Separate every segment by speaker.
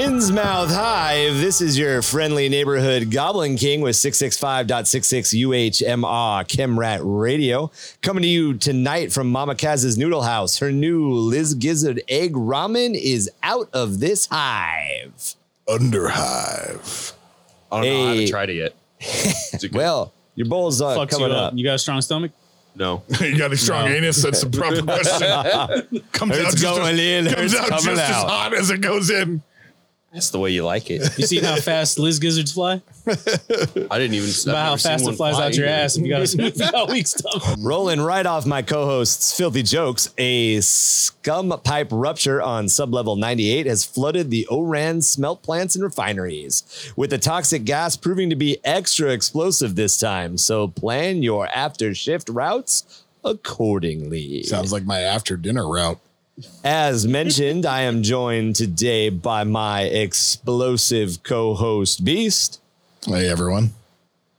Speaker 1: Loudmouth Hive. This is your friendly neighborhood Goblin King with 665.66 UHMR Chemrat Radio. Coming to you tonight from Mama Kaz's Noodle House. Her new Liz Gizzard Egg Ramen is out of this hive.
Speaker 2: Underhive.
Speaker 3: I don't know. I
Speaker 1: Hey.
Speaker 3: haven't tried it yet. Is it good?
Speaker 1: Well, your bowl's uh,
Speaker 4: Fucks
Speaker 1: coming
Speaker 4: you
Speaker 1: up.
Speaker 4: up. You got a strong stomach?
Speaker 3: no.
Speaker 2: you got a strong anus. That's the proper question. Comes
Speaker 1: It's
Speaker 2: just
Speaker 1: going
Speaker 2: as-
Speaker 1: in,
Speaker 2: Comes
Speaker 1: it's
Speaker 2: out just
Speaker 1: coming
Speaker 2: as
Speaker 1: out.
Speaker 2: hot as it goes in.
Speaker 3: That's the way you like it.
Speaker 4: You see how fast Liz gizzards fly?
Speaker 3: I didn't even. I've
Speaker 4: About how
Speaker 3: never seen
Speaker 4: fast it
Speaker 3: one
Speaker 4: flies
Speaker 3: fly
Speaker 4: out your
Speaker 3: either.
Speaker 4: ass and you got to smooth out weak stuff.
Speaker 1: Rolling right off my co-host's filthy jokes, a scum pipe rupture on sublevel 98 has flooded the Oran smelt plants and refineries, with the toxic gas proving to be extra explosive this time. So plan your after shift routes accordingly.
Speaker 2: Sounds like my after dinner route.
Speaker 1: As mentioned, I am joined today by my explosive co-host Beast,
Speaker 2: Hey, everyone.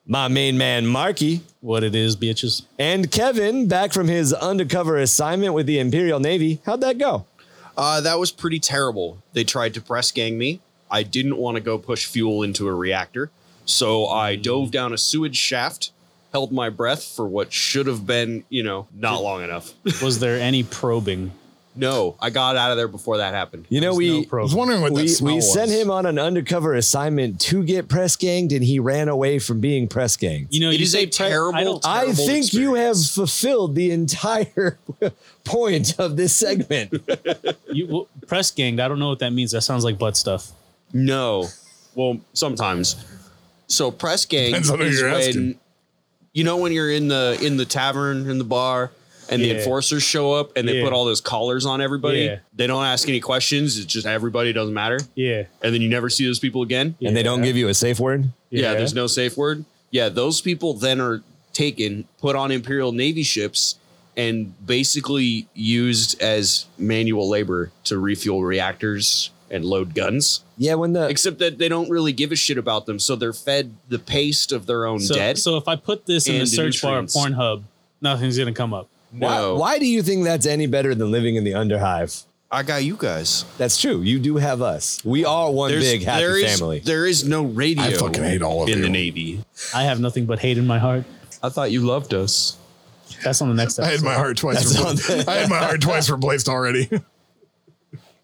Speaker 1: my main man Marky,
Speaker 4: What it is, bitches.
Speaker 1: and Kevin back from his undercover assignment with the Imperial Navy. How'd that go?
Speaker 3: Uh, that was pretty terrible. They tried to press gang me. I didn't want to go push fuel into a reactor, so I dove down a sewage shaft, held my breath for what should have been, you know, not long enough.
Speaker 4: Was there any probing?
Speaker 3: no, I got out of there before that happened.
Speaker 1: You know,
Speaker 4: There's no
Speaker 1: we
Speaker 2: I was
Speaker 4: probing.
Speaker 2: wondering what
Speaker 1: we,
Speaker 2: that smell
Speaker 1: we
Speaker 2: was.
Speaker 1: sent him on an undercover assignment to get press ganged, and he ran away from being press ganged.
Speaker 4: You know,
Speaker 3: It
Speaker 4: you
Speaker 3: is a
Speaker 4: say pre-
Speaker 3: terrible-
Speaker 4: I don't,
Speaker 1: I
Speaker 3: terrible
Speaker 1: think you have
Speaker 3: experience.
Speaker 1: fulfilled the entire point of this segment.
Speaker 4: you, well, press ganged. I don't know what that means. That sounds like butt stuff.
Speaker 3: No. Well, sometimes. So press gang
Speaker 2: Depends on who
Speaker 3: is
Speaker 2: you're
Speaker 3: when
Speaker 2: asking.
Speaker 3: you know when you're in the in the tavern in the bar and
Speaker 4: Yeah.
Speaker 3: the enforcers show up and they
Speaker 4: Yeah.
Speaker 3: put all those collars on everybody.
Speaker 4: Yeah.
Speaker 3: They don't ask any questions. It's just everybody it doesn't matter.
Speaker 4: Yeah.
Speaker 3: And then you never see those people again. Yeah.
Speaker 1: And they don't give you a safe word.
Speaker 3: there's no safe word. Yeah, those people then are taken, put on Imperial Navy ships, and basically used as manual labor to refuel reactors and load guns
Speaker 1: Yeah, when the
Speaker 3: except that they don't really give a shit about them. So they're fed the paste of their own
Speaker 4: So,
Speaker 3: dead.
Speaker 4: so if I put this in
Speaker 3: And
Speaker 4: the
Speaker 3: the
Speaker 4: search bar of
Speaker 3: nutrients.
Speaker 4: Pornhub, nothing's going to come up.
Speaker 1: why,
Speaker 3: no,
Speaker 1: why do you think that's any better than living in the underhive?
Speaker 3: I got you guys.
Speaker 1: That's true. You do have us. We are one big happy
Speaker 3: there is-
Speaker 1: family.
Speaker 3: There is no radio.
Speaker 2: I fucking hate all of
Speaker 3: in
Speaker 2: you.
Speaker 3: the navy.
Speaker 4: I have nothing but hate in my heart.
Speaker 3: I thought you loved us.
Speaker 4: That's on the next
Speaker 2: I had
Speaker 4: episode.
Speaker 2: my heart twice.
Speaker 1: That's on
Speaker 2: Replaced. I had my heart twice replaced already.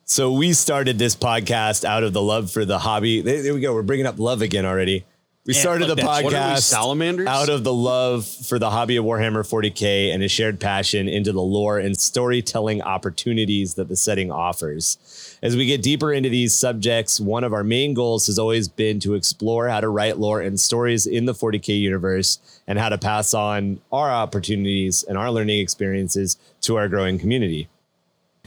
Speaker 1: So we started this podcast out of the love for the hobby. There, there we go. We're bringing up love again already. We
Speaker 4: Yeah,
Speaker 1: started the
Speaker 4: fuck
Speaker 1: podcast
Speaker 4: that shit.
Speaker 3: What are we, salamanders?
Speaker 1: out of the love for the hobby of Warhammer 40K and a shared passion into the lore and storytelling opportunities that the setting offers. As we get deeper into these subjects, one of our main goals has always been to explore how to write lore and stories in the 40K universe and how to pass on our opportunities and our learning experiences to our growing community.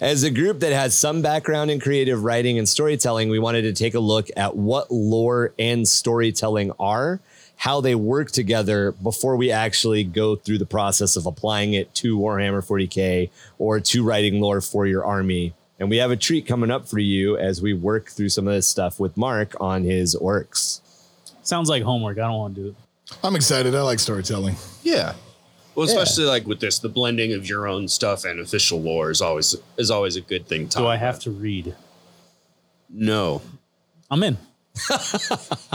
Speaker 1: As a group that has some background in creative writing and storytelling, we wanted to take a look at what lore and storytelling are, how they work together before we actually go through the process of applying it to Warhammer 40K or to writing lore for your army. And we have a treat coming up for you as we work through some of this stuff with Mark on his orcs.
Speaker 4: Sounds like homework. I don't want to do it.
Speaker 2: I'm excited. I like storytelling.
Speaker 3: yeah. Well, especially like with this, the blending of your own stuff and official lore is always is always a good thing.
Speaker 4: Do I have to read?
Speaker 3: No,
Speaker 4: I'm in.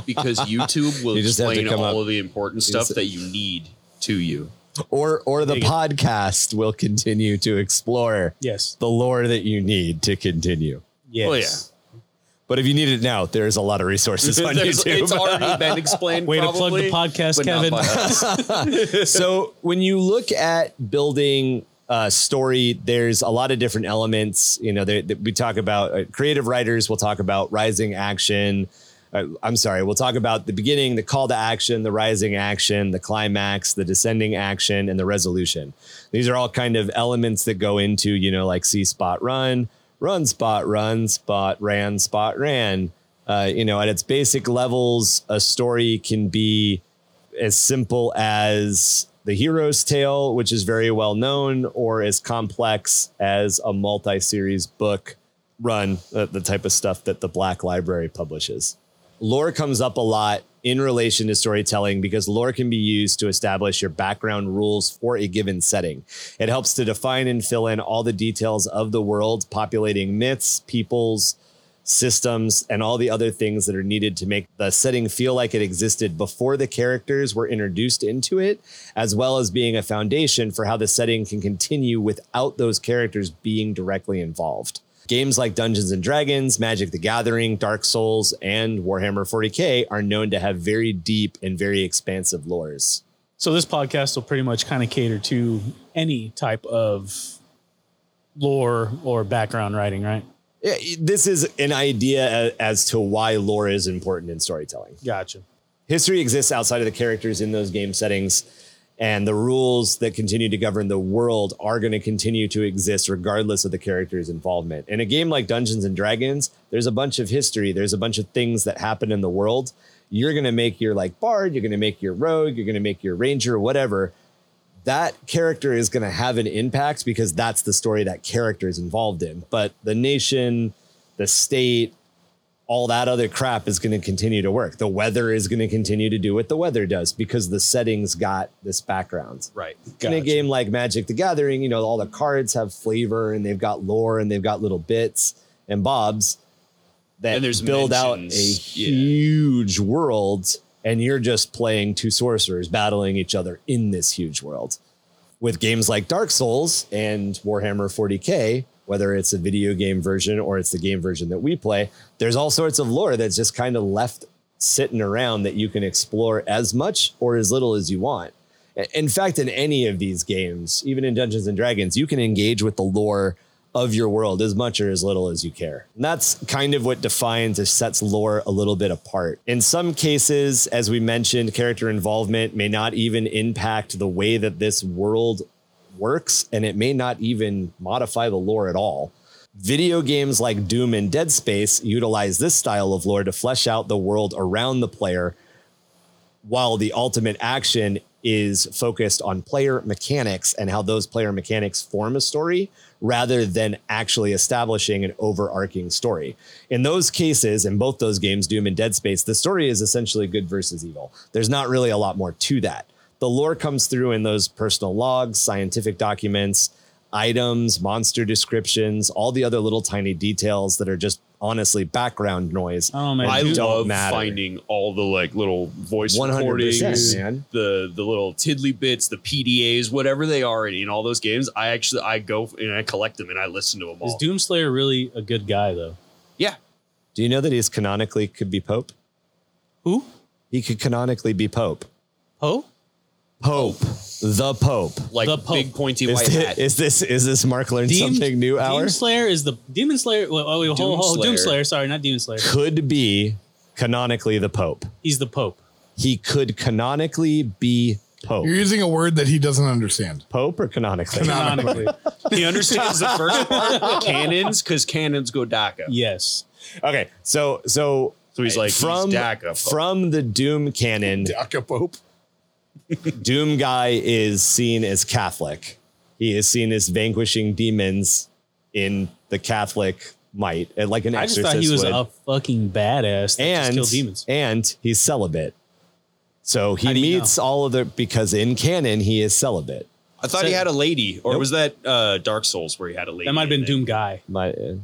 Speaker 3: because YouTube will
Speaker 1: You just have to
Speaker 3: explain
Speaker 1: come
Speaker 3: all
Speaker 1: up-
Speaker 3: of the important stuff that you need to you.
Speaker 1: Or or the
Speaker 4: Dig it.
Speaker 1: podcast will continue to explore
Speaker 4: Yes.
Speaker 1: the lore that you need to continue.
Speaker 4: Yes.
Speaker 3: Well, Oh, yeah.
Speaker 1: But if you need it now, there's a lot of resources on
Speaker 3: There's-
Speaker 1: YouTube.
Speaker 3: It's already been explained.
Speaker 4: Way to plug
Speaker 3: probably,
Speaker 4: the podcast,
Speaker 3: but not
Speaker 4: Kevin.
Speaker 3: by us.
Speaker 1: so when you look at building a story, there's a lot of different elements. You know, there, that we talk about uh, creative writers. We'll talk about rising action. Uh, I'm sorry. We'll talk about the beginning, the call to action, the rising action, the climax, the descending action, and the resolution. These are all kind of elements that go into, you know, like see spot run, run spot run spot ran spot ran. Uh, you know, at its basic levels, a story can be as simple as the hero's tale, which is very well known, or as complex as a multi series book run, uh, the type of stuff that the Black Library publishes. Lore comes up a lot in relation to storytelling because lore can be used to establish your background rules for a given setting. It helps to define and fill in all the details of the world, populating myths, peoples, systems, and all the other things that are needed to make the setting feel like it existed before the characters were introduced into it, as well as being a foundation for how the setting can continue without those characters being directly involved. Games like Dungeons and Dragons, Magic the Gathering, Dark Souls, and Warhammer 40K are known to have very deep and very expansive lores.
Speaker 4: So this podcast will pretty much kind of cater to any type of lore or background writing, right?
Speaker 1: Yeah, This is an idea a- as to why lore is important in storytelling.
Speaker 4: Gotcha.
Speaker 1: History exists outside of the characters in those game settings, and the rules that continue to govern the world are going to continue to exist regardless of the character's involvement. In a game like Dungeons and Dragons, there's a bunch of history, there's a bunch of things that happen in the world. You're going to make your like bard, you're going to make your rogue, you're going to make your ranger, whatever. That character is going to have an impact because that's the story that character is involved in. But the nation, the state, all that other crap is going to continue to work. The weather is going to continue to do what the weather does because the setting's got this background.
Speaker 3: Right.
Speaker 1: In a game like Magic the Gathering, you know, all the cards have flavor and they've got lore and they've got little bits and bobs that
Speaker 3: And there's
Speaker 1: build out a
Speaker 3: mentions, yeah.
Speaker 1: huge world. And you're just playing two sorcerers battling each other in this huge world. With games like Dark Souls and Warhammer 40K, whether it's a video game version or it's the game version that we play, there's all sorts of lore that's just kind of left sitting around that you can explore as much or as little as you want. In fact, in any of these games, even in Dungeons and Dragons, you can engage with the lore of your world as much or as little as you care. And that's kind of what defines or sets lore a little bit apart. In some cases, as we mentioned, character involvement may not even impact the way that this world works, and it may not even modify the lore at all. Video games like Doom and Dead Space utilize this style of lore to flesh out the world around the player while the ultimate action is focused on player mechanics and how those player mechanics form a story rather than actually establishing an overarching story. In those cases, in both those games, Doom and Dead Space, the story is essentially good versus evil. There's not really a lot more to that. The lore comes through in those personal logs, scientific documents, items, monster descriptions, all the other little tiny details that are just honestly background noise.
Speaker 4: Oh man,
Speaker 2: I
Speaker 1: It don't
Speaker 2: love
Speaker 1: matter.
Speaker 2: finding all the like little voice
Speaker 1: 100%,
Speaker 2: recordings,
Speaker 1: man.
Speaker 2: the the little
Speaker 3: Tiddly bits, the PDAs, whatever they are in all those games, I actually I go and I collect them and I listen to them
Speaker 4: is
Speaker 3: all.
Speaker 4: Doomslayer really a good guy though?
Speaker 3: yeah.
Speaker 1: Do you know that he's canonically could be Pope?
Speaker 4: Who?
Speaker 1: He could canonically be Pope.
Speaker 4: Oh,
Speaker 1: Pope, the Pope.
Speaker 3: Like
Speaker 4: The Pope.
Speaker 3: big pointy
Speaker 1: Is
Speaker 3: white
Speaker 1: this,
Speaker 3: hat.
Speaker 1: is this is this Mark learned something new? Hour
Speaker 4: Doomslayer is the Demon Slayer. Well, oh, wait, hold, hold,
Speaker 3: Doomslayer.
Speaker 4: Doomslayer. Sorry, not Demon Slayer.
Speaker 1: could be canonically the Pope.
Speaker 4: He's the Pope.
Speaker 1: He could canonically be Pope.
Speaker 5: You're using a word that he doesn't understand.
Speaker 1: Pope or canonically?
Speaker 4: Canonically,
Speaker 3: he understands the first part canons because canons go DACA.
Speaker 4: yes.
Speaker 1: Okay, so so
Speaker 3: So he's like, he's
Speaker 1: from
Speaker 3: DACA Pope.
Speaker 1: from the Doom canon,
Speaker 5: Daka Pope.
Speaker 1: Doom guy is seen as Catholic. He is seen as vanquishing demons in the Catholic might, and like an
Speaker 4: I just
Speaker 1: exorcist.
Speaker 4: thought he was
Speaker 1: would.
Speaker 4: a fucking badass that
Speaker 1: and
Speaker 4: just killed demons.
Speaker 1: and he's celibate. So he
Speaker 4: How do you
Speaker 1: meets all of the because in canon he is celibate.
Speaker 3: I thought
Speaker 4: So-
Speaker 3: he had a lady, or was that uh, Dark Souls where he had a lady?
Speaker 4: That might have been
Speaker 3: in it?
Speaker 4: Doom Guy,
Speaker 1: My, uh,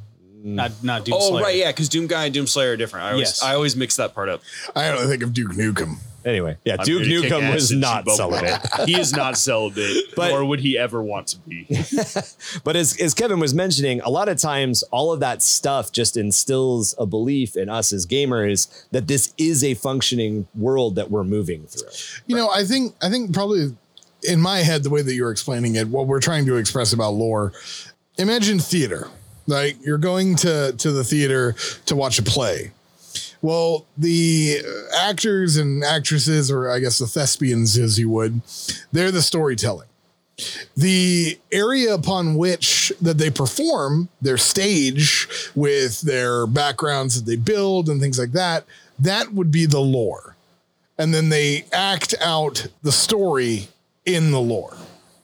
Speaker 1: Mm.
Speaker 4: not not Doom
Speaker 3: Oh
Speaker 4: Slayer.
Speaker 3: right, yeah, because Doom Guy and Doom Slayer are different. I always
Speaker 4: Yes.
Speaker 3: I always mix that part up.
Speaker 5: I only think of Duke Nukem.
Speaker 1: anyway, yeah,
Speaker 2: I'm
Speaker 1: Duke
Speaker 2: gonna kick
Speaker 1: Nukem
Speaker 2: ass
Speaker 1: was
Speaker 2: at
Speaker 1: not
Speaker 2: Chewbacca.
Speaker 1: celibate.
Speaker 2: he is not celibate,
Speaker 1: But-
Speaker 2: nor would he ever want to be.
Speaker 1: But as, as Kevin was mentioning, a lot of times all of that stuff just instills a belief in us as gamers that this is a functioning world that we're moving through.
Speaker 5: You know, I think I think probably in my head the way that you're explaining it, what we're trying to express about lore. Imagine theater. Like you're going to to the theater to watch a play. Well, the uh, actors and actresses, or I guess the thespians, as you would, they're the storytelling. The area upon which that they perform their stage with their backgrounds that they build and things like that, that would be the lore and then they act out the story in the lore.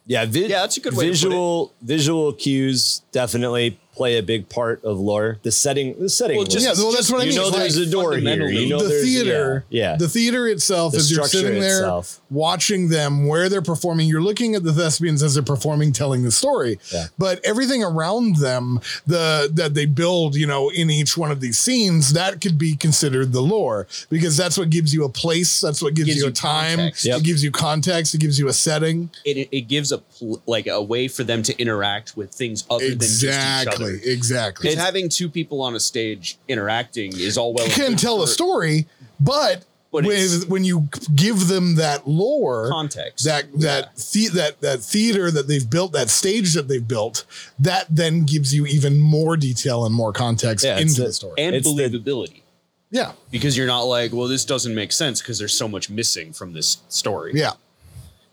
Speaker 1: Yeah, vi-
Speaker 3: Yeah, that's a good way to put
Speaker 1: visual visual cues definitely play a big part of lore. The setting, the setting.
Speaker 3: Well,
Speaker 1: was-
Speaker 3: just-
Speaker 5: yeah, well, that's what I
Speaker 1: you
Speaker 5: mean.
Speaker 1: know,
Speaker 5: It's like
Speaker 1: there's a door here.
Speaker 3: fundamentally,
Speaker 1: You know,
Speaker 5: the
Speaker 1: there's
Speaker 5: theater,
Speaker 1: Yeah, yeah.
Speaker 5: the theater itself
Speaker 1: The
Speaker 5: is you're
Speaker 1: structure
Speaker 5: sitting there
Speaker 1: itself.
Speaker 5: watching them where they're performing. You're looking at the thespians as they're performing, telling the story.
Speaker 1: Yeah.
Speaker 5: But everything around them, the that they build, you know, in each one of these scenes, that could be considered the lore because that's what gives you a place. That's what gives,
Speaker 3: Gives
Speaker 5: you a
Speaker 3: you
Speaker 5: time.
Speaker 3: context.
Speaker 1: Yep.
Speaker 5: It gives you context. It gives you a setting.
Speaker 3: It, it gives a pl- like a way for them to interact with things other than just each
Speaker 5: Exactly.
Speaker 3: other.
Speaker 5: Exactly.
Speaker 3: Because having two people on a stage interacting is all well. and
Speaker 5: can
Speaker 3: good
Speaker 5: tell a
Speaker 3: for
Speaker 5: story, but,
Speaker 3: But it's-
Speaker 5: with, when you give them that lore,
Speaker 3: Context
Speaker 5: that that the, that that theater that they've built, that stage that they've built, that then gives you even more detail and more context
Speaker 1: Yeah, it's
Speaker 5: into
Speaker 1: a-
Speaker 5: the story.
Speaker 3: and
Speaker 1: It's the-
Speaker 3: believability.
Speaker 5: yeah,
Speaker 3: because you're not like, well, this doesn't make sense because there's so much missing from this story.
Speaker 5: yeah,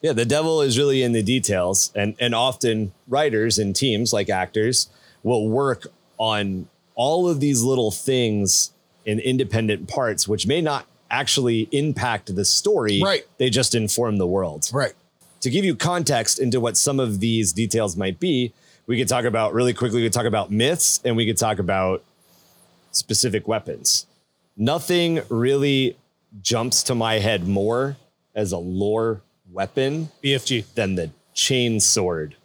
Speaker 1: Yeah, the devil is really in the details, and and often writers and teams like actors will work on all of these little things in independent parts, which may not actually impact the story.
Speaker 5: Right.
Speaker 1: They just inform the world.
Speaker 5: right.
Speaker 1: To give you context into what some of these details might be, we could talk about really quickly. We could talk about myths, and we could talk about specific weapons. Nothing really jumps to my head more as a lore weapon
Speaker 4: BFG.
Speaker 1: than the chain sword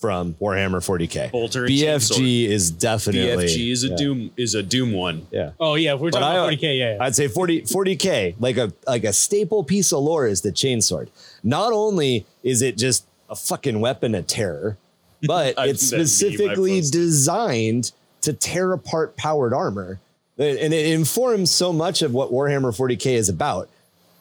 Speaker 1: from Warhammer 40k.
Speaker 3: Bolter and chain sword.
Speaker 1: BFG is definitely
Speaker 3: BFG is a
Speaker 1: yeah,
Speaker 3: doom is a doom one.
Speaker 1: Yeah.
Speaker 4: Oh yeah, if we're
Speaker 1: But
Speaker 4: talking about
Speaker 1: I-
Speaker 4: 40k. Yeah, yeah.
Speaker 1: I'd say 40 40k like a like a staple piece of lore is the chain sword. Not only is it just a fucking weapon of terror, but
Speaker 3: I've
Speaker 1: it's
Speaker 3: seen that meme I
Speaker 1: specifically
Speaker 3: posted.
Speaker 1: designed to tear apart powered armor. And it informs so much of what Warhammer 40k is about.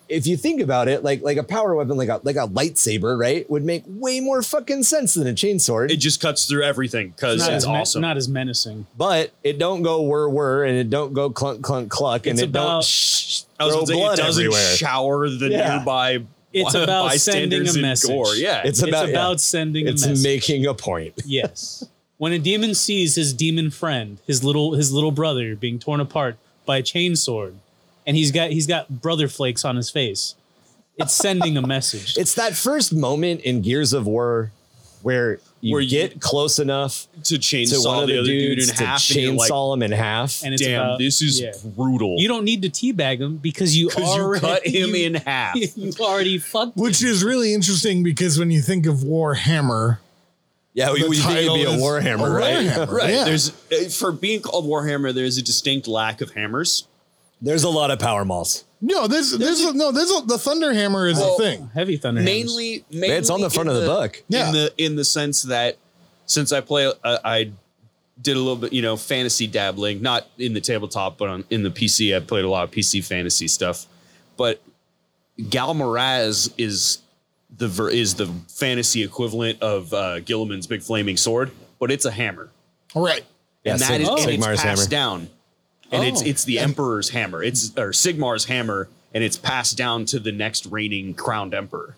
Speaker 1: if you think about it, like like a power weapon, like a like a lightsaber, right, would make way more fucking sense than a chainsword.
Speaker 3: It just cuts through everything because
Speaker 4: not,
Speaker 3: it's
Speaker 4: as me-
Speaker 3: awesome.
Speaker 4: not as menacing.
Speaker 1: but it don't go whir whir, and it don't go clunk clunk cluck, and
Speaker 4: It's
Speaker 1: it don't
Speaker 4: about-
Speaker 1: sh-
Speaker 3: I was
Speaker 1: throw
Speaker 3: gonna say,
Speaker 1: blood
Speaker 3: it doesn't
Speaker 1: everywhere.
Speaker 3: shower the
Speaker 1: Yeah.
Speaker 3: nearby.
Speaker 4: It's about
Speaker 3: bystanders
Speaker 4: sending a
Speaker 3: in
Speaker 4: message.
Speaker 3: Gore. Yeah,
Speaker 1: It's
Speaker 4: It's,
Speaker 1: about-
Speaker 4: about,
Speaker 1: yeah.
Speaker 4: sending
Speaker 1: it's
Speaker 4: a message.
Speaker 1: making a point.
Speaker 4: yes. When a demon sees his demon friend, his little his little brother being torn apart by a chainsword, and he's got he's got brother flakes on his face, it's sending a message.
Speaker 1: It's that first moment in Gears of War where you
Speaker 3: Where you-
Speaker 1: get close enough to
Speaker 3: to
Speaker 1: one
Speaker 3: chainsaw
Speaker 1: of
Speaker 3: the
Speaker 1: the
Speaker 3: other dude
Speaker 1: dudes
Speaker 3: in
Speaker 1: to
Speaker 3: half. And you're like,
Speaker 1: chainsaw him in half.
Speaker 4: and it's
Speaker 3: damn,
Speaker 4: about,
Speaker 3: this is
Speaker 4: yeah.
Speaker 3: brutal.
Speaker 4: you don't need to teabag him because you
Speaker 3: because you
Speaker 4: already
Speaker 3: cut him
Speaker 4: you-
Speaker 3: in half.
Speaker 4: You already fucked.
Speaker 5: Which is really interesting because when you think of Warhammer,
Speaker 1: yeah, we,
Speaker 5: the
Speaker 1: we think it'd be a
Speaker 5: title is
Speaker 1: Warhammer,
Speaker 5: a
Speaker 1: right?
Speaker 5: Warhammer,
Speaker 3: Right.
Speaker 5: yeah.
Speaker 3: There's uh, for being called Warhammer, there's a distinct lack of hammers.
Speaker 1: There's a lot of power malls.
Speaker 5: no, there's there's a, no there's a, the Thunderhammer is
Speaker 3: Well,
Speaker 5: a thing.
Speaker 4: Heavy thunder. hands.
Speaker 3: Mainly, mainly
Speaker 1: It's on the front
Speaker 3: in
Speaker 1: of the book.
Speaker 5: Yeah.
Speaker 3: in the in the sense that since I play, uh, I did a little bit, you know, fantasy dabbling, not in the tabletop, but on in the PC. I played a lot of PC fantasy stuff, but Galmaraz is the ver- is the fantasy equivalent of uh, Gilliman's big flaming sword, but it's a hammer,
Speaker 5: All right.
Speaker 3: and that is
Speaker 1: Sig-
Speaker 3: and it's
Speaker 1: Sigmar's
Speaker 3: passed
Speaker 1: hammer.
Speaker 3: down, and it's
Speaker 4: Oh.
Speaker 3: it's the emperor's hammer, it's or Sigmar's hammer, and it's passed down to the next reigning crowned emperor.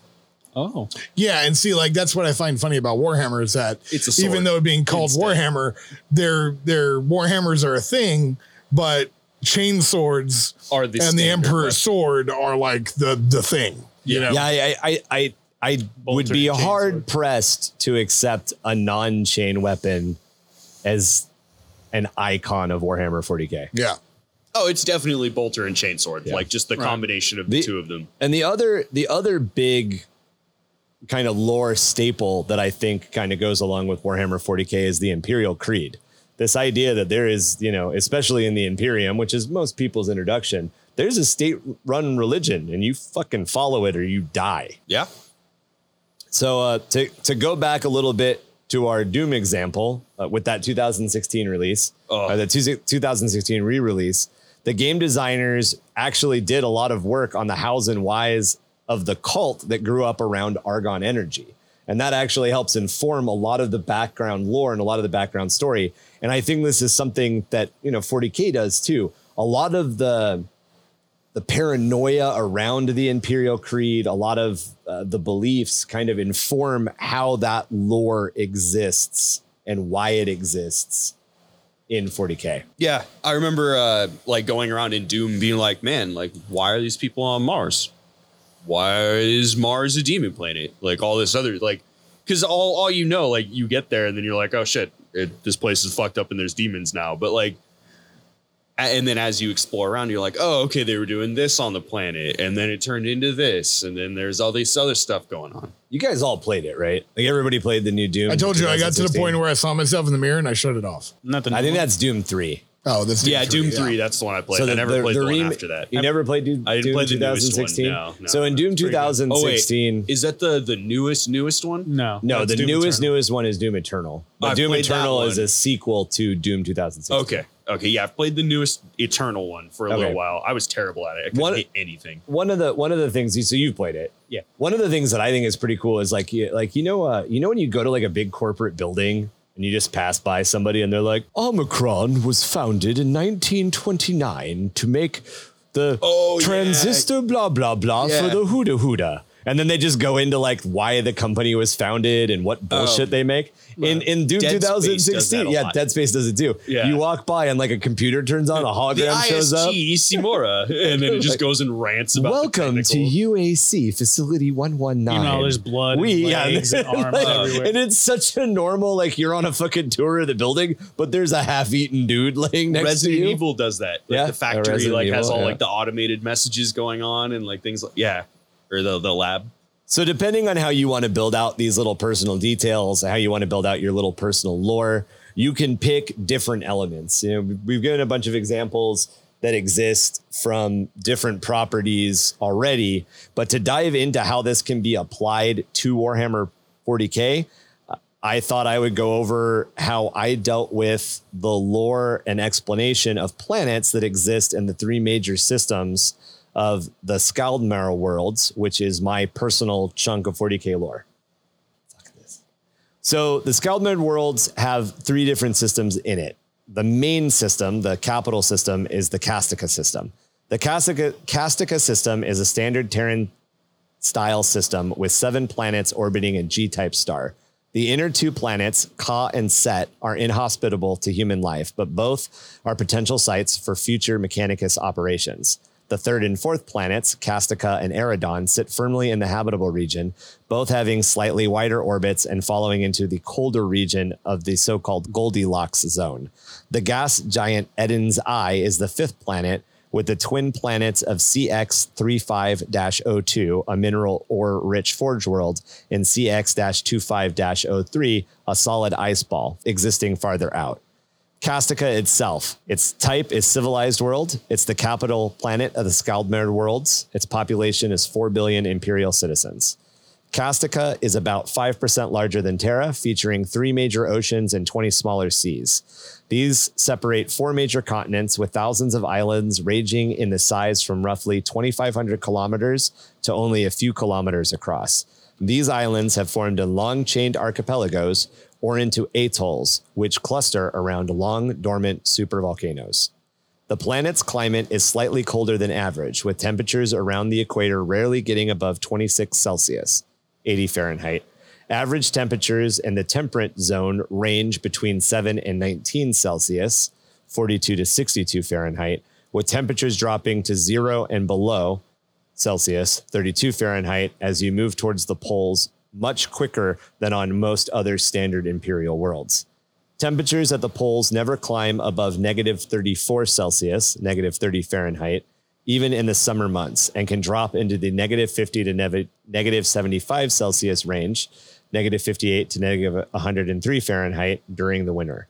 Speaker 4: Oh,
Speaker 5: Yeah, and see, like that's what I find funny about Warhammer is that
Speaker 3: It's a sword
Speaker 5: even though it being called
Speaker 3: instead.
Speaker 5: Warhammer, their their Warhammers are a thing, but chain swords
Speaker 3: Are the
Speaker 5: and the
Speaker 3: standard
Speaker 5: Emperor's
Speaker 3: weapon.
Speaker 5: sword are like the the thing. You know,
Speaker 1: Yeah, I, I, I, I would be
Speaker 4: chain
Speaker 1: hard
Speaker 4: sword.
Speaker 1: pressed to accept a non-chain weapon as an icon of Warhammer 40k.
Speaker 5: yeah.
Speaker 3: Oh, it's definitely bolter and chainsword. Like just the combination of the,
Speaker 1: The-
Speaker 3: two of them.
Speaker 1: And the other, the other big kind of lore staple that I think kind of goes along with Warhammer 40k is the Imperial Creed. This idea that there is, you know, especially in the Imperium, which is most people's introduction, there's a state-run religion, and you fucking follow it or you die.
Speaker 3: Yeah.
Speaker 1: So uh, to to go back a little bit to our Doom example uh, with that 2016 release,
Speaker 3: Oh.
Speaker 1: uh, the two, 2016 re-release, the game designers actually did a lot of work on the hows and whys of the cult that grew up around Argon Energy, and that actually helps inform a lot of the background lore and a lot of the background story. And I think this is something that you know 40k does too. A lot of the the paranoia around the Imperial Creed, a lot of uh, the beliefs kind of inform how that lore exists and why it exists in 40K.
Speaker 3: Yeah. I remember uh like going around in Doom being like, man, like why are these people on Mars? Why is Mars a demon planet? Like all this other like because all all you know, like you get there and then you're like, oh shit, it, this place is fucked up and there's demons now. But like, a- and then as you explore around, you're like, oh okay, they were doing this on the planet, and then it turned into this, and then there's all this other stuff going on.
Speaker 1: You guys all played it, right? Like everybody played the new Doom.
Speaker 5: I told you I got to the
Speaker 1: 2016.
Speaker 5: point where I saw myself in the mirror and I shut it off.
Speaker 4: Not the
Speaker 1: I think that's Doom three.
Speaker 5: Oh, that's
Speaker 3: yeah, Doom Three.
Speaker 5: yeah.
Speaker 3: That's the one I played. I never played the,
Speaker 1: rem-
Speaker 3: one after that.
Speaker 1: You never played Doom,
Speaker 3: I didn't
Speaker 1: Doom
Speaker 3: play the newest one,
Speaker 1: 2016.
Speaker 3: no, no,
Speaker 1: so in
Speaker 3: no,
Speaker 1: Doom
Speaker 3: it's pretty good. Oh, wait.
Speaker 1: 2016,
Speaker 3: Is that the the newest newest one?
Speaker 4: no.
Speaker 1: no,
Speaker 5: that's
Speaker 1: the
Speaker 5: Doom
Speaker 1: newest
Speaker 5: Eternal.
Speaker 1: newest one is Doom Eternal. But
Speaker 3: I've
Speaker 1: Doom
Speaker 3: played that
Speaker 1: Eternal is
Speaker 3: one.
Speaker 1: a sequel to Doom 2016.
Speaker 3: Okay. Okay. Yeah, I've played the newest Eternal one for a
Speaker 1: Okay.
Speaker 3: little while. I was terrible at it. I couldn't
Speaker 1: One-
Speaker 3: hit anything.
Speaker 1: One of the one of the things you so you've played it.
Speaker 4: Yeah.
Speaker 1: One of the things that I think is pretty cool is like you, like you know uh, you know when you go to like a big corporate building and you just pass by somebody and they're like Omicron was founded in 1929 to make the
Speaker 3: Oh, yeah.
Speaker 1: transistor blah blah blah for
Speaker 3: Yeah.
Speaker 1: the Huda Huda. And then they just go into like why the company was founded and what bullshit they make. In in Doom
Speaker 3: Oh. Dead Space does
Speaker 1: 2016,
Speaker 3: that a
Speaker 1: yeah,
Speaker 3: lot.
Speaker 1: Dead Space does it too.
Speaker 3: Yeah.
Speaker 1: You walk by and like a computer turns on, a
Speaker 3: The
Speaker 1: hologram shows up.
Speaker 3: ISG Simora, and then it just goes and rants about. the
Speaker 1: Welcome to
Speaker 3: technical-
Speaker 1: UAC Facility One One Nine.
Speaker 4: You know, there's blood,
Speaker 1: We
Speaker 4: and
Speaker 1: yeah,
Speaker 4: legs, and arms
Speaker 1: like,
Speaker 4: everywhere.
Speaker 1: and it's such a normal like you're on a fucking tour of the building, but there's a half-eaten dude laying next
Speaker 3: Resident
Speaker 1: to you.
Speaker 3: Evil does that. Like
Speaker 1: Yeah.
Speaker 3: the
Speaker 1: Oh,
Speaker 3: factory
Speaker 1: Resident
Speaker 3: like has
Speaker 1: Evil,
Speaker 3: all
Speaker 1: yeah.
Speaker 3: like the automated messages going on and like things like yeah, or the the lab.
Speaker 1: So depending on how you want to build out these little personal details, how you want to build out your little personal lore, you can pick different elements. You know, we've given a bunch of examples that exist from different properties already, but to dive into how this can be applied to Warhammer 40K, I thought I would go over how I dealt with the lore and explanation of planets that exist in the three major systems of the Skaldmar worlds, which is my personal chunk of 40k lore. Fuck this. So the Skaldmar worlds have three different systems in it. The main system, the capital system, is the Castica system. The Castica, Castica system is a standard Terran style system with seven planets orbiting a G type star. The inner two planets, Ka and Set, are inhospitable to human life, but both are potential sites for future Mechanicus operations. The third and fourth planets, Castica and Eridon, sit firmly in the habitable region, both having slightly wider orbits and falling into the colder region of the so called Goldilocks zone. The gas giant Eden's Eye is the fifth planet, with the twin planets of CX35-02, a mineral ore rich forge world, and CX-25-03, a solid ice ball, existing farther out. Castica itself. Its type is civilized world. It's the capital planet of the Skaldmir worlds. Its population is 4 billion imperial citizens. Castica is about 5% larger than Terra, featuring three major oceans and 20 smaller seas. These separate four major continents with thousands of islands ranging in the size from roughly 2,500 kilometers to only a few kilometers across. These islands have formed in long chained archipelagos or into atolls, which cluster around long dormant supervolcanoes. The planet's climate is slightly colder than average, with temperatures around the equator rarely getting above 26 Celsius, 80 Fahrenheit. Average temperatures in the temperate zone range between 7 and 19 Celsius, 42 to 62 Fahrenheit, with temperatures dropping to zero and below Celsius, 32 Fahrenheit, as you move towards the poles much quicker than on most other standard imperial worlds. Temperatures at the poles never climb above negative 34 Celsius, negative 30 Fahrenheit, even in the summer months, and can drop into the negative 50 to neve- negative 75 Celsius range, negative 58 to negative 103 Fahrenheit during the winter.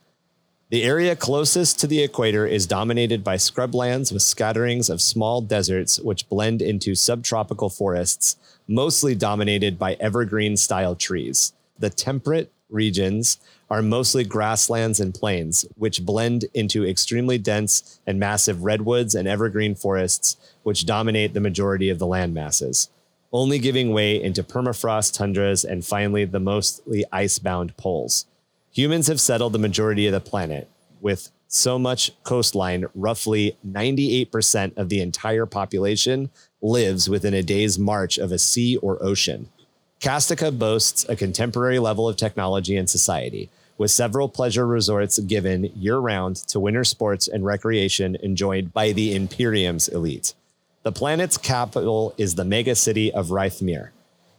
Speaker 1: The area closest to the equator is dominated by scrublands with scatterings of small deserts which blend into subtropical forests, mostly dominated by evergreen style trees. The temperate regions are mostly grasslands and plains, which blend into extremely dense and massive redwoods and evergreen forests, which dominate the majority of the land masses, only giving way into permafrost tundras and finally the mostly icebound poles. Humans have settled the majority of the planet, with so much coastline, roughly 98% of the entire population lives within a day's march of a sea or ocean. Castica boasts a contemporary level of technology and society, with several pleasure resorts given year round to winter sports and recreation enjoyed by the Imperium's elite. The planet's capital is the mega city of Rhythmere.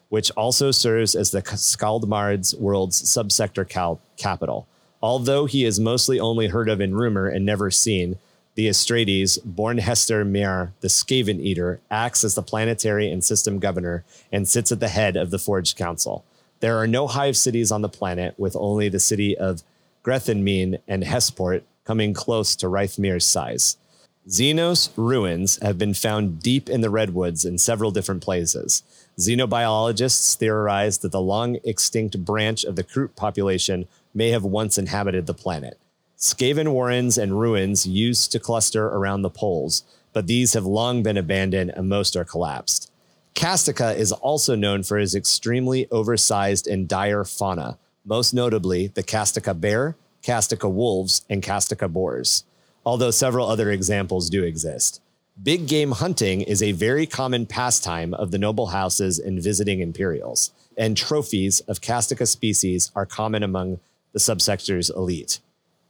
Speaker 1: which also serves as the Skaldmard's world's subsector cal- capital. Although he is mostly only heard of in rumor and never seen, the Astrades, born Hester Mir, the Skaven Eater, acts as the planetary and system governor and sits at the head of the Forge Council. There are no hive cities on the planet, with only the city of Grethenmine and Hesport coming close to Rithmir's size. Xenos ruins have been found deep in the redwoods in several different places. Xenobiologists theorize that the long extinct branch of the Kroot population may have once inhabited the planet. Skaven warrens and ruins used to cluster around the poles, but these have long been abandoned and most are collapsed. Castica is also known for his extremely oversized and dire fauna, most notably the Castica bear, Castica wolves, and Castica boars, although several other examples do exist. Big game hunting is a very common pastime of the noble houses and visiting imperials, and trophies of Castica species are common among the subsector's elite.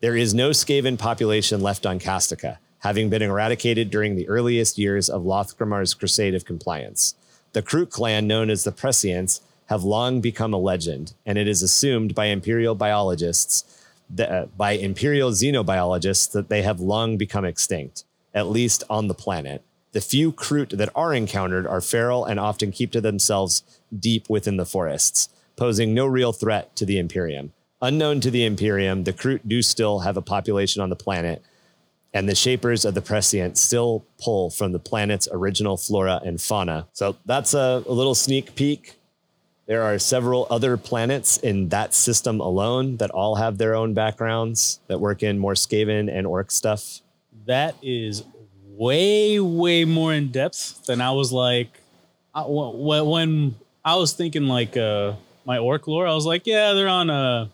Speaker 1: There is no Skaven population left on Castica, having been eradicated during the earliest years of Lothgramar's crusade of compliance. The Kroot clan, known as the Prescients, have long become a legend, and it is assumed by Imperial biologists, that, uh, by Imperial xenobiologists, that they have long become extinct, at least on the planet. The few Kroot that are encountered are feral and often keep to themselves deep within the forests, posing no real threat to the Imperium. Unknown to the Imperium, the Kroot do still have a population on the planet, and the shapers of the prescient still pull from the planet's original flora and fauna. So that's a, a little sneak peek. There are several other planets in that system alone that all have their own backgrounds that work in more Skaven and Orc stuff.
Speaker 4: That is way, way more in depth than I was like I, when when I was thinking like uh, my Orc lore. I was like, yeah, they're on a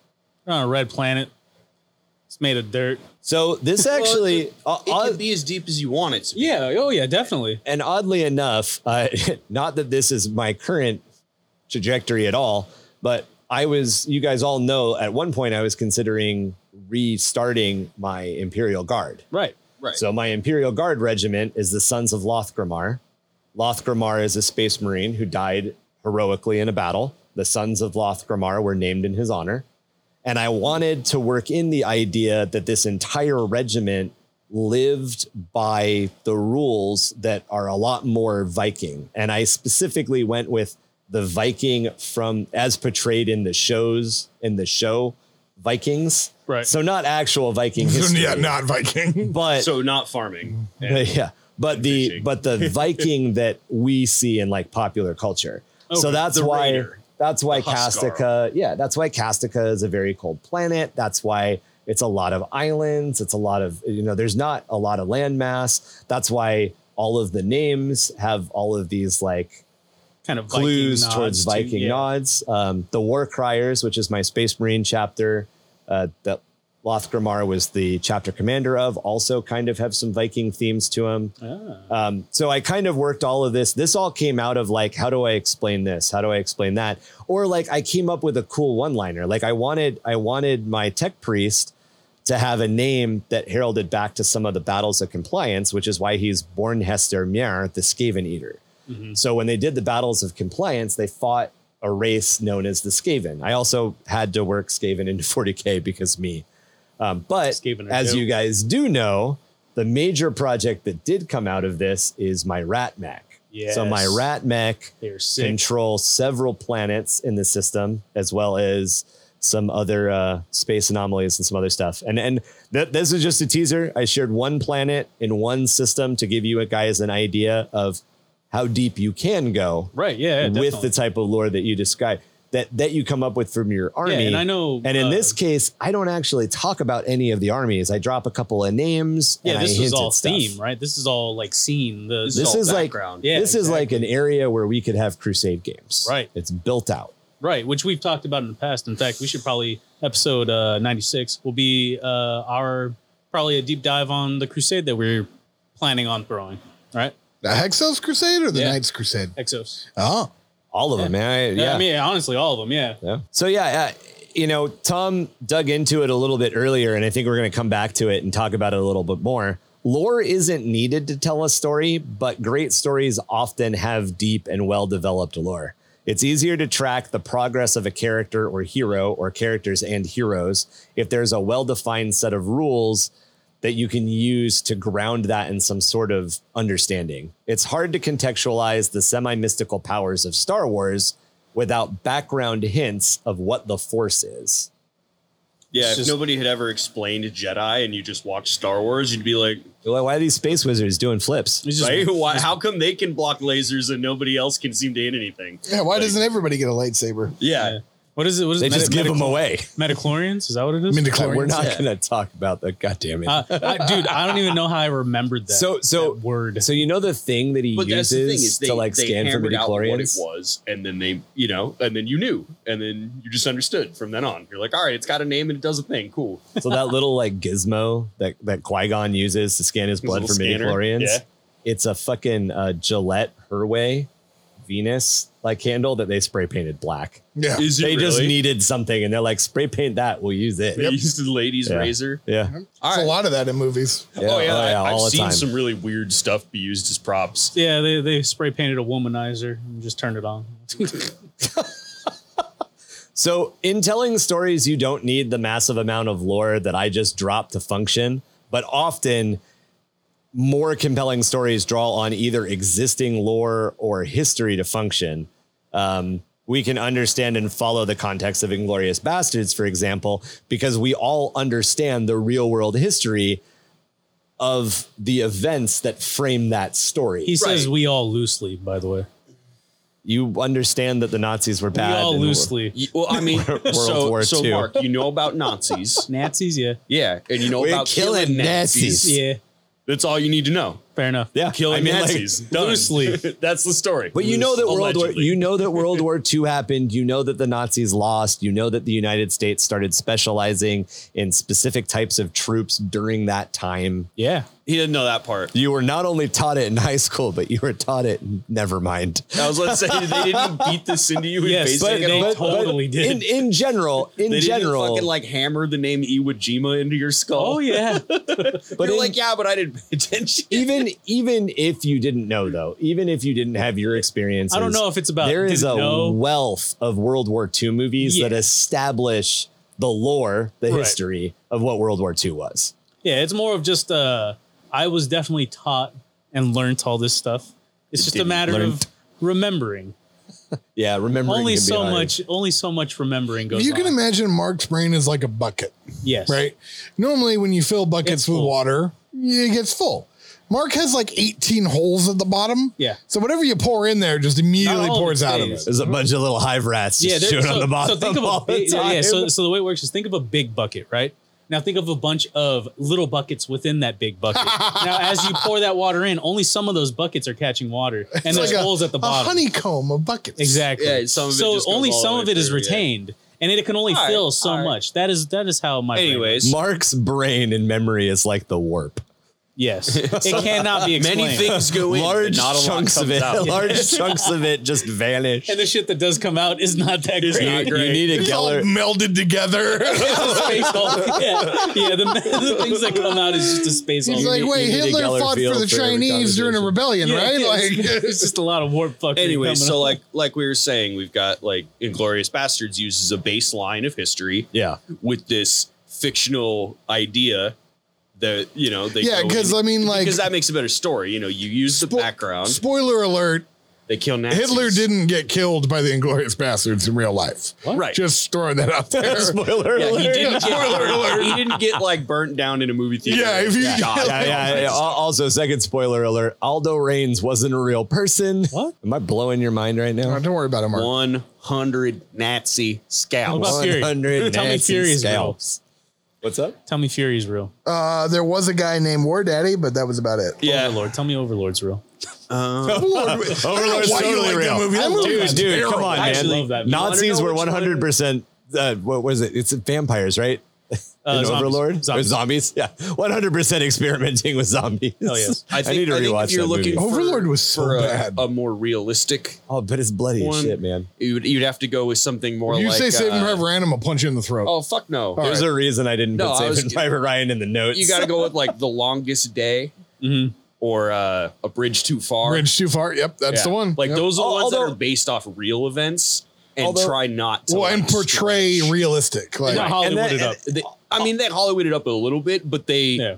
Speaker 4: they're on a red planet. It's made of dirt.
Speaker 1: So this actually,
Speaker 3: Well, it, it
Speaker 1: uh,
Speaker 3: can be as deep as you want it to be.
Speaker 4: Yeah. Oh yeah. Definitely.
Speaker 1: and oddly enough, uh, not that this is my current trajectory at all, but I was, you guys all know, at one point I was considering restarting my Imperial Guard.
Speaker 4: Right.
Speaker 3: Right.
Speaker 1: So my Imperial Guard regiment is the Sons of Lothgrimar. Lothgrimar is a space marine who died heroically in a battle. The Sons of Lothgrimar were named in his honor. And I wanted to work in the idea that this entire regiment lived by the rules that are a lot more Viking. And I specifically went with the Viking from as portrayed in the shows, in the show Vikings.
Speaker 4: Right.
Speaker 1: So not actual Viking
Speaker 5: So,
Speaker 1: history.
Speaker 5: yeah, not Viking.
Speaker 1: But
Speaker 3: So not farming.
Speaker 1: yeah. But the but the Viking that we see in like popular culture. so
Speaker 4: Okay,
Speaker 1: that's
Speaker 3: the
Speaker 1: why
Speaker 3: raider.
Speaker 1: that's why
Speaker 3: The Huskar.
Speaker 1: Castica, yeah, that's why Castica is a very cold planet. That's why it's a lot of islands. It's a lot of you know, there's not a lot of landmass. That's why all of the names have all of these like
Speaker 4: Kind of Viking
Speaker 1: clues
Speaker 4: nods
Speaker 1: towards
Speaker 4: to-
Speaker 1: Viking
Speaker 4: yeah.
Speaker 1: nods. Um, the War Criers, which is my Space Marine chapter uh, that Lothgrimar was the chapter commander of, also kind of have some Viking themes to them.
Speaker 4: Ah,
Speaker 1: Um, so I kind of worked all of this. This all came out of like, how do I explain this? How do I explain that? Or like, I came up with a cool one-liner. Like, I wanted, I wanted my tech priest to have a name that heralded back to some of the battles of compliance, which is why he's born Hester Mjær, the Skaven Eater.
Speaker 4: Mm-hmm.
Speaker 1: So when they did the battles of compliance, they fought a race known as the Skaven. I also had to work Skaven into 40k because me. Um, but
Speaker 4: Skaven are
Speaker 1: as
Speaker 4: dope.
Speaker 1: you guys do know, the major project that did come out of this is my Rat Mech. So my
Speaker 4: Yes.
Speaker 1: Rat Mech
Speaker 4: They're sick.
Speaker 1: control several planets in the system, as well as some other uh, space anomalies and some other stuff. And and th- this is just a teaser. I shared one planet in one system to give you guys an idea of how deep you can go
Speaker 4: Right. Yeah. yeah,
Speaker 1: with
Speaker 4: definitely.
Speaker 1: the type of lore that you describe that that you come up with from your army.
Speaker 4: and I know,
Speaker 1: And in
Speaker 4: uh,
Speaker 1: this case, I don't actually talk about any of the armies. I drop a couple of names.
Speaker 4: yeah.
Speaker 1: and I
Speaker 4: This
Speaker 1: hint
Speaker 4: was
Speaker 1: at
Speaker 4: all
Speaker 1: stuff.
Speaker 4: theme, right? This is all like scene. The,
Speaker 1: This
Speaker 3: all
Speaker 1: is like
Speaker 3: background.
Speaker 4: Yeah,
Speaker 1: this is like an area where we could have crusade games.
Speaker 4: Right.
Speaker 1: It's built out.
Speaker 4: Right, which we've talked about in the past. In fact, we should probably episode uh, ninety six will be uh, our probably a deep dive on the crusade that we're planning on throwing. Right,
Speaker 5: The Hexos Crusade or the
Speaker 4: Yeah.
Speaker 5: Knights Crusade?
Speaker 4: Exos.
Speaker 5: Oh,
Speaker 1: All of them, man. I-
Speaker 4: Yeah.
Speaker 1: yeah.
Speaker 4: I mean, honestly, all of them. Yeah,
Speaker 1: Yeah. So yeah, uh, you know, Tom dug into it a little bit earlier, and I think we're going to come back to it and talk about it a little bit more. Lore isn't needed to tell a story, but great stories often have deep and well-developed lore. It's easier to track the progress of a character or hero or characters and heroes if there's a well defined set of rules that you can use to ground that in some sort of understanding. It's hard to contextualize the semi mystical powers of Star Wars without background hints of what the Force is.
Speaker 3: Yeah, if nobody had ever explained Jedi and you just watched Star Wars, you'd be like,
Speaker 1: Why why are these space wizards doing flips?
Speaker 4: It's just-
Speaker 3: right? Why, how come they can block lasers and nobody else can seem to hit anything?
Speaker 5: Yeah, why
Speaker 3: Like-
Speaker 5: doesn't everybody get a lightsaber?
Speaker 3: Yeah.
Speaker 4: What is it? What is
Speaker 1: They
Speaker 4: it?
Speaker 1: just give them
Speaker 4: Metachlor-
Speaker 1: away.
Speaker 4: Metachlorians? Is that what it
Speaker 5: I
Speaker 4: is?
Speaker 5: mean,
Speaker 1: We're
Speaker 5: declaring.
Speaker 1: not going to talk about that. God damn it.
Speaker 4: Uh, I- dude, I don't even know how I remembered that.
Speaker 1: So- so-
Speaker 4: that word.
Speaker 1: so you know the thing that he
Speaker 3: But that's
Speaker 1: uses
Speaker 3: the thing is they,
Speaker 1: to like
Speaker 3: they
Speaker 1: scan for
Speaker 3: hammered out what it
Speaker 1: midichlorians?
Speaker 3: was, and then they, you know, and then you knew, and then you just understood from then on. You're like, all right, it's got a name and it does a thing. Cool.
Speaker 1: so that little like gizmo that that Qui Gon uses to scan his blood for
Speaker 3: little scanner,
Speaker 1: midichlorians,
Speaker 3: yeah.
Speaker 1: it's a fucking uh, Gillette Herway Venus like handle that they spray painted black.
Speaker 5: Yeah.
Speaker 3: Is
Speaker 1: they just needed something, and they're like, spray paint that. We'll use it.
Speaker 3: They used the lady's
Speaker 1: Yeah.
Speaker 3: razor.
Speaker 1: Yeah.
Speaker 5: There's a lot of that in movies.
Speaker 3: oh yeah, I,
Speaker 1: all
Speaker 3: I've
Speaker 1: the
Speaker 3: seen
Speaker 1: time.
Speaker 3: some really weird stuff be used as props.
Speaker 4: yeah, they, they spray painted a womanizer and just turned it on.
Speaker 1: So, in telling stories, you don't need the massive amount of lore that I just dropped to function, but often more compelling stories draw on either existing lore or history to function. Um, we can understand and follow the context of Inglorious Bastards, for example, because we all understand the real world history of the events that frame that story.
Speaker 4: He says we all loosely, by the way.
Speaker 1: you understand that the Nazis were
Speaker 4: We
Speaker 1: bad.
Speaker 4: all
Speaker 1: and were-
Speaker 4: loosely.
Speaker 3: Y- Well, I mean,
Speaker 1: World
Speaker 3: so
Speaker 1: War
Speaker 3: so
Speaker 1: II.
Speaker 3: Mark, you know about Nazis,
Speaker 4: Nazis, yeah.
Speaker 3: yeah, and you know
Speaker 1: We're
Speaker 3: about killing,
Speaker 1: killing
Speaker 3: Nazis.
Speaker 1: Nazis.
Speaker 4: Yeah,
Speaker 3: That's all you need to know.
Speaker 4: fair enough.
Speaker 1: Yeah,
Speaker 3: Killing
Speaker 1: I mean, like,
Speaker 3: Nazis, Done.
Speaker 4: loosely.
Speaker 3: That's the story.
Speaker 1: But you know that World War
Speaker 3: Allegedly.
Speaker 1: you know that World War II happened. You know that the Nazis lost. You know that the United States started specializing in specific types of troops during that time.
Speaker 4: Yeah.
Speaker 3: he didn't know that part.
Speaker 1: You were not only taught it in high school, but you were taught it. in- Never mind.
Speaker 3: I was going to say they didn't beat this into you.
Speaker 4: Yes,
Speaker 3: in
Speaker 4: but
Speaker 3: basic at
Speaker 4: they
Speaker 3: all.
Speaker 4: totally
Speaker 1: In,
Speaker 4: did.
Speaker 1: in general, in
Speaker 3: They didn't
Speaker 1: general,
Speaker 3: fucking like hammer the name Iwo Jima into your skull.
Speaker 4: Oh yeah.
Speaker 1: but
Speaker 3: You're
Speaker 1: in-
Speaker 3: like, yeah, but I didn't pay attention.
Speaker 1: even even if you didn't know though, even if you didn't have your experience,
Speaker 4: I don't know if it's about
Speaker 1: there is a
Speaker 4: didn't know.
Speaker 1: wealth of World War II movies
Speaker 4: Yeah.
Speaker 1: that establish the lore, the
Speaker 4: Right.
Speaker 1: history of what World War II was.
Speaker 4: Yeah, it's more of just uh I was definitely taught and learned all this stuff. It's just a
Speaker 1: didn't
Speaker 4: matter
Speaker 1: learn.
Speaker 4: of remembering.
Speaker 1: Yeah, remember
Speaker 4: Only so much only so much remembering goes
Speaker 5: You
Speaker 4: on.
Speaker 5: can imagine Mark's brain is like a bucket,
Speaker 4: yes.
Speaker 5: right? Normally, when you fill
Speaker 4: It's
Speaker 5: buckets with
Speaker 4: full.
Speaker 5: water, it gets full. Mark has like 18 holes at the bottom.
Speaker 4: Yeah.
Speaker 5: So whatever you pour in there just immediately
Speaker 4: Not all
Speaker 5: pours
Speaker 4: the
Speaker 5: out of
Speaker 4: days.
Speaker 5: it.
Speaker 1: There's a bunch of little hive rats just
Speaker 4: there-
Speaker 1: chewing on the bottom.
Speaker 4: think of
Speaker 1: all the
Speaker 4: a big, yeah, yeah,
Speaker 1: time.
Speaker 4: So, so the way it works is think of a big bucket, right? Now think of a bunch of little buckets within that big bucket. now, as you pour that water in, only some of those buckets are catching water, and
Speaker 5: It's
Speaker 4: there's
Speaker 5: like a-
Speaker 4: holes at the
Speaker 5: A
Speaker 4: bottom.
Speaker 5: honeycomb of buckets.
Speaker 4: Exactly.
Speaker 3: Yeah, some of it
Speaker 4: so
Speaker 3: just goes
Speaker 4: only
Speaker 3: all the
Speaker 4: some
Speaker 3: way
Speaker 4: of it is
Speaker 3: through, yeah.
Speaker 4: retained, and it can only
Speaker 3: All right,
Speaker 4: fill so
Speaker 3: all right.
Speaker 4: much. That is that is how my brain works.
Speaker 3: Anyways,
Speaker 1: Mark's brain and memory is like the warp.
Speaker 4: yes, it cannot be explained.
Speaker 3: many things go in, but
Speaker 1: Large
Speaker 3: not a lot
Speaker 1: chunks of
Speaker 3: comes
Speaker 1: it,
Speaker 3: out.
Speaker 1: large chunks of it just vanish.
Speaker 4: and the shit that does come out is not that
Speaker 1: You,
Speaker 4: great.
Speaker 1: you need a
Speaker 5: It's all
Speaker 1: Geller.
Speaker 5: melded together.
Speaker 4: Space all- yeah, yeah. The, the things that come out is just a space.
Speaker 5: He's
Speaker 4: hole.
Speaker 5: like,
Speaker 1: need-
Speaker 5: wait,
Speaker 1: you need a
Speaker 5: Hitler
Speaker 1: Geller
Speaker 5: fought
Speaker 1: feel
Speaker 5: for the
Speaker 1: for every
Speaker 5: Chinese during a
Speaker 1: conversation.
Speaker 5: rebellion,
Speaker 4: Yeah,
Speaker 5: right?
Speaker 4: yeah,
Speaker 5: Like,
Speaker 4: it's, it's just a lot of warp fucking.
Speaker 3: anyway,
Speaker 4: coming
Speaker 3: so
Speaker 4: up.
Speaker 3: like like we were saying, we've got like Inglorious Bastards uses a baseline of history
Speaker 1: Yeah,
Speaker 3: with this fictional idea that you know they
Speaker 5: yeah,
Speaker 3: go
Speaker 5: because
Speaker 3: in-
Speaker 5: I mean, like,
Speaker 3: because that makes a better story. You know, you use the
Speaker 5: Spo-
Speaker 3: background.
Speaker 5: spoiler alert:
Speaker 3: they kill Nazis.
Speaker 5: Hitler didn't get killed by the Inglorious Bastards in real life.
Speaker 3: Right.
Speaker 5: Just throwing that out there.
Speaker 1: spoiler
Speaker 3: yeah,
Speaker 1: alert.
Speaker 3: he didn't
Speaker 5: Spoiler
Speaker 3: get, he didn't get like burnt down in a movie theater.
Speaker 5: Yeah, if you-
Speaker 3: God.
Speaker 1: yeah, yeah, yeah. Al- Also, second spoiler alert: Aldo Rains wasn't a real person.
Speaker 4: What?
Speaker 1: Am I blowing your mind right
Speaker 5: Oh,
Speaker 1: now?
Speaker 5: don't worry about it, Mark.
Speaker 3: 100 Nazi
Speaker 4: What
Speaker 3: scouts.
Speaker 4: about Fury? Tell me
Speaker 1: Nancy
Speaker 4: Fury's real.
Speaker 1: scalps. What's up?
Speaker 4: tell me Fury's real.
Speaker 5: Uh, there was a guy named War Daddy, but that was about it.
Speaker 3: Yeah.
Speaker 4: Overlord. Tell me Overlord's real.
Speaker 3: Uh,
Speaker 5: Overlord,
Speaker 1: Overlord's
Speaker 5: Why do you
Speaker 1: totally
Speaker 5: like that
Speaker 1: real.
Speaker 5: movie? That movie
Speaker 1: dude,
Speaker 5: was
Speaker 1: dude,
Speaker 5: terrible.
Speaker 1: come on,
Speaker 4: I
Speaker 1: man.
Speaker 4: actually love that movie.
Speaker 1: Nazis
Speaker 3: You
Speaker 1: were
Speaker 3: wanna know
Speaker 1: one
Speaker 3: which
Speaker 1: hundred percent. uh, What was it? It's vampires, right?
Speaker 4: Uh,
Speaker 1: In
Speaker 4: zombies.
Speaker 1: Overlord,
Speaker 4: Zombies.
Speaker 1: Or zombies. Yeah, one hundred percent experimenting with zombies.
Speaker 4: Oh, yes.
Speaker 1: I, need to
Speaker 3: I think
Speaker 1: rewatch
Speaker 3: if you're
Speaker 1: that
Speaker 3: looking
Speaker 1: movie.
Speaker 5: movie. Overlord was so
Speaker 3: for a-
Speaker 5: bad.
Speaker 3: A, more realistic
Speaker 1: Oh, but it's bloody as
Speaker 3: one.
Speaker 1: shit, man.
Speaker 3: You'd, you'd have to go with something more
Speaker 5: you
Speaker 3: like.
Speaker 5: say Saving
Speaker 3: uh,
Speaker 5: Private Ryan, I'm gonna punch you in the throat.
Speaker 3: Oh fuck no!
Speaker 1: There's a reason I didn't
Speaker 3: No,
Speaker 1: put
Speaker 3: I was-
Speaker 1: Saving Private Ryan in the notes.
Speaker 3: You got to go with like the longest day.
Speaker 4: Mhm.
Speaker 3: or uh, a bridge too
Speaker 5: Mm-hmm.
Speaker 3: far.
Speaker 5: Bridge too far. Yep, that's
Speaker 3: Yeah.
Speaker 5: the one.
Speaker 3: Like
Speaker 5: Yep.
Speaker 3: those are the
Speaker 1: Al-
Speaker 3: ones that
Speaker 1: although-
Speaker 3: are based off real events and
Speaker 1: Although-
Speaker 3: try not to
Speaker 5: Well, and
Speaker 3: like,
Speaker 5: portray
Speaker 3: stretch.
Speaker 5: realistic. Like
Speaker 4: Not Hollywood
Speaker 1: And that-
Speaker 4: it up.
Speaker 3: They- I mean, they Hollywooded up a little bit, but they
Speaker 4: Yeah.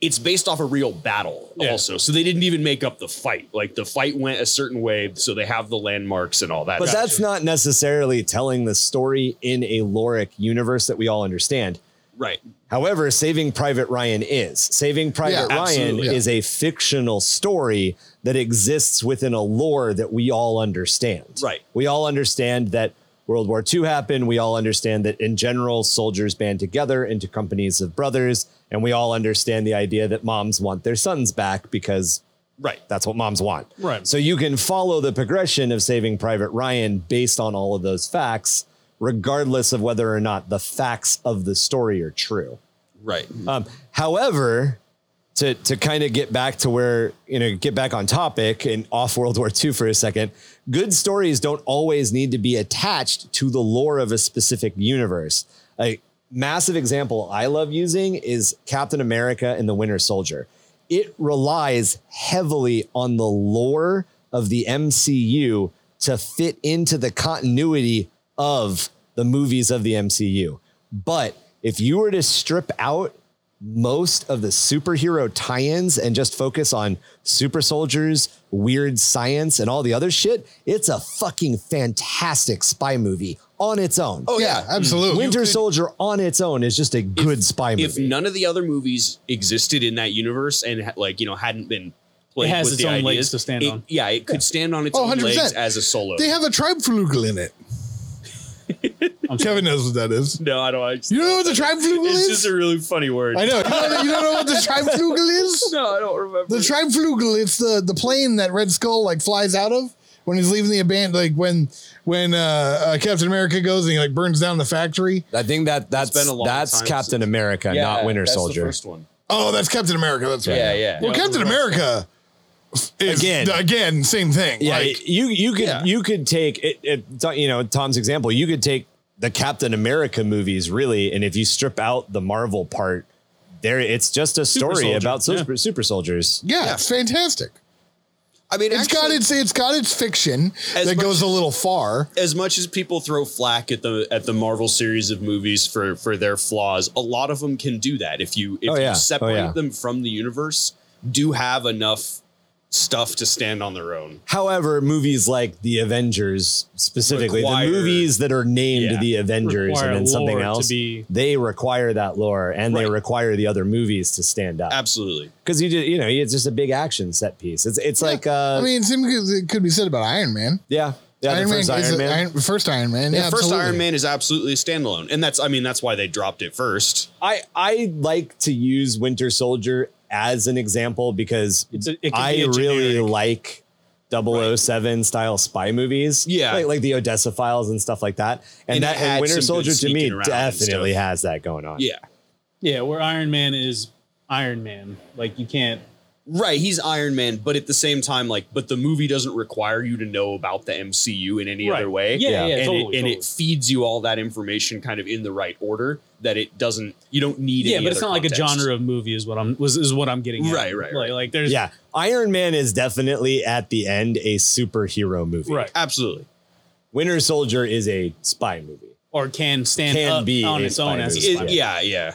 Speaker 3: it's based off a real battle
Speaker 4: Yeah.
Speaker 3: also. So they didn't even make up the fight. Like the fight went a certain way, so they have the landmarks and all that.
Speaker 1: But that's not necessarily telling the story in a loric universe that we all understand.
Speaker 3: right.
Speaker 1: However, Saving Private Ryan is. Saving Private
Speaker 5: Yeah,
Speaker 1: Ryan
Speaker 5: absolutely, yeah.
Speaker 1: is a fictional story that exists within a lore that we all understand.
Speaker 3: Right.
Speaker 1: We all understand that World War II happened. We all understand that in general, soldiers band together into companies of brothers. And we all understand the idea that moms want their sons back because
Speaker 3: Right.
Speaker 1: that's what moms want.
Speaker 4: Right.
Speaker 1: So you can follow the progression of Saving Private Ryan based on all of those facts, regardless of whether or not the facts of the story are true.
Speaker 3: Right.
Speaker 4: Mm-hmm.
Speaker 1: Um, however, to to kind of get back to where you know get back on topic and off World War II for a second, good stories don't always need to be attached to the lore of a specific universe. A massive example I love using is Captain America and the Winter Soldier. It relies heavily on the lore of the MCU to fit into the continuity of the movies of the MCU. But if you were to strip out most of the superhero tie-ins and just focus on super soldiers, weird science, and all the other shit, it's a fucking fantastic spy movie on its own.
Speaker 5: oh yeah, absolutely.
Speaker 1: Winter Soldier on its own is just a good spy
Speaker 3: If
Speaker 1: movie.
Speaker 3: none of the other movies existed in that universe and ha- like you know hadn't been played
Speaker 4: It has
Speaker 3: with
Speaker 4: its
Speaker 3: the
Speaker 4: own
Speaker 3: ideas,
Speaker 4: legs to stand
Speaker 3: it-
Speaker 4: on.
Speaker 3: Yeah, it could stand on its
Speaker 5: Oh,
Speaker 3: own
Speaker 5: 100%.
Speaker 3: legs as a solo.
Speaker 5: They have a tribeflugel in it. Kevin knows what that is.
Speaker 3: no, I don't. I just,
Speaker 5: You know what the tribeflugel
Speaker 3: it's
Speaker 5: is? Oh,
Speaker 3: just a really funny word.
Speaker 5: I know. You don't, you don't know what the tribeflugel is?
Speaker 3: No, I don't remember.
Speaker 5: The tribeflugel. It's the the plane that Red Skull like flies out of when he's leaving the abandoned. Like when when uh, uh, Captain America goes and he like burns down the factory.
Speaker 1: I think that that's
Speaker 3: been a long
Speaker 1: that's
Speaker 3: time
Speaker 1: Captain
Speaker 3: since-
Speaker 1: America,
Speaker 3: Yeah,
Speaker 1: not Winter
Speaker 3: that's the
Speaker 1: Soldier.
Speaker 3: first one.
Speaker 5: Oh, that's Captain America. That's right.
Speaker 3: Yeah, yeah.
Speaker 5: Well,
Speaker 3: Yeah.
Speaker 5: Captain America is
Speaker 1: Again.
Speaker 5: again same thing.
Speaker 1: Yeah,
Speaker 5: Like,
Speaker 1: it- you you could
Speaker 5: yeah.
Speaker 1: you could take it, it, to- you know Tom's example. You could take the Captain America movies really, and if you strip out the Marvel part, there it's just a story
Speaker 4: soldier,
Speaker 1: about super, super soldiers.
Speaker 5: yeah, it's fantastic.
Speaker 3: I mean,
Speaker 5: It's got
Speaker 3: actually-
Speaker 5: its it's got its fiction
Speaker 3: As
Speaker 5: that
Speaker 3: much-
Speaker 5: goes a little far.
Speaker 3: as much as people throw flack at the at the Marvel series of movies for for their flaws, a lot of them can do that. If you if
Speaker 1: Oh, yeah. Oh,
Speaker 3: you separate
Speaker 1: yeah.
Speaker 3: them from the universe, do have enough stuff to stand on their own.
Speaker 1: However, movies like The Avengers, specifically
Speaker 3: Require-
Speaker 1: the movies that are named
Speaker 3: Yeah.
Speaker 1: The Avengers
Speaker 4: Require
Speaker 1: and then something
Speaker 4: lore to
Speaker 1: else,
Speaker 4: be-
Speaker 1: they require that lore and they
Speaker 3: Right.
Speaker 1: require the other movies to stand up
Speaker 3: Absolutely.
Speaker 1: because you just, you know it's just a big action set piece. It's it's like uh,
Speaker 5: I mean, same could, it could be said about Iron Man.
Speaker 1: yeah yeah
Speaker 5: Iron,
Speaker 1: the
Speaker 5: Man
Speaker 1: first
Speaker 5: is
Speaker 1: Iron
Speaker 5: a-
Speaker 1: Man.
Speaker 5: Iron- first Iron Man.
Speaker 3: The
Speaker 5: Yeah,
Speaker 3: first
Speaker 5: absolutely.
Speaker 3: Iron Man is absolutely a standalone, and that's I mean that's why they dropped it first.
Speaker 1: I I like to use Winter Soldier as an example because
Speaker 4: It's a- it can be
Speaker 1: I
Speaker 4: a
Speaker 1: really
Speaker 4: generic-
Speaker 1: like 007 style spy movies.
Speaker 3: Yeah.
Speaker 1: Like, like the Odessa Files and stuff like that. And,
Speaker 3: And it
Speaker 1: that and
Speaker 3: had
Speaker 1: Winter
Speaker 3: some good
Speaker 1: Soldier to
Speaker 3: sneaking
Speaker 1: me
Speaker 3: around and
Speaker 1: definitely
Speaker 3: stuff.
Speaker 1: has that going on.
Speaker 3: Yeah,
Speaker 4: Yeah, where Iron Man is Iron Man. Like you can't.
Speaker 3: right. He's Iron Man, but at the same time, like, but the movie doesn't require you to know about the MCU in any
Speaker 4: Right.
Speaker 3: other way.
Speaker 4: Yeah, yeah,
Speaker 3: and,
Speaker 4: totally,
Speaker 3: it, and
Speaker 4: totally.
Speaker 3: it feeds you all that information kind of in the right order. That it doesn't. You don't need.
Speaker 4: Yeah,
Speaker 3: any
Speaker 4: but it's
Speaker 3: other
Speaker 4: not like
Speaker 3: context.
Speaker 4: a genre of movie is what I'm was is what I'm getting. At.
Speaker 3: Right, right,
Speaker 4: Like,
Speaker 3: right.
Speaker 4: like there's
Speaker 1: Yeah. Iron Man is definitely at the end a superhero movie.
Speaker 4: right
Speaker 3: Absolutely.
Speaker 1: Winter Soldier is a spy movie.
Speaker 4: or can stand
Speaker 1: Can
Speaker 4: up
Speaker 1: be
Speaker 4: on
Speaker 1: a
Speaker 4: its own as a
Speaker 1: spider.
Speaker 4: spider.
Speaker 3: It- yeah, yeah.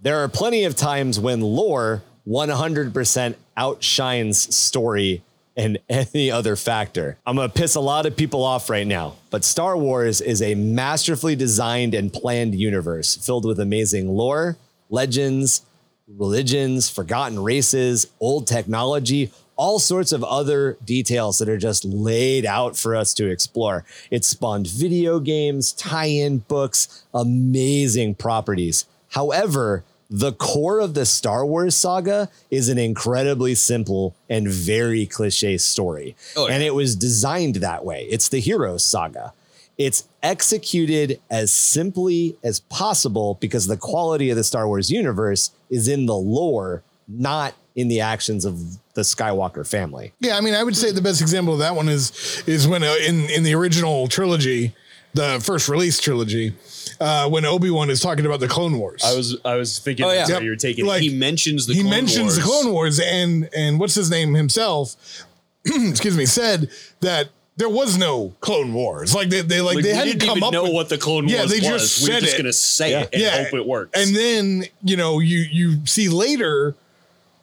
Speaker 1: There are plenty of times when lore 100% outshines story and any other factor. I'm going to piss a lot of people off right now, but Star Wars is a masterfully designed and planned universe filled with amazing lore, legends, religions, forgotten races, old technology, all sorts of other details that are just laid out for us to explore. It spawned video games, tie in books, amazing properties. However, the core of the Star Wars saga is an incredibly simple and very cliche story.
Speaker 3: Oh, yeah.
Speaker 1: And it was designed that way. It's the hero saga. It's executed as simply as possible because the quality of the Star Wars universe is in the lore, not in the actions of the Skywalker family.
Speaker 5: Yeah, I mean, I would say the best example of that one is is when uh, in in the original trilogy, the first release trilogy, uh, when Obi Wan is talking about the Clone Wars.
Speaker 6: I was I was thinking
Speaker 3: Oh,
Speaker 6: that's
Speaker 3: yeah.
Speaker 6: how you were taking
Speaker 5: Like-
Speaker 6: it.
Speaker 3: he mentions the
Speaker 5: he
Speaker 3: Clone
Speaker 5: mentions the
Speaker 3: Wars.
Speaker 5: Clone Wars, and and what's his name himself, excuse me, said that there was no Clone Wars. Like they, they like,
Speaker 6: Like,
Speaker 5: they
Speaker 6: we
Speaker 5: hadn't
Speaker 6: didn't
Speaker 5: come
Speaker 6: even
Speaker 5: up
Speaker 6: know
Speaker 5: with
Speaker 6: what the Clone
Speaker 5: Yeah,
Speaker 6: Wars
Speaker 5: they just
Speaker 6: was. we
Speaker 5: said
Speaker 6: were just
Speaker 5: it.
Speaker 6: gonna say it and
Speaker 5: Yeah.
Speaker 6: hope it works.
Speaker 5: And then, you know, you you see later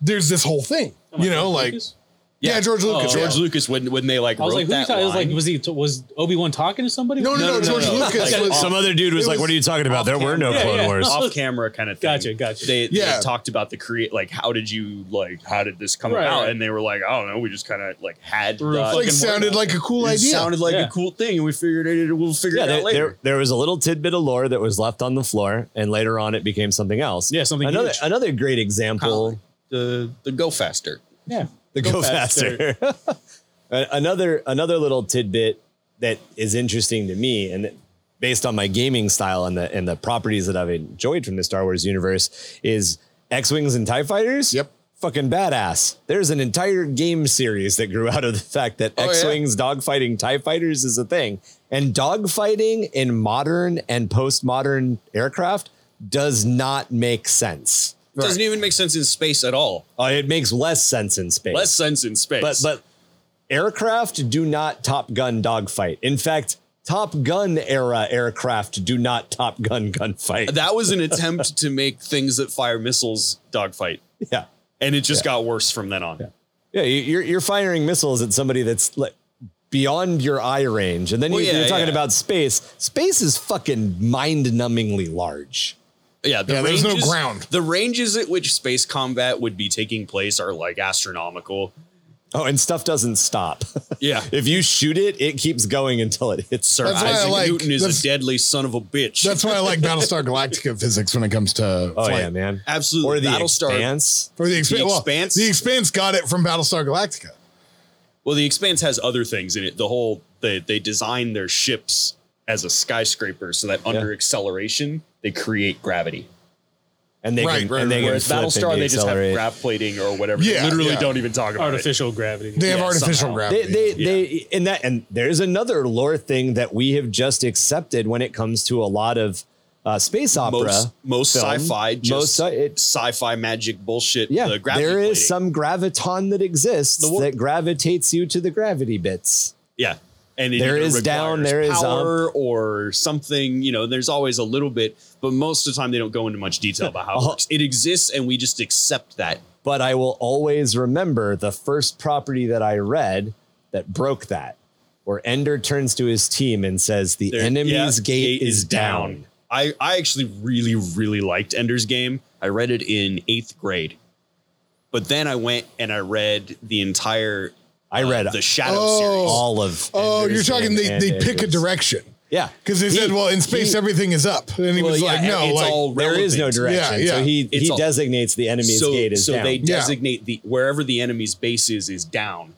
Speaker 5: there's this whole thing.
Speaker 4: Oh
Speaker 5: you know, like yeah. George Lucas.
Speaker 6: George
Speaker 5: yeah.
Speaker 6: Lucas when when they like
Speaker 4: I was
Speaker 6: wrote
Speaker 4: like, who
Speaker 6: that
Speaker 4: talking? I was like,
Speaker 6: line-
Speaker 4: was he was Obi Wan talking to somebody?
Speaker 5: No, no, no, George Lucas was
Speaker 1: Some other dude was,
Speaker 5: it
Speaker 1: like,
Speaker 5: was
Speaker 1: "What are you talking about? There were no
Speaker 4: Yeah,
Speaker 1: Clone
Speaker 4: yeah.
Speaker 1: Wars."
Speaker 6: off camera kind of thing.
Speaker 4: Gotcha, gotcha.
Speaker 6: They, they
Speaker 5: Yeah.
Speaker 6: talked about the create, like how did you like how did this come
Speaker 4: Right,
Speaker 6: about?
Speaker 4: right.
Speaker 6: And they were like, I don't know, we just kind of like had
Speaker 4: Threw a
Speaker 6: the-
Speaker 5: like
Speaker 4: fucking
Speaker 5: sounded like a cool
Speaker 6: it
Speaker 5: idea.
Speaker 6: sounded like
Speaker 4: Yeah.
Speaker 6: a cool thing, and we figured it. We'll figure
Speaker 1: yeah,
Speaker 6: it out
Speaker 1: there,
Speaker 6: later.
Speaker 1: there, there was a little tidbit of lore that was left on the floor, and later on it became something else.
Speaker 4: Yeah, something
Speaker 1: another
Speaker 4: huge.
Speaker 1: another great example.
Speaker 3: The the go faster.
Speaker 4: yeah.
Speaker 1: the go, faster. A- another another little tidbit that is interesting to me, and that- based on my gaming style and the and the properties that I've enjoyed from the Star Wars universe, is X wings and Tie fighters.
Speaker 5: Yep.
Speaker 1: Fucking badass. There's an entire game series that grew out of the fact that
Speaker 2: yeah.
Speaker 1: X Wings dogfighting TIE fighters is a thing. And dogfighting in modern and postmodern aircraft does not make sense.
Speaker 3: Doesn't even make sense in space at all.
Speaker 1: Uh, it makes less sense in space
Speaker 6: Less sense in space.
Speaker 1: but but aircraft do not Top Gun dogfight. In fact, Top Gun era aircraft do not Top Gun gunfight.
Speaker 3: That was an attempt to make things that fire missiles dogfight,
Speaker 1: yeah,
Speaker 6: and it just got worse from then on.
Speaker 1: yeah. you- You're you're firing missiles at somebody that's like beyond your eye range, and then
Speaker 3: Well,
Speaker 1: you,
Speaker 3: yeah,
Speaker 1: are talking
Speaker 3: yeah.
Speaker 1: about space. Space is fucking mind-numbingly large.
Speaker 3: Yeah, the
Speaker 5: Yeah, there's no
Speaker 3: ranges-
Speaker 5: ground.
Speaker 3: The ranges at which space combat would be taking place are like astronomical.
Speaker 1: Oh, and stuff doesn't stop.
Speaker 3: Yeah.
Speaker 1: if you shoot it, it keeps going until it hits
Speaker 3: Sir
Speaker 1: surface.
Speaker 5: That's why I
Speaker 3: Isaac
Speaker 5: like-
Speaker 3: Newton is
Speaker 5: that's-
Speaker 3: a deadly son of a bitch.
Speaker 5: That's why I like Battlestar Galactica physics when it comes to
Speaker 1: Oh
Speaker 5: flight.
Speaker 1: yeah, man.
Speaker 3: Absolutely.
Speaker 1: Or the
Speaker 3: Battlestar.
Speaker 1: expanse.
Speaker 5: Or the,
Speaker 3: The
Speaker 5: expanse, well,
Speaker 3: Expanse?
Speaker 5: the expanse got it from Battlestar Galactica.
Speaker 3: Well, the Expanse has other things in it. The whole they they design their ships as a skyscraper so that under acceleration they create gravity.
Speaker 1: and they
Speaker 5: Right,
Speaker 1: can,
Speaker 5: right,
Speaker 1: and they
Speaker 5: right.
Speaker 1: can
Speaker 6: Whereas
Speaker 1: flip and
Speaker 6: Battlestar, they just have
Speaker 1: deaccelerate.
Speaker 6: graph plating or whatever.
Speaker 5: Yeah,
Speaker 6: they literally
Speaker 5: yeah.
Speaker 6: don't even talk about it.
Speaker 4: Artificial gravity.
Speaker 5: They have
Speaker 6: Yeah,
Speaker 5: artificial
Speaker 6: somehow.
Speaker 1: they,
Speaker 5: gravity.
Speaker 1: they,
Speaker 6: Yeah.
Speaker 1: they, and that, and there's another lore thing that we have just accepted when it comes to a lot of uh, space opera,
Speaker 3: Most most
Speaker 1: film,
Speaker 3: sci-fi just
Speaker 1: most sci- it,
Speaker 3: sci-fi magic bullshit.
Speaker 1: yeah,
Speaker 3: the gravity
Speaker 1: there is
Speaker 3: plating.
Speaker 1: some graviton that exists
Speaker 3: wor-
Speaker 1: that gravitates you to the gravity bits.
Speaker 3: yeah. And it
Speaker 1: There
Speaker 3: either
Speaker 1: is
Speaker 3: requires
Speaker 1: down, there is
Speaker 3: power or something. You know, there's always a little bit, but most of the time they don't go into much detail about how it
Speaker 1: Oh.
Speaker 3: works. It exists, and we just accept that.
Speaker 1: But I will always remember the first property that I read that broke that, where Ender turns to his team and says, "The
Speaker 3: There-
Speaker 1: enemy's
Speaker 3: yeah,
Speaker 1: gate, is down."
Speaker 3: I, I actually really, really liked Ender's Game. I read it in eighth grade. But then I went and I read the entire uh,
Speaker 1: I read
Speaker 3: the Shadow
Speaker 5: Oh.
Speaker 3: series.
Speaker 1: all of.
Speaker 5: oh,
Speaker 1: Ender's
Speaker 5: you're talking
Speaker 1: Game
Speaker 5: they,
Speaker 1: and
Speaker 5: they pick a
Speaker 1: Ender's-
Speaker 5: direction.
Speaker 1: Yeah,
Speaker 5: Because they said,
Speaker 1: He-
Speaker 5: well, in space,
Speaker 1: he-
Speaker 5: everything is up. And he was
Speaker 3: Well,
Speaker 5: like,
Speaker 3: yeah,
Speaker 5: no,
Speaker 3: it's
Speaker 5: like,
Speaker 3: all
Speaker 1: There is no
Speaker 3: relevant.
Speaker 1: direction.
Speaker 5: Yeah,
Speaker 1: So
Speaker 5: yeah.
Speaker 1: he
Speaker 3: It's
Speaker 1: he
Speaker 3: all-
Speaker 1: designates the enemy's
Speaker 3: so
Speaker 1: gate is
Speaker 3: so
Speaker 1: down.
Speaker 3: they
Speaker 5: Yeah.
Speaker 3: designate the wherever the enemy's base is is down.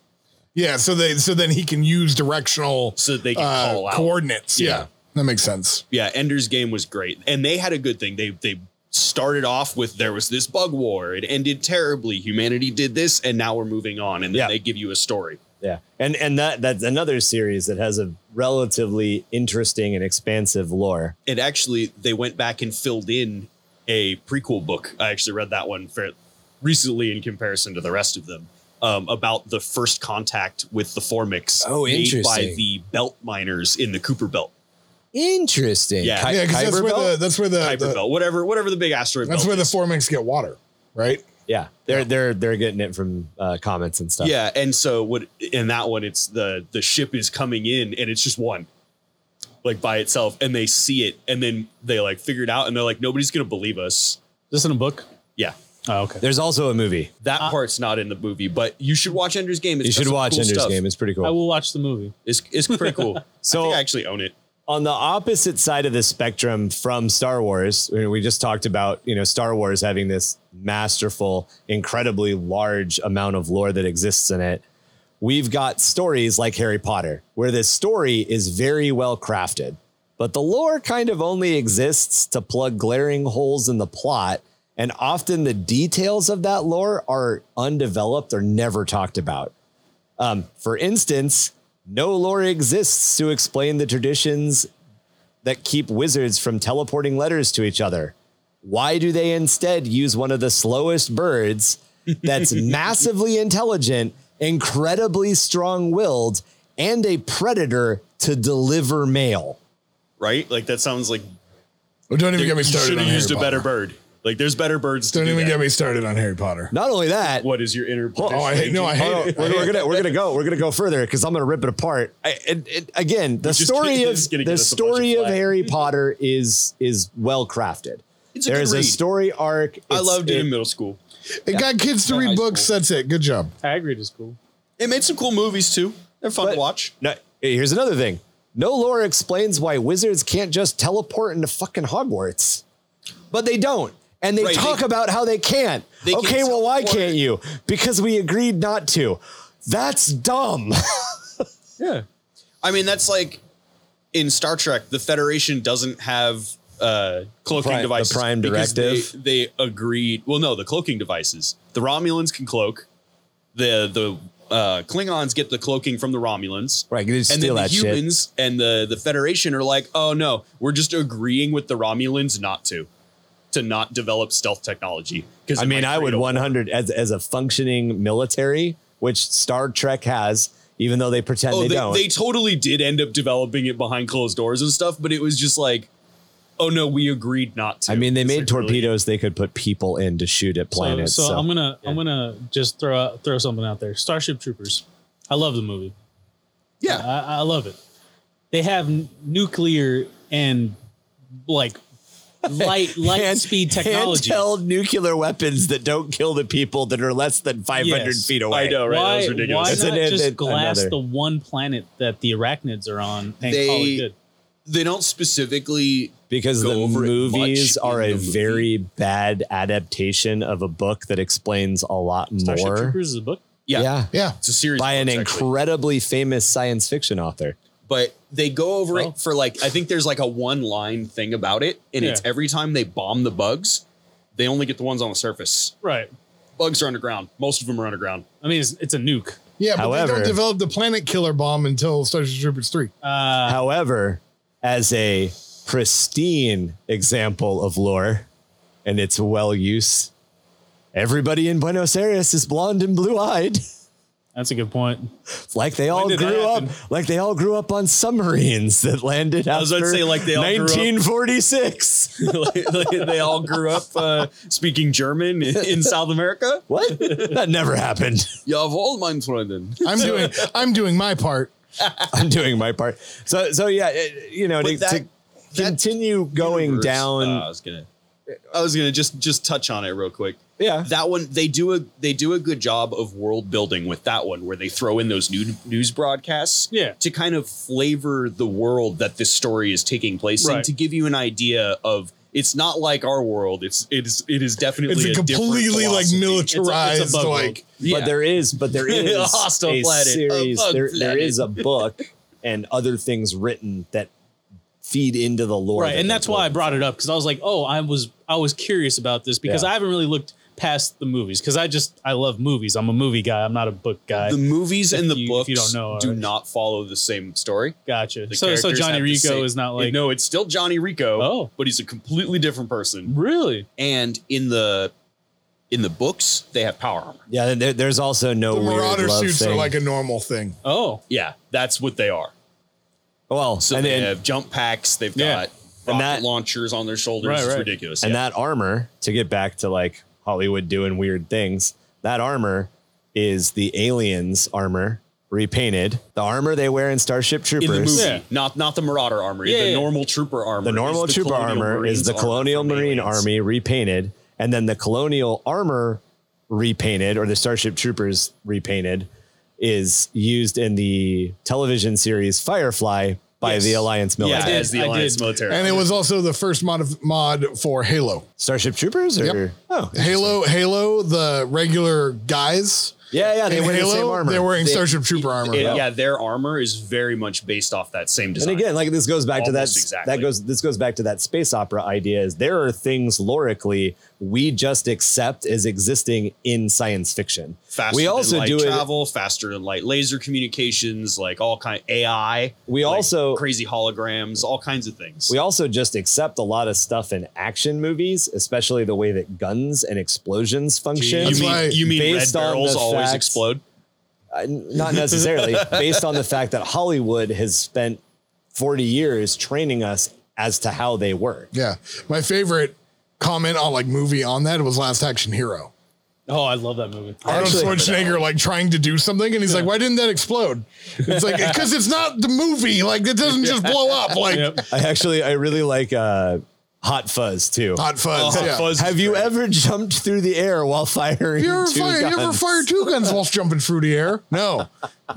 Speaker 5: yeah. So they, so then he can use directional
Speaker 3: So they can
Speaker 5: uh,
Speaker 3: call out.
Speaker 5: coordinates. Yeah.
Speaker 3: Yeah.
Speaker 5: That makes sense.
Speaker 3: Yeah, Ender's Game was great. And they had a good thing. They they started off with there was this bug war. It ended terribly. Humanity did this and now we're moving on. And then
Speaker 1: Yeah.
Speaker 3: they give you a story.
Speaker 1: yeah, and and that that's another series that has a relatively interesting and expansive lore.
Speaker 3: and actually they went back and filled in a prequel book. I actually read that one fair recently in comparison to the rest of them um, about the first contact with the Formix
Speaker 1: Oh,
Speaker 3: made by
Speaker 1: interesting.
Speaker 3: the belt miners in the Cooper Belt,
Speaker 1: Interesting.
Speaker 3: Yeah.
Speaker 1: Ki-
Speaker 5: Yeah. Because that's
Speaker 1: Kyber
Speaker 5: where the,
Speaker 1: Belt?
Speaker 5: that's where the,
Speaker 3: Kuiper
Speaker 5: Uh, the-
Speaker 3: Belt, whatever, whatever the big asteroid
Speaker 5: that's
Speaker 3: belt.
Speaker 5: where the
Speaker 3: is.
Speaker 5: four mix get water, right?
Speaker 1: yeah, they're they're they're getting it from uh, comments and stuff.
Speaker 3: yeah, and so what in that one it's the the ship is coming in and it's just one. Like by itself, and they see it, and then they like figure it out, and they're like, nobody's gonna believe us.
Speaker 4: this in a book?
Speaker 3: Yeah,
Speaker 4: Oh, okay.
Speaker 1: There's also a movie.
Speaker 3: that part's not in the movie, but you should watch Ender's Game.
Speaker 1: Uh,
Speaker 3: It's
Speaker 1: You
Speaker 3: got
Speaker 1: should
Speaker 3: some
Speaker 1: watch
Speaker 3: cool
Speaker 1: Ender's
Speaker 3: stuff.
Speaker 1: Game. It's pretty cool.
Speaker 4: I will watch the movie.
Speaker 3: It's it's pretty cool.
Speaker 1: So-
Speaker 3: I, think I actually own it.
Speaker 1: on the opposite side of the spectrum from Star Wars, I mean, we just talked about, you know, Star Wars having this masterful, incredibly large amount of lore that exists in it. We've got stories like Harry Potter, where this story is very well crafted, but the lore kind of only exists to plug glaring holes in the plot. And often the details of that lore are undeveloped or never talked about. Um, for instance, no lore exists to explain the traditions that keep wizards from teleporting letters to each other? Why do they instead use one of the slowest birds that's massively intelligent, incredibly strong willed, and a predator to deliver mail?
Speaker 3: right? Like that sounds like
Speaker 5: Oh, don't even get me
Speaker 3: you
Speaker 5: started.
Speaker 3: should
Speaker 5: on
Speaker 3: have used
Speaker 5: Harry
Speaker 3: a better
Speaker 5: Potter.
Speaker 3: bird. Like there's better birds. to
Speaker 5: Don't
Speaker 3: do
Speaker 5: even
Speaker 3: that.
Speaker 5: get me started on Harry Potter.
Speaker 1: Not only that,
Speaker 3: What is your inner?
Speaker 5: Oh, I hate. No, I hate
Speaker 1: Oh,
Speaker 5: it.
Speaker 1: we're, we're gonna we're gonna go we're gonna go further because I'm gonna rip it apart. I, and, and again, the
Speaker 3: just
Speaker 1: story
Speaker 3: keep-
Speaker 1: of
Speaker 3: it's gonna
Speaker 1: the
Speaker 3: get us a bunch
Speaker 1: story
Speaker 3: of
Speaker 1: of
Speaker 3: flack.
Speaker 1: Harry Potter is is well crafted.
Speaker 3: It's a
Speaker 1: There
Speaker 3: good
Speaker 1: is a
Speaker 3: read.
Speaker 1: story arc.
Speaker 3: I
Speaker 1: It's-
Speaker 3: loved it, in middle school.
Speaker 5: It got kids to
Speaker 3: Or
Speaker 5: read
Speaker 3: high
Speaker 5: books.
Speaker 3: school.
Speaker 5: That's it. Good job.
Speaker 4: Hagrid is cool.
Speaker 3: It made some cool movies too. They're fun
Speaker 1: But-
Speaker 3: to watch.
Speaker 1: No, here's another thing. No lore explains why wizards can't just teleport into fucking Hogwarts, but they don't. And they
Speaker 3: Right,
Speaker 1: talk
Speaker 3: they-
Speaker 1: about how they can't.
Speaker 3: They can
Speaker 1: okay, well, why
Speaker 3: teleport.
Speaker 1: can't you? Because we agreed not to. That's dumb.
Speaker 4: Yeah.
Speaker 3: I mean, that's like in Star Trek, the Federation doesn't have uh, cloaking
Speaker 1: Prime- the
Speaker 3: devices.
Speaker 1: Prime
Speaker 3: because
Speaker 1: Directive.
Speaker 3: They, they agreed. Well, no, the cloaking devices. The Romulans can cloak. The the uh, Klingons get the cloaking from the Romulans.
Speaker 1: Right, they just
Speaker 3: and
Speaker 1: steal
Speaker 3: then
Speaker 1: that
Speaker 3: the
Speaker 1: shit.
Speaker 3: humans and the the Federation are like, oh no, we're just agreeing with the Romulans not to, to not develop stealth technology. Because
Speaker 1: I mean, I would 100 as as a functioning military, which Star Trek has, even though they pretend
Speaker 3: Oh,
Speaker 1: they,
Speaker 3: they,
Speaker 1: don't.
Speaker 3: they totally did end up developing it behind closed doors and stuff, but it was just like, oh no, we agreed not to.
Speaker 1: I mean, they
Speaker 3: It's
Speaker 1: made
Speaker 3: like, really-
Speaker 1: torpedoes they could put people in to shoot at
Speaker 4: So,
Speaker 1: planets.
Speaker 4: so
Speaker 1: So,
Speaker 4: I'm gonna I'm gonna just throw out, throw something out there. Starship Troopers. I love the movie.
Speaker 3: yeah,
Speaker 4: I, I love it. They have n- nuclear and like light light
Speaker 1: Hand-
Speaker 4: speed technology.
Speaker 1: handheld nuclear weapons that don't kill the people that are less than 500
Speaker 4: Yes.
Speaker 1: feet away.
Speaker 3: I know, Oh, right? that
Speaker 4: Why,
Speaker 3: was ridiculous.
Speaker 4: why
Speaker 1: That's
Speaker 4: not
Speaker 1: an-
Speaker 4: just
Speaker 1: that-
Speaker 4: glass
Speaker 1: another-
Speaker 4: the one planet that the arachnids are on and
Speaker 3: They-
Speaker 4: call it good?
Speaker 3: they don't specifically
Speaker 1: Because
Speaker 3: go
Speaker 1: the
Speaker 3: over it
Speaker 1: movies
Speaker 3: much
Speaker 1: are
Speaker 3: in
Speaker 1: a
Speaker 3: the movie.
Speaker 1: very bad adaptation of a book that explains a lot
Speaker 4: Starship
Speaker 1: more.
Speaker 4: Troopers is a book.
Speaker 3: yeah,
Speaker 1: yeah.
Speaker 5: Yeah.
Speaker 3: it's a series
Speaker 1: By
Speaker 3: of
Speaker 1: an
Speaker 3: books, actually.
Speaker 1: incredibly famous science fiction author.
Speaker 3: but they go over
Speaker 4: Oh.
Speaker 3: it for like I think there's like a one line thing about it, and it's
Speaker 4: Yeah.
Speaker 3: every time they bomb the bugs, they only get the ones on the surface.
Speaker 4: Right.
Speaker 3: Bugs are underground. Most of them are underground.
Speaker 4: I mean, it's, it's a nuke.
Speaker 5: Yeah, but they
Speaker 1: However-
Speaker 5: don't develop the planet killer bomb until Starship Troopers 3.
Speaker 4: Uh,
Speaker 1: However, as a pristine example of lore and its well use, everybody in Buenos Aires is blonde and blue eyed.
Speaker 4: that's a good point.
Speaker 1: Like they all
Speaker 4: did that
Speaker 1: grew up,
Speaker 4: happen?
Speaker 1: like they all grew up on submarines that landed
Speaker 3: was
Speaker 1: after
Speaker 3: about to say, like, they all grew up-
Speaker 1: 1946.
Speaker 3: they all grew up uh, speaking German in, in South America.
Speaker 1: what? That never happened.
Speaker 3: You have all mine, Freundin.
Speaker 5: I'm doing I'm doing my part.
Speaker 1: I'm doing my part. So, so yeah, it- you know, to,
Speaker 3: But that-
Speaker 1: to continue going
Speaker 3: Universe,
Speaker 1: down.
Speaker 3: uh, I was gonna, I was gonna just just touch on it real quick.
Speaker 1: yeah.
Speaker 3: That one they do a they do a good job of world building with that one where they throw in those new news broadcasts
Speaker 4: Yeah.
Speaker 3: to kind of flavor the world that this story is taking place in
Speaker 4: Right.
Speaker 3: to give you an idea of it's not like our world it's it's it is definitely
Speaker 5: It's a
Speaker 3: different
Speaker 5: completely like
Speaker 3: philosophy.
Speaker 5: militarized
Speaker 4: bug
Speaker 5: like
Speaker 1: But there is, but there is
Speaker 3: A hostile
Speaker 1: a
Speaker 3: planet, a
Speaker 1: series.
Speaker 3: bug
Speaker 1: there, there
Speaker 3: planet.
Speaker 1: is a book and other things written that feed into the lore.
Speaker 4: right
Speaker 1: that
Speaker 4: and
Speaker 1: they're
Speaker 4: that's why i
Speaker 1: told.
Speaker 4: brought it up because i was like oh i was i was curious about this because
Speaker 1: Yeah.
Speaker 4: i haven't really looked past the movies because i just i love movies i'm a movie guy i'm not a book guy
Speaker 3: the movies
Speaker 4: If
Speaker 3: and the
Speaker 4: you- if
Speaker 3: books
Speaker 4: you don't know
Speaker 3: do
Speaker 4: already.
Speaker 3: not follow the same story
Speaker 4: gotcha
Speaker 3: The
Speaker 4: so so
Speaker 3: characters
Speaker 4: johnny
Speaker 3: have the
Speaker 4: rico
Speaker 3: same-
Speaker 4: is not like
Speaker 3: no it's still johnny rico
Speaker 4: Oh.
Speaker 3: but he's a completely different person
Speaker 4: really
Speaker 3: and in the in the books they have power armor
Speaker 1: Yeah, and there, there's also no
Speaker 5: the
Speaker 1: weird
Speaker 5: Marauder
Speaker 1: love
Speaker 5: suits
Speaker 1: thing.
Speaker 5: are like a normal thing.
Speaker 4: oh
Speaker 3: yeah that's what they are
Speaker 1: well,
Speaker 3: so
Speaker 1: and,
Speaker 3: they
Speaker 1: and,
Speaker 3: have jump packs they've
Speaker 4: Yeah.
Speaker 3: got rocket
Speaker 1: that-
Speaker 3: launchers on their shoulders
Speaker 4: Right,
Speaker 3: it's
Speaker 4: right.
Speaker 3: ridiculous
Speaker 1: and
Speaker 3: yeah.
Speaker 1: that armor to get back to like Hollywood doing weird things. That armor is the aliens armor repainted. The armor they wear in Starship Troopers.
Speaker 3: in the movie
Speaker 4: Yeah.
Speaker 3: not not the marauder armory
Speaker 4: Yeah,
Speaker 3: the
Speaker 4: yeah.
Speaker 3: normal trooper armor
Speaker 1: The
Speaker 3: is
Speaker 1: normal trooper
Speaker 3: Colonial
Speaker 1: armor is
Speaker 3: Marines
Speaker 1: the
Speaker 3: armor
Speaker 1: Colonial
Speaker 3: from
Speaker 1: Marine
Speaker 3: aliens.
Speaker 1: Army repainted, and then the Colonial armor repainted, or the Starship Troopers repainted, is used in the television series Firefly by
Speaker 4: Yes.
Speaker 1: the Alliance
Speaker 3: yeah,
Speaker 1: military.
Speaker 3: as the
Speaker 4: I
Speaker 3: alliance
Speaker 4: did.
Speaker 3: military
Speaker 5: And it was also the first mod mod for Halo.
Speaker 1: Starship Troopers, or
Speaker 5: Yep.
Speaker 1: oh,
Speaker 5: Halo Halo the regular guys
Speaker 1: Yeah, yeah, they
Speaker 5: In
Speaker 1: wear the same
Speaker 5: Halo,
Speaker 1: armor.
Speaker 5: they're wearing
Speaker 1: They-
Speaker 5: Starship Trooper armor.
Speaker 6: It- yeah, their armor is very much based off that same
Speaker 1: And
Speaker 6: design.
Speaker 1: again, like this goes back to that.
Speaker 6: Almost exactly.
Speaker 1: That goes. This goes back to that space opera idea. Is there are things lorically we just accept as existing in science fiction.
Speaker 6: faster
Speaker 1: we
Speaker 6: than
Speaker 1: also
Speaker 6: light
Speaker 1: do it.
Speaker 6: travel, faster than light laser communications, like all kind of AI.
Speaker 1: We
Speaker 6: like
Speaker 1: also
Speaker 6: crazy holograms, all kinds of things.
Speaker 1: we also just accept a lot of stuff in action movies, especially the way that guns and explosions function.
Speaker 5: That's
Speaker 6: you
Speaker 5: why-
Speaker 6: mean, you mean red
Speaker 1: based on
Speaker 6: barrels
Speaker 1: the
Speaker 6: always
Speaker 1: fact-
Speaker 6: explode?
Speaker 1: Uh, not necessarily based on the fact that Hollywood has spent 40 years training us as to how they work.
Speaker 5: Yeah. My favorite comment on like movie on that was Last Action Hero.
Speaker 4: Oh, I love that movie.
Speaker 5: Arnold
Speaker 1: Actually-
Speaker 5: Schwarzenegger like trying to do something, and he's like, "Why didn't that explode?" It's like because it's not the movie. Like it doesn't just blow up. Like
Speaker 4: Yep.
Speaker 1: I actually I really like uh Hot Fuzz too.
Speaker 5: hot fuzz.
Speaker 1: Oh,
Speaker 5: yeah.
Speaker 1: Have you ever jumped through the air while firing
Speaker 5: You ever,
Speaker 1: two
Speaker 5: fire, you ever
Speaker 1: guns?
Speaker 5: fire two guns whilst jumping through the air? No.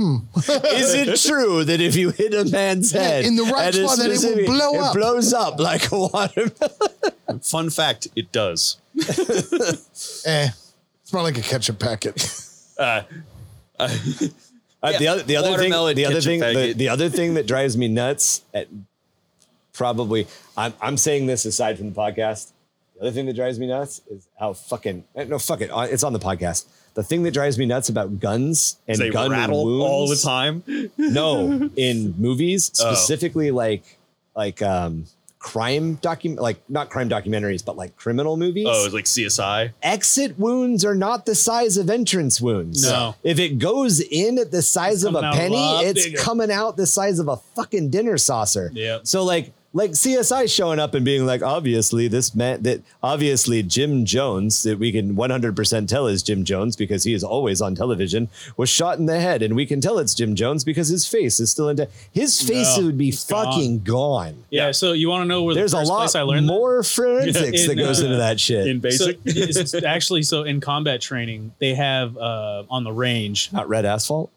Speaker 1: Is it true that if you hit a man's head
Speaker 5: in the right
Speaker 1: at a
Speaker 5: spot, that it will
Speaker 1: specific-
Speaker 5: blow
Speaker 1: it
Speaker 5: up?
Speaker 1: blows up like a watermelon.
Speaker 6: Fun fact, it does.
Speaker 5: Eh. It's more like a ketchup packet.
Speaker 1: Uh, the other, the other thing,
Speaker 6: Watermelon
Speaker 1: the other thing,
Speaker 6: kitchen
Speaker 1: the,
Speaker 6: faggot.
Speaker 1: the other thing that drives me nuts at probably, I'm, I'm saying this aside from the podcast. The other thing that drives me nuts is how fucking eh, no fuck it, uh, it's on the podcast. The thing that drives me nuts about guns and
Speaker 6: They
Speaker 1: gun
Speaker 6: rattle
Speaker 1: wounds
Speaker 6: all the time. Oh.
Speaker 1: No, in movies, specifically like like um crime document like not crime documentaries, but like criminal movies.
Speaker 6: Oh, it's like CSI.
Speaker 1: Exit wounds are not the size of entrance wounds.
Speaker 4: No.
Speaker 1: If it goes in at the size of a
Speaker 4: coming out a
Speaker 1: penny,
Speaker 4: lot
Speaker 1: it's
Speaker 4: bigger.
Speaker 1: coming out the size of a fucking dinner saucer.
Speaker 4: Yep.
Speaker 1: So like like CSI showing up and being like, obviously this meant that obviously Jim Jones, that we can 100% tell is Jim Jones because he is always on television, was shot in the head, and we can tell it's Jim Jones because his face is still into his face
Speaker 4: No,
Speaker 1: would be
Speaker 4: it's gone.
Speaker 1: fucking gone.
Speaker 4: Yeah. So you want to know where
Speaker 1: There's
Speaker 4: the
Speaker 1: a
Speaker 4: first
Speaker 1: lot
Speaker 4: place I learned that?
Speaker 1: more forensics
Speaker 4: Yeah,
Speaker 1: that
Speaker 4: in,
Speaker 1: goes
Speaker 4: uh,
Speaker 1: into that shit.
Speaker 6: In
Speaker 4: So,
Speaker 6: basic,
Speaker 4: it's actually, so in combat training, they have uh, on the range.
Speaker 1: not red asphalt.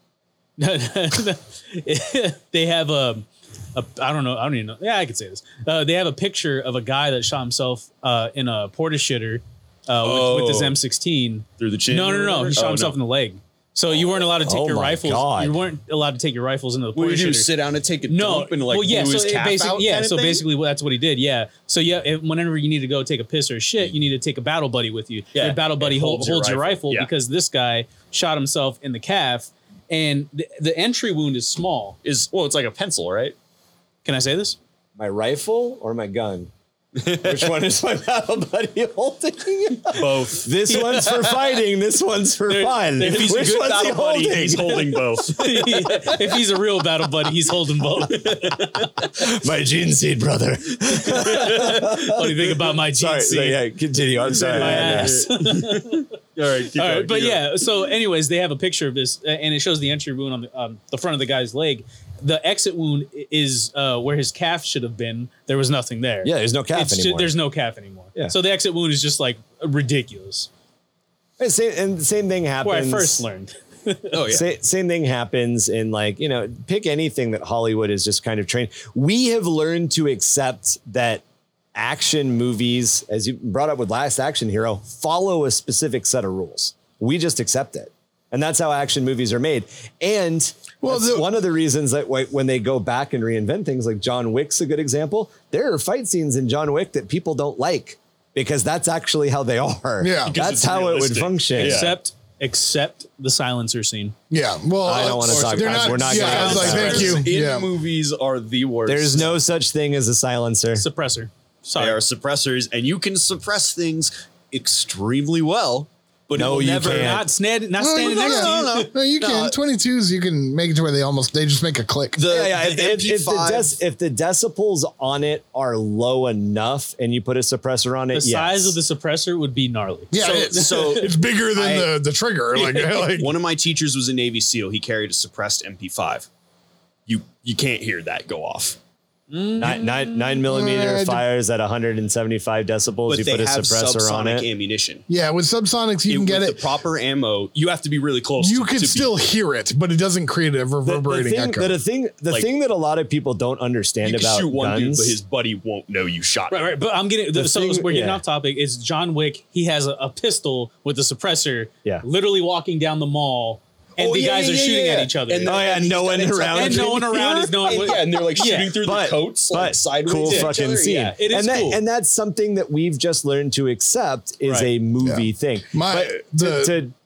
Speaker 4: they have a, a, I don't know, I don't even know. Yeah, I could say this. Uh, they have a picture of a guy that shot himself uh, in a porta shitter uh, with, with his
Speaker 6: Oh.
Speaker 4: M16.
Speaker 6: through the chin.
Speaker 4: No,
Speaker 6: or
Speaker 4: no, no.
Speaker 6: whatever?
Speaker 4: He shot
Speaker 6: Oh,
Speaker 4: himself in the leg. So you weren't allowed to take
Speaker 1: Oh
Speaker 4: your
Speaker 1: my
Speaker 4: rifles.
Speaker 1: God.
Speaker 4: You weren't allowed to take your rifles into the
Speaker 6: What
Speaker 4: porta
Speaker 6: do you do?
Speaker 4: shitter.
Speaker 6: Sit down and take a
Speaker 4: no,
Speaker 6: dump and like
Speaker 4: well, yeah,
Speaker 6: blew
Speaker 4: so
Speaker 6: his
Speaker 4: it
Speaker 6: calf
Speaker 4: basic-
Speaker 6: out
Speaker 4: yeah.
Speaker 6: kinda
Speaker 4: so
Speaker 6: thing?
Speaker 4: basically, well, that's what he did. Yeah. So yeah, if, whenever you need to go take a piss or shit, you need to take a battle buddy with you.
Speaker 6: Yeah.
Speaker 4: Your battle buddy
Speaker 6: It
Speaker 4: hol-
Speaker 6: holds
Speaker 4: holds,
Speaker 6: your
Speaker 4: your
Speaker 6: rifle.
Speaker 4: rifle,
Speaker 6: Yeah.
Speaker 4: because this guy shot himself in the calf, and the, the entry wound is small.
Speaker 6: is well, it's like a pencil, right?
Speaker 4: Can I say this?
Speaker 1: my rifle or my gun? Which one is my battle buddy holding?
Speaker 6: Both.
Speaker 1: this one's for fighting. This one's for fun.
Speaker 6: If he's
Speaker 1: Which
Speaker 6: a good
Speaker 1: one's he
Speaker 6: battle buddy,
Speaker 1: holding?
Speaker 6: he's holding both.
Speaker 4: if he's a real battle buddy, he's holding both.
Speaker 1: my gene seed brother.
Speaker 4: Funny thing about my
Speaker 1: Sorry,
Speaker 4: GC.
Speaker 1: yeah, continue. I'm sorry.
Speaker 4: my
Speaker 1: Yeah, yeah.
Speaker 4: ass.
Speaker 6: All right,
Speaker 4: All
Speaker 6: keep going,
Speaker 4: right, but
Speaker 6: keep going.
Speaker 4: yeah. So, anyways, they have a picture of this, uh, and it shows the entry wound on the, um, the front of the guy's leg. The exit wound i- is uh, where his calf should have been. There was nothing there.
Speaker 1: Yeah, there's no calf
Speaker 4: It's ju-
Speaker 1: anymore.
Speaker 4: there's no calf anymore.
Speaker 1: Yeah.
Speaker 4: So the exit wound is just like ridiculous.
Speaker 1: and, same, and the same thing happens.
Speaker 4: Where I first learned.
Speaker 6: Oh yeah.
Speaker 1: Sa- same thing happens in like you know pick anything that hollywood is just kind of trained we have learned to accept that action movies as you brought up with last action hero follow a specific set of rules we just accept it and that's how action movies are made and
Speaker 5: Well,
Speaker 1: that's
Speaker 5: the-
Speaker 1: one of the reasons that wh- when they go back and reinvent things like john wick's a good example there are fight scenes in john wick that people don't like because that's actually how they are
Speaker 5: Yeah. Because
Speaker 1: that's
Speaker 6: it's
Speaker 1: how it
Speaker 6: realistic.
Speaker 1: would function
Speaker 4: Except, except the silencer scene.
Speaker 5: Yeah. Well,
Speaker 1: I don't wanna
Speaker 5: uh,
Speaker 1: talk-
Speaker 5: they're
Speaker 1: I- we're not gonna
Speaker 5: Yeah. I was
Speaker 1: talk
Speaker 5: like,
Speaker 1: about it.
Speaker 5: thank you.
Speaker 6: In
Speaker 5: Yeah.
Speaker 6: movies are the worst.
Speaker 1: there's no such thing as a silencer
Speaker 4: Suppressor. Sorry.
Speaker 6: They are suppressors, and you can suppress things extremely well, but
Speaker 1: No,
Speaker 6: it will
Speaker 1: you
Speaker 6: never
Speaker 1: can't.
Speaker 4: not, snan- not
Speaker 5: No,
Speaker 4: standing
Speaker 5: no,
Speaker 4: next to you.
Speaker 5: no, no, no, you can. 22s, you can make it to where they almost, they just make a click.
Speaker 6: The,
Speaker 1: yeah, yeah.
Speaker 6: the
Speaker 1: If, if, if, the
Speaker 6: MP5
Speaker 1: dec- if the decibels on it are low enough and you put a suppressor on it,
Speaker 4: The
Speaker 1: yes.
Speaker 4: size of the suppressor would be gnarly.
Speaker 5: yeah.
Speaker 6: so-
Speaker 5: it's,
Speaker 6: so-
Speaker 5: it's bigger than
Speaker 6: I-
Speaker 5: the, the trigger. Like, like
Speaker 6: One of my teachers was a Navy SEAL. He carried a suppressed MP5. You you can't hear that go off.
Speaker 1: Nine, nine, nine millimeter
Speaker 5: Yeah, d-
Speaker 1: fires at 175 decibels.
Speaker 3: Mm, But
Speaker 1: you
Speaker 3: they
Speaker 1: put a
Speaker 3: have
Speaker 1: suppressor
Speaker 3: subsonic
Speaker 1: on it.
Speaker 3: ammunition.
Speaker 5: Yeah, with subsonics, you can
Speaker 3: It-
Speaker 5: get
Speaker 3: with
Speaker 5: it.
Speaker 3: the proper ammo, you have to be really close.
Speaker 5: you
Speaker 3: to-
Speaker 5: could
Speaker 3: to be-
Speaker 5: still hear it, but it doesn't create a
Speaker 1: The, the
Speaker 5: reverberating
Speaker 1: thing,
Speaker 5: echo.
Speaker 1: the thing, the
Speaker 3: Like-
Speaker 1: thing that a lot of people don't understand
Speaker 3: you could
Speaker 1: about
Speaker 3: shoot one
Speaker 1: guns.
Speaker 3: dude, but his buddy won't know you shot.
Speaker 4: Right,
Speaker 3: him.
Speaker 4: right. But I'm getting
Speaker 1: The
Speaker 4: so
Speaker 1: thing-
Speaker 4: we're getting
Speaker 1: yeah.
Speaker 4: off topic. Is John Wick? He has a, a pistol with a suppressor.
Speaker 1: Yeah.
Speaker 4: literally walking down the mall, and
Speaker 3: Oh,
Speaker 4: the
Speaker 3: yeah,
Speaker 4: guys
Speaker 3: yeah,
Speaker 4: are
Speaker 3: yeah,
Speaker 4: shooting
Speaker 3: yeah.
Speaker 4: at each other.
Speaker 3: And
Speaker 4: And,
Speaker 3: the-
Speaker 1: oh yeah, no one
Speaker 3: and-
Speaker 1: around.
Speaker 3: and
Speaker 1: you.
Speaker 4: no one around is knowing.
Speaker 3: And,
Speaker 4: what-
Speaker 3: yeah, and they're like
Speaker 4: Yeah.
Speaker 3: shooting through
Speaker 1: But-
Speaker 3: the coats,
Speaker 1: but
Speaker 3: like sideways.
Speaker 1: cool
Speaker 3: at each
Speaker 1: fucking
Speaker 3: other.
Speaker 1: scene.
Speaker 3: Yeah.
Speaker 4: It is
Speaker 1: and that,
Speaker 4: cool.
Speaker 1: and that's something that we've just learned to accept is
Speaker 4: Right.
Speaker 1: a movie
Speaker 5: Yeah.
Speaker 1: thing.
Speaker 5: My- the-
Speaker 1: to,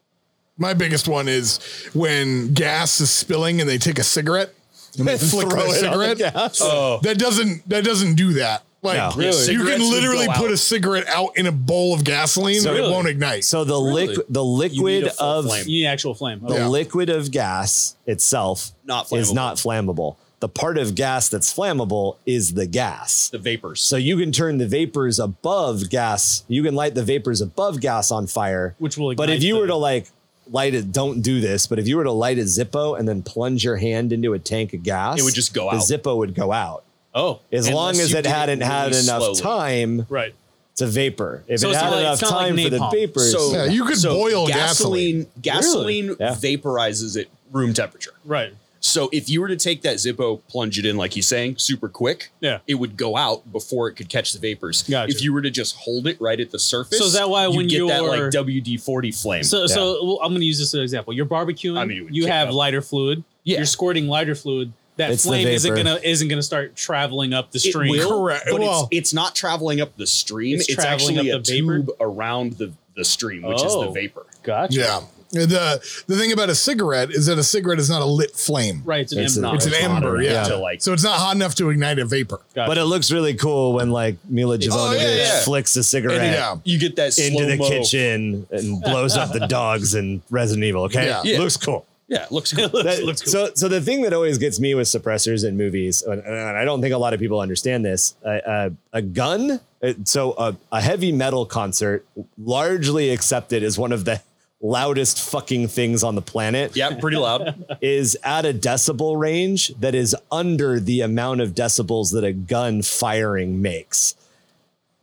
Speaker 5: My biggest one is when gas is spilling and they take a cigarette and they flick
Speaker 1: Throw it
Speaker 5: the
Speaker 1: on the
Speaker 5: cigarette.
Speaker 1: gas.
Speaker 3: Oh,
Speaker 5: That doesn't that doesn't do that. Like
Speaker 1: No.
Speaker 3: Really?
Speaker 5: you can
Speaker 3: Cigarettes would
Speaker 5: literally
Speaker 3: go
Speaker 5: put
Speaker 3: out.
Speaker 5: a cigarette out in a bowl of gasoline
Speaker 1: So-
Speaker 5: and it
Speaker 1: Really?
Speaker 5: won't ignite.
Speaker 1: so the liquid,
Speaker 3: Really?
Speaker 1: the liquid
Speaker 3: a full
Speaker 1: of
Speaker 3: flame.
Speaker 4: you need actual flame. Oh,
Speaker 1: the
Speaker 4: Okay.
Speaker 5: Yeah.
Speaker 1: liquid of gas itself
Speaker 3: Not
Speaker 1: is
Speaker 3: flammable.
Speaker 1: not flammable. The part of gas that's flammable is the gas.
Speaker 3: The vapors.
Speaker 1: So you can turn the vapors above gas. You can light the vapors above gas on fire,
Speaker 4: Which will
Speaker 1: But if
Speaker 4: ignite
Speaker 1: you were
Speaker 4: them.
Speaker 1: to like light it, don't do this. But if you were to light a Zippo and then plunge your hand into a tank of gas,
Speaker 3: It would just go
Speaker 1: the
Speaker 3: out.
Speaker 1: Zippo would go out
Speaker 4: Oh,
Speaker 1: as long
Speaker 3: Unless
Speaker 1: as
Speaker 3: you
Speaker 1: it
Speaker 3: did it
Speaker 1: hadn't had
Speaker 3: really
Speaker 1: enough
Speaker 3: slowly.
Speaker 1: time
Speaker 4: right.
Speaker 1: to vapor. If
Speaker 4: So
Speaker 1: it
Speaker 4: it's
Speaker 1: had
Speaker 4: not like-
Speaker 1: enough
Speaker 4: it's not like
Speaker 1: time for the
Speaker 4: napalm.
Speaker 1: vapors,
Speaker 3: So
Speaker 5: yeah, you could
Speaker 3: so
Speaker 5: boil gasoline.
Speaker 3: gasoline. Gasoline
Speaker 1: Really? Yeah.
Speaker 3: vaporizes at room temperature.
Speaker 4: Right.
Speaker 3: So if you were to take that Zippo, plunge it in, like he's saying, super quick,
Speaker 4: Yeah.
Speaker 3: it would go out before it could catch the vapors.
Speaker 4: Gotcha.
Speaker 3: If you were to just hold it right at the surface,
Speaker 4: So is that why
Speaker 3: you'd
Speaker 4: when
Speaker 3: get that like
Speaker 4: you're-
Speaker 3: WD forty flame?
Speaker 4: So, so well, I'm going to use this as an example. You're barbecuing.
Speaker 3: I mean, it would
Speaker 4: you
Speaker 3: kick
Speaker 4: have
Speaker 3: up.
Speaker 4: lighter fluid.
Speaker 3: Yeah.
Speaker 4: You're squirting lighter fluid. That
Speaker 1: It's the
Speaker 4: flame isn't
Speaker 1: vapor.
Speaker 4: gonna isn't gonna start traveling up the
Speaker 3: it
Speaker 4: stream.
Speaker 3: will,
Speaker 5: Correct.
Speaker 3: but
Speaker 5: Well-
Speaker 3: it's, it's not traveling up the stream.
Speaker 4: It's
Speaker 3: It's,
Speaker 4: traveling
Speaker 3: actually
Speaker 4: up
Speaker 3: a
Speaker 4: the vapor?
Speaker 3: tube around the, the stream, which is
Speaker 4: Oh.
Speaker 3: the vapor.
Speaker 4: Gotcha.
Speaker 5: Yeah. The the thing about a cigarette is that a cigarette is not a lit flame.
Speaker 4: Right. It's an
Speaker 1: It's
Speaker 4: M
Speaker 1: a-
Speaker 4: notch.
Speaker 5: It's an
Speaker 1: It's not
Speaker 5: ember,
Speaker 1: enough
Speaker 5: yeah.
Speaker 3: to, like-
Speaker 5: so it's not hot enough to ignite a vapor.
Speaker 4: Gotcha.
Speaker 1: but it looks really cool when like Mila Jovovich
Speaker 3: yeah.
Speaker 1: flicks a cigarette.
Speaker 5: And, yeah.
Speaker 3: You get that
Speaker 1: Um, into the
Speaker 3: slow-mo-
Speaker 1: kitchen and blows up the dogs in Resident Evil. Okay,
Speaker 5: Yeah.
Speaker 3: Yeah.
Speaker 1: looks cool.
Speaker 3: Yeah, it looks cool.
Speaker 1: That- So, so the thing that always gets me with suppressors in movies, and, and I don't think a lot of people understand this, uh, uh, a gun. uh, So, a, a heavy metal concert, largely accepted as one of the loudest fucking things on the planet,
Speaker 3: yeah, pretty loud.
Speaker 1: is at a decibel range that is under the amount of decibels that a gun firing makes.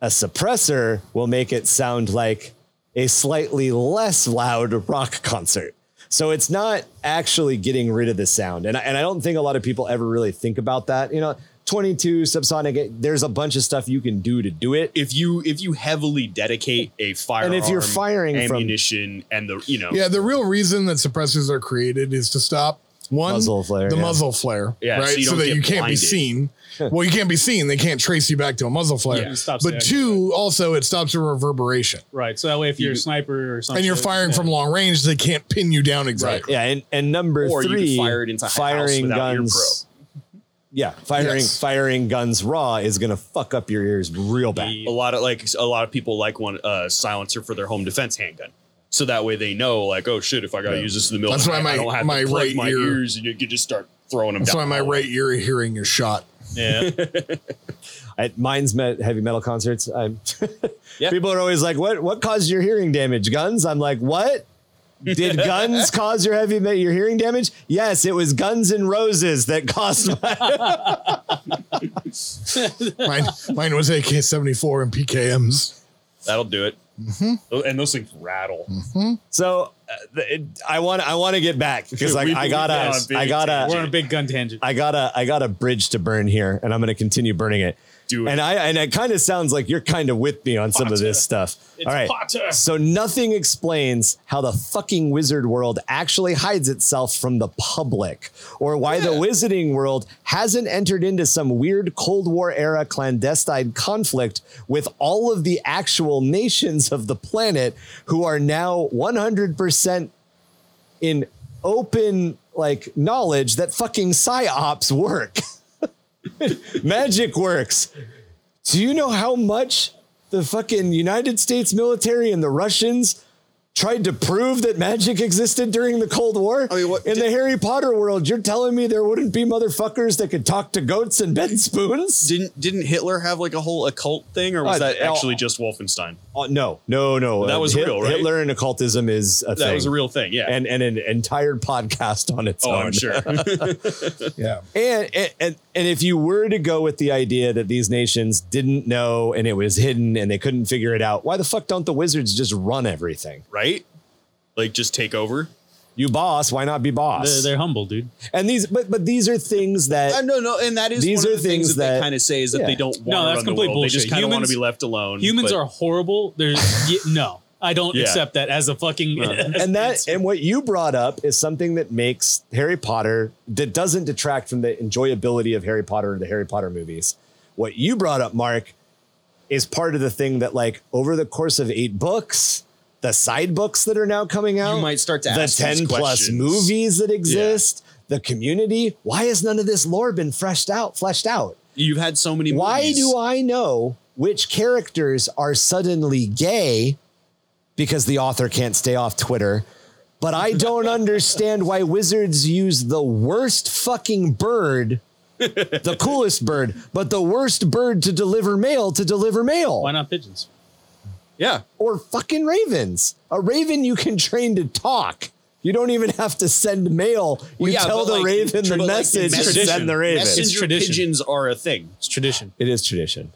Speaker 1: A suppressor will make it sound like a slightly less loud rock concert. So it's not actually getting rid of the sound. And I, and I don't think a lot of people ever really think about that. You know, 22 subsonic, it- there's a bunch of stuff you can do to do it.
Speaker 3: If you if you heavily dedicate a firearm,
Speaker 1: And if you're firing from-
Speaker 3: ammunition and the you know
Speaker 5: Yeah, the real reason that suppressors are created is to stop one
Speaker 1: Muzzle flare,
Speaker 5: the
Speaker 1: yeah.
Speaker 5: muzzle flare,
Speaker 3: Yeah, so
Speaker 5: right?
Speaker 3: you
Speaker 5: So,
Speaker 3: don't
Speaker 5: that
Speaker 3: get
Speaker 5: you can't be
Speaker 3: blinded.
Speaker 5: seen. well, you can't be seen. They can't trace you back to a muzzle flare.
Speaker 4: Yeah, it stops the
Speaker 5: but two, also it stops the reverberation,
Speaker 4: right. So that way, if you're a sniper or something,
Speaker 5: and you're firing from long range. They can't pin you down exactly.
Speaker 1: Yeah, and, and number
Speaker 3: Or you could
Speaker 1: three,
Speaker 3: fire it into a house without ear
Speaker 1: guns. Yeah, firing
Speaker 5: Yes.
Speaker 1: firing guns raw is gonna fuck up your ears real bad.
Speaker 3: a lot of like a lot of people like one uh, silencer for their home defense handgun. So that way they know, like, oh shit, if I gotta use this in the middle,
Speaker 5: That's
Speaker 3: of
Speaker 5: why
Speaker 3: the night,
Speaker 5: my-
Speaker 3: I don't have
Speaker 5: my
Speaker 3: to plug
Speaker 5: right
Speaker 3: my
Speaker 5: ear-
Speaker 3: ears, and you could just start throwing them.
Speaker 5: That's why
Speaker 3: down
Speaker 5: my
Speaker 3: the hallway.
Speaker 5: right ear hearing is shot.
Speaker 4: Yeah.
Speaker 1: at mine's met heavy metal concerts. I'm
Speaker 3: Yeah.
Speaker 1: people are always like, "What what caused your hearing damage? Guns?" I'm like, "What? Did guns cause your heavy me- your hearing damage? Yes, it was Guns and Roses that caused my
Speaker 5: Mine, mine was AK seventy four and PKMs.
Speaker 3: That'll do it. Tho- And those things rattle.
Speaker 1: so." uh, the- it- I want I want to get back because like
Speaker 3: We've-
Speaker 1: I
Speaker 3: we've been
Speaker 1: gotta
Speaker 3: on a big
Speaker 1: I gotta
Speaker 4: We're on a big gun tangent.
Speaker 1: I gotta I got a bridge to burn here, and I'm gonna continue burning it.
Speaker 3: Do it.
Speaker 1: And I and it kind of sounds like you're kind of with me on some of this stuff. All right.
Speaker 4: Potter.
Speaker 1: So nothing explains how the fucking wizard world actually hides itself from the public, or why the wizarding world hasn't entered into some weird Cold War era clandestine conflict with all of the actual nations of the planet who are now 100% in open like knowledge that fucking psyops work. Magic works. Do you know how much the fucking United States military and the Russians tried to prove that magic existed during the Cold War?
Speaker 3: I mean, what-
Speaker 1: in the Harry Potter world, you're telling me there wouldn't be motherfuckers that could talk to goats and bend spoons?
Speaker 3: Didn't didn't Hitler have like a whole occult thing, or was
Speaker 1: Uh,
Speaker 3: that
Speaker 1: no.
Speaker 3: actually just Wolfenstein?
Speaker 1: Oh, no, no, no. Uh,
Speaker 3: That was
Speaker 1: Hit-
Speaker 3: real, right?
Speaker 1: Hitler and occultism is a thing.
Speaker 3: That was a real thing. Yeah.
Speaker 1: and, and an entire podcast on its
Speaker 3: oh,
Speaker 1: own.
Speaker 3: I'm sure.
Speaker 5: Yeah.
Speaker 1: And, and and and if you were to go with the idea that these nations didn't know and it was hidden and they couldn't figure it out, why the fuck don't the wizards just run everything?
Speaker 3: right? Like just take over.
Speaker 1: You boss, why not be
Speaker 4: They're,
Speaker 1: boss?
Speaker 4: they're humble, dude.
Speaker 1: and these, but but these are things that
Speaker 3: Uh, no, no, and that is
Speaker 1: These
Speaker 3: one
Speaker 1: are
Speaker 3: of the things,
Speaker 1: things
Speaker 3: that,
Speaker 1: that-
Speaker 3: they kind of say is that
Speaker 1: yeah.
Speaker 3: they don't want
Speaker 4: No,
Speaker 3: to
Speaker 4: that's
Speaker 3: run the
Speaker 4: complete
Speaker 3: world. They just
Speaker 4: bullshit.
Speaker 3: kind of want
Speaker 4: Humans-
Speaker 3: to be left alone.
Speaker 4: Humans
Speaker 3: but-
Speaker 4: are horrible. There's y- no. I don't
Speaker 3: Yeah.
Speaker 4: accept that as a fucking. uh,
Speaker 1: and that and what you brought up is something that makes Harry Potter that doesn't detract from the enjoyability of Harry Potter or the Harry Potter movies. What you brought up, Mark, is part of the thing that like over the course of eight books, the side books that are now coming out,
Speaker 6: might start to
Speaker 1: the
Speaker 6: ask
Speaker 1: ten
Speaker 6: these
Speaker 1: plus
Speaker 6: questions.
Speaker 1: movies that exist, the community. Why has none of this lore been fleshed out? Fleshed out.
Speaker 3: You've had so many.
Speaker 1: Why
Speaker 3: movies.
Speaker 1: do I know which characters are suddenly gay because the author can't stay off Twitter? But I don't understand why wizards use the worst fucking bird, the coolest bird, but the worst bird to deliver mail to deliver mail.
Speaker 4: Why not pigeons?
Speaker 3: Yeah,
Speaker 1: Or fucking ravens. A raven you can train to talk. You don't even have to send mail. You
Speaker 3: yeah,
Speaker 1: tell
Speaker 3: but
Speaker 1: the
Speaker 3: like-
Speaker 1: raven the
Speaker 3: but like
Speaker 1: message to
Speaker 3: tradition.
Speaker 1: send the raven.
Speaker 3: Messenger
Speaker 4: tradition.
Speaker 3: pigeons are a thing.
Speaker 4: It's tradition.
Speaker 1: It is tradition.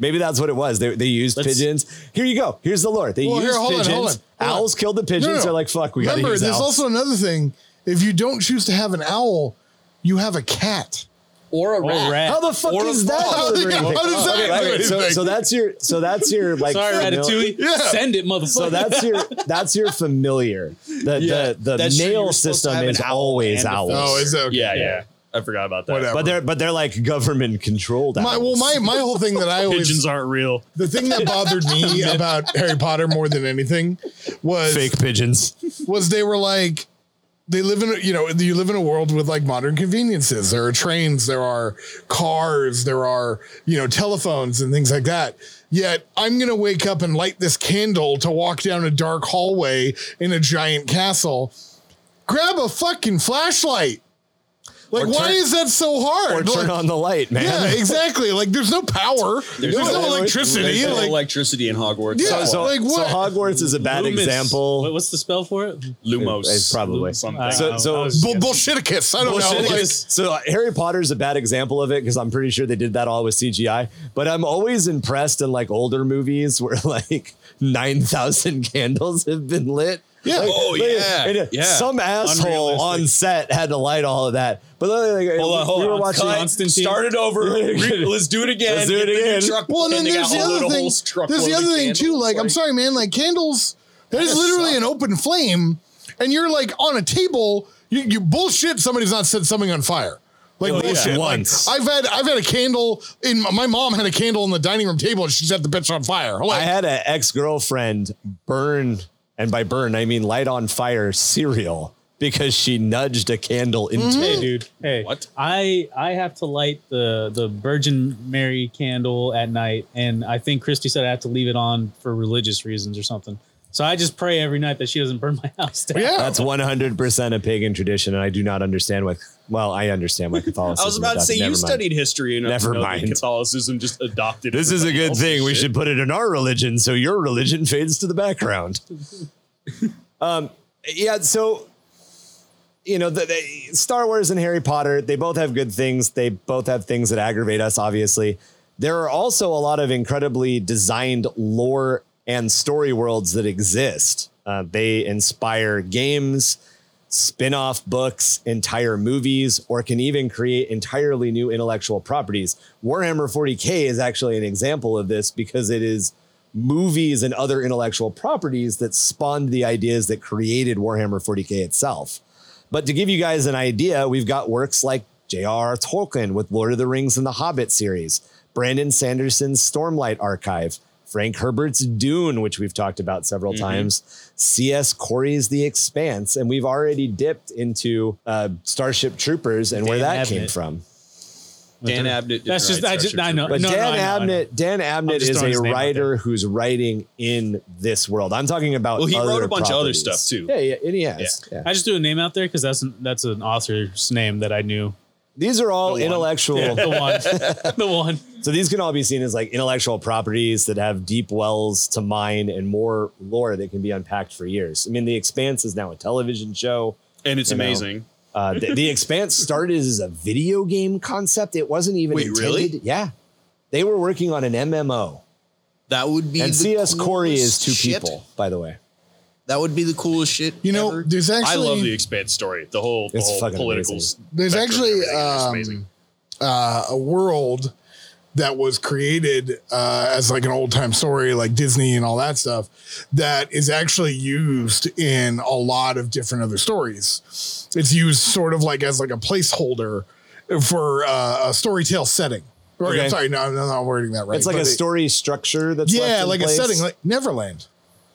Speaker 1: Maybe that's what it was. They, they used
Speaker 4: Let's-
Speaker 1: pigeons. Here you go. Here's the lore. They
Speaker 5: Well, here,
Speaker 1: used
Speaker 5: hold on,
Speaker 1: pigeons.
Speaker 5: hold on, hold
Speaker 1: Owls killed the pigeons.
Speaker 5: No, no, no.
Speaker 1: They're like, fuck, we got to
Speaker 5: Remember,
Speaker 1: use
Speaker 5: there's
Speaker 1: owls.
Speaker 5: also another thing. If you don't choose to have an owl, you have a cat.
Speaker 6: or a
Speaker 4: Or
Speaker 6: rat.
Speaker 4: rat.
Speaker 1: How the fuck is that?
Speaker 5: How does
Speaker 1: delivering
Speaker 5: that- how does that
Speaker 1: anything? Okay,
Speaker 5: do
Speaker 1: okay, so,
Speaker 5: anything?
Speaker 1: so that's your so that's your like
Speaker 4: Sorry,
Speaker 1: famil-
Speaker 4: Ratatouille.
Speaker 5: Yeah.
Speaker 4: Send it, motherfucker.
Speaker 1: So that's your that's your familiar. The
Speaker 3: Yeah,
Speaker 1: the, the
Speaker 3: that's true.
Speaker 1: nail
Speaker 3: You're supposed to
Speaker 1: system
Speaker 3: have
Speaker 1: is
Speaker 3: an owl
Speaker 1: always
Speaker 3: and a
Speaker 1: owls.
Speaker 5: Oh, is that okay?
Speaker 3: Yeah, yeah, I forgot about that.
Speaker 5: Whatever.
Speaker 1: but they're but they're like government controlled owls.
Speaker 5: My, well, my, my whole thing that I always
Speaker 3: Pigeons aren't real.
Speaker 5: The thing that bothered me about Harry Potter more than anything was
Speaker 1: fake pigeons.
Speaker 5: was they were like they live in a, you know you live in a world with like modern conveniences. There are trains, there are cars, there are you know telephones and things like that. Yet I'm gonna wake up and light this candle to walk down a dark hallway in a giant castle. Grab a fucking flashlight.
Speaker 1: Or
Speaker 5: Like why
Speaker 1: turn-
Speaker 5: is that so
Speaker 1: Or
Speaker 5: hard?
Speaker 1: turn
Speaker 5: Like,
Speaker 1: on the light, man.
Speaker 5: yeah, exactly. Like there's no power. There's,
Speaker 1: no
Speaker 5: no,
Speaker 1: elec-
Speaker 5: electricity.
Speaker 6: There's no
Speaker 5: like
Speaker 6: electricity in Hogwarts.
Speaker 5: Yeah.
Speaker 1: So,
Speaker 5: Like what?
Speaker 1: so Hogwarts is a bad
Speaker 4: Loomis.
Speaker 1: example.
Speaker 4: What- what's the spell for it?
Speaker 3: Lumos.
Speaker 1: It's probably.
Speaker 3: something.
Speaker 1: So-
Speaker 4: Uh,
Speaker 1: so-
Speaker 4: I was-
Speaker 5: Bull- bullshiticus. I don't know. Like,
Speaker 1: Bullshit. so uh, Harry Potter's a bad example of it because I'm pretty sure they did that all with CGI. But I'm always impressed in like older movies where like nine thousand candles have been lit.
Speaker 5: Yeah.
Speaker 1: Like,
Speaker 3: Oh,
Speaker 1: like,
Speaker 3: yeah.
Speaker 1: and, uh,
Speaker 3: Yeah.
Speaker 1: Some asshole on set had to light all of that. But like, like,
Speaker 3: Hold on, hold
Speaker 1: we were
Speaker 3: on.
Speaker 1: watching.
Speaker 3: Cut.
Speaker 4: Constantine.
Speaker 3: Start it over. Re- let's do it again.
Speaker 1: Let's do it
Speaker 3: Get the new
Speaker 1: again.
Speaker 3: truck.
Speaker 5: Well, and then
Speaker 3: they
Speaker 5: there's the
Speaker 3: got a load
Speaker 5: other
Speaker 3: of
Speaker 5: thing.
Speaker 3: holes, truck
Speaker 5: There's
Speaker 3: load
Speaker 5: the
Speaker 3: of
Speaker 5: other thing too.
Speaker 3: candles,
Speaker 5: Like, I'm sorry, man. Like candles, that is literally an open flame, and you're like on a table. You, you bullshit. Somebody's not set something on fire. Like
Speaker 1: Oh, yeah.
Speaker 5: bullshit. Like,
Speaker 1: Once.
Speaker 5: I've had I've had a candle in my, my mom had a candle on the dining room table and she set the bitch on fire. I'm
Speaker 1: I
Speaker 5: Like,
Speaker 1: had an ex girlfriend burn, and by burn I mean light on fire cereal because she nudged a candle into
Speaker 3: Mm.
Speaker 4: Hey, dude. Hey,
Speaker 3: What?
Speaker 4: I I have to light the the Virgin Mary candle at night, and I think Christy said I have to leave it on for religious reasons or something. So I just pray every night that she doesn't burn my house down.
Speaker 5: yeah.
Speaker 3: Oh.
Speaker 1: That's 100% a pagan tradition, and I do not understand what. Well, I understand what Catholicism.
Speaker 3: I was about to
Speaker 1: does.
Speaker 3: say you
Speaker 1: Never mind.
Speaker 3: studied history and
Speaker 1: Never
Speaker 3: you know, that
Speaker 1: mind.
Speaker 3: Catholicism just adopted.
Speaker 1: This is a
Speaker 3: everybody
Speaker 1: good
Speaker 3: else's
Speaker 1: thing. We
Speaker 3: shit.
Speaker 1: should put it in our religion, so your religion fades to the background. um, yeah. So, you know, the, the- Star Wars and Harry Potter, they both have good things. They both have things that aggravate us. Obviously, there are also a lot of incredibly designed lore and story worlds that exist. Uh, they inspire games spin-off books, entire movies, or can even create entirely new intellectual properties. Warhammer 40K is actually an example of this because it is movies and other intellectual properties that spawned the ideas that created Warhammer 40K itself. But to give you guys an idea, we've got works like J.R.R. Tolkien with Lord of the Rings and the Hobbit series, Brandon Sanderson's Stormlight Archive, Frank Herbert's Dune, which we've talked about several times, C.S. Corey's The Expanse, and we've already dipped into uh, Starship Troopers and where
Speaker 4: Dan
Speaker 1: that came
Speaker 4: Abnett.
Speaker 1: from.
Speaker 3: Dan Abnett. didn't
Speaker 4: That's just
Speaker 3: write
Speaker 4: I just
Speaker 3: Starship
Speaker 4: I know.
Speaker 1: But
Speaker 4: no, no, I know, I
Speaker 1: Dan
Speaker 4: know.
Speaker 1: Abnett, Dan Abnett
Speaker 4: just
Speaker 1: is
Speaker 4: throwing
Speaker 1: a
Speaker 4: his name out
Speaker 1: writer who's writing in this world. I'm talking about.
Speaker 3: Well, he wrote
Speaker 1: other
Speaker 3: a bunch of other
Speaker 1: properties.
Speaker 3: stuff, too.
Speaker 1: Yeah, yeah, and he has. Yeah.
Speaker 4: I just threw a name out there because that's an, that's an author's name that I knew.
Speaker 1: These are all intellectual.
Speaker 4: The one, the one.
Speaker 1: So these can all be seen as like intellectual properties that have deep wells to mine and more lore that can be unpacked for years. I mean, The Expanse is now a television show.
Speaker 3: and it's
Speaker 1: You know.
Speaker 3: amazing.
Speaker 1: Uh, the, the Expanse started as a video game concept. It wasn't even
Speaker 3: Wait, really?
Speaker 1: intended- Yeah, they were working on an MMO.
Speaker 6: That would be
Speaker 1: And
Speaker 6: the
Speaker 1: CS Corey is
Speaker 6: coolest
Speaker 1: two
Speaker 6: shit.
Speaker 1: people, by the way.
Speaker 6: That would be the coolest shit.
Speaker 5: You know,
Speaker 6: ever.
Speaker 5: there's actually
Speaker 2: I love the Expanse story. The whole, the
Speaker 1: It's
Speaker 2: whole
Speaker 1: fucking
Speaker 2: political.
Speaker 1: amazing.
Speaker 5: there's
Speaker 2: spectrum and
Speaker 5: actually
Speaker 2: everything is just amazing.
Speaker 5: um, uh, a world that was created uh, as like an old time story, like Disney and all that stuff, that is actually used in a lot of different other stories. It's used sort of like as like a placeholder for uh, a storytale setting. Or,
Speaker 1: Okay.
Speaker 5: I'm sorry, no, no, I'm not wording that right.
Speaker 1: It's like
Speaker 5: but
Speaker 1: a
Speaker 5: they-
Speaker 1: story structure that's left
Speaker 5: Yeah,
Speaker 1: in
Speaker 5: like
Speaker 1: place.
Speaker 5: a setting, like Neverland.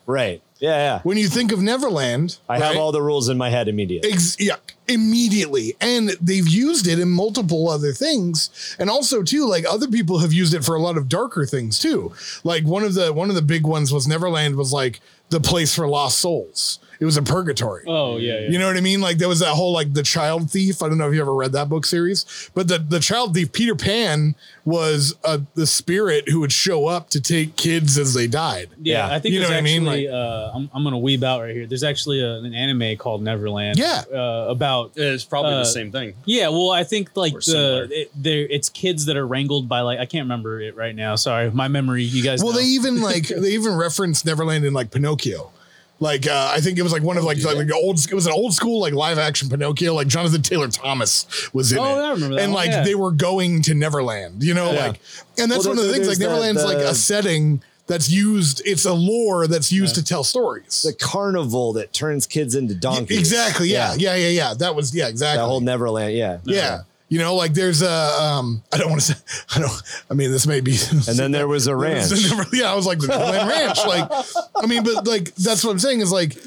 Speaker 1: right. Yeah, yeah.
Speaker 5: When you think of Neverland,
Speaker 1: I have all the rules in my head immediately.
Speaker 5: Ex- yeah, immediately. And they've used it in multiple other things. And also too, like other people have used it for a lot of darker things too. Like one of the one of the big ones was Neverland was like the place for lost souls. It was a purgatory.
Speaker 4: Oh yeah, yeah.
Speaker 5: You know what I mean? Like there was that whole like the child thief. I don't know if you ever read that book series, but the the child thief Peter Pan was uh, the spirit who would show up to take kids as they died.
Speaker 4: yeah,
Speaker 1: Yeah.
Speaker 4: I think
Speaker 5: You know
Speaker 4: there's
Speaker 5: what I mean?
Speaker 4: actually uh, I'm, I'm gonna weeb out right here. There's actually a, an anime called Neverland.
Speaker 5: Yeah.
Speaker 4: uh, about
Speaker 3: It's probably
Speaker 4: Uh,
Speaker 3: the same thing.
Speaker 4: yeah. Well, I think like
Speaker 3: Or
Speaker 4: the
Speaker 3: similar.
Speaker 4: it, there it's kids that are wrangled by like I can't remember it right now. Sorry, my memory. You guys.
Speaker 5: Well,
Speaker 4: know.
Speaker 5: they even like they even referenced Neverland in like Pinocchio. Like uh, I think it was like one of like, like, like old it was an old school like live action Pinocchio like Jonathan Taylor Thomas was in
Speaker 4: Oh,
Speaker 5: it.
Speaker 4: I remember that
Speaker 5: and
Speaker 4: one,
Speaker 5: like
Speaker 4: yeah.
Speaker 5: they were going to Neverland, you know,
Speaker 1: Yeah.
Speaker 5: like and that's
Speaker 1: Well,
Speaker 5: one of the
Speaker 1: there's-
Speaker 5: things like
Speaker 1: there's that- uh,
Speaker 5: Neverland's like
Speaker 1: the-
Speaker 5: a setting that's used it's a lore that's used to tell stories. E,
Speaker 1: The carnival that turns kids into donkeys.
Speaker 5: exactly, yeah. yeah. Yeah, yeah, That was yeah, exactly.
Speaker 1: That whole Neverland. Yeah.
Speaker 5: yeah. You know, like there's a um I don't want to say I don't I mean this may be
Speaker 1: And then there was a ranch.
Speaker 5: yeah, I was like the Neverland Ranch. Like, I mean, but like that's what I'm saying is like it,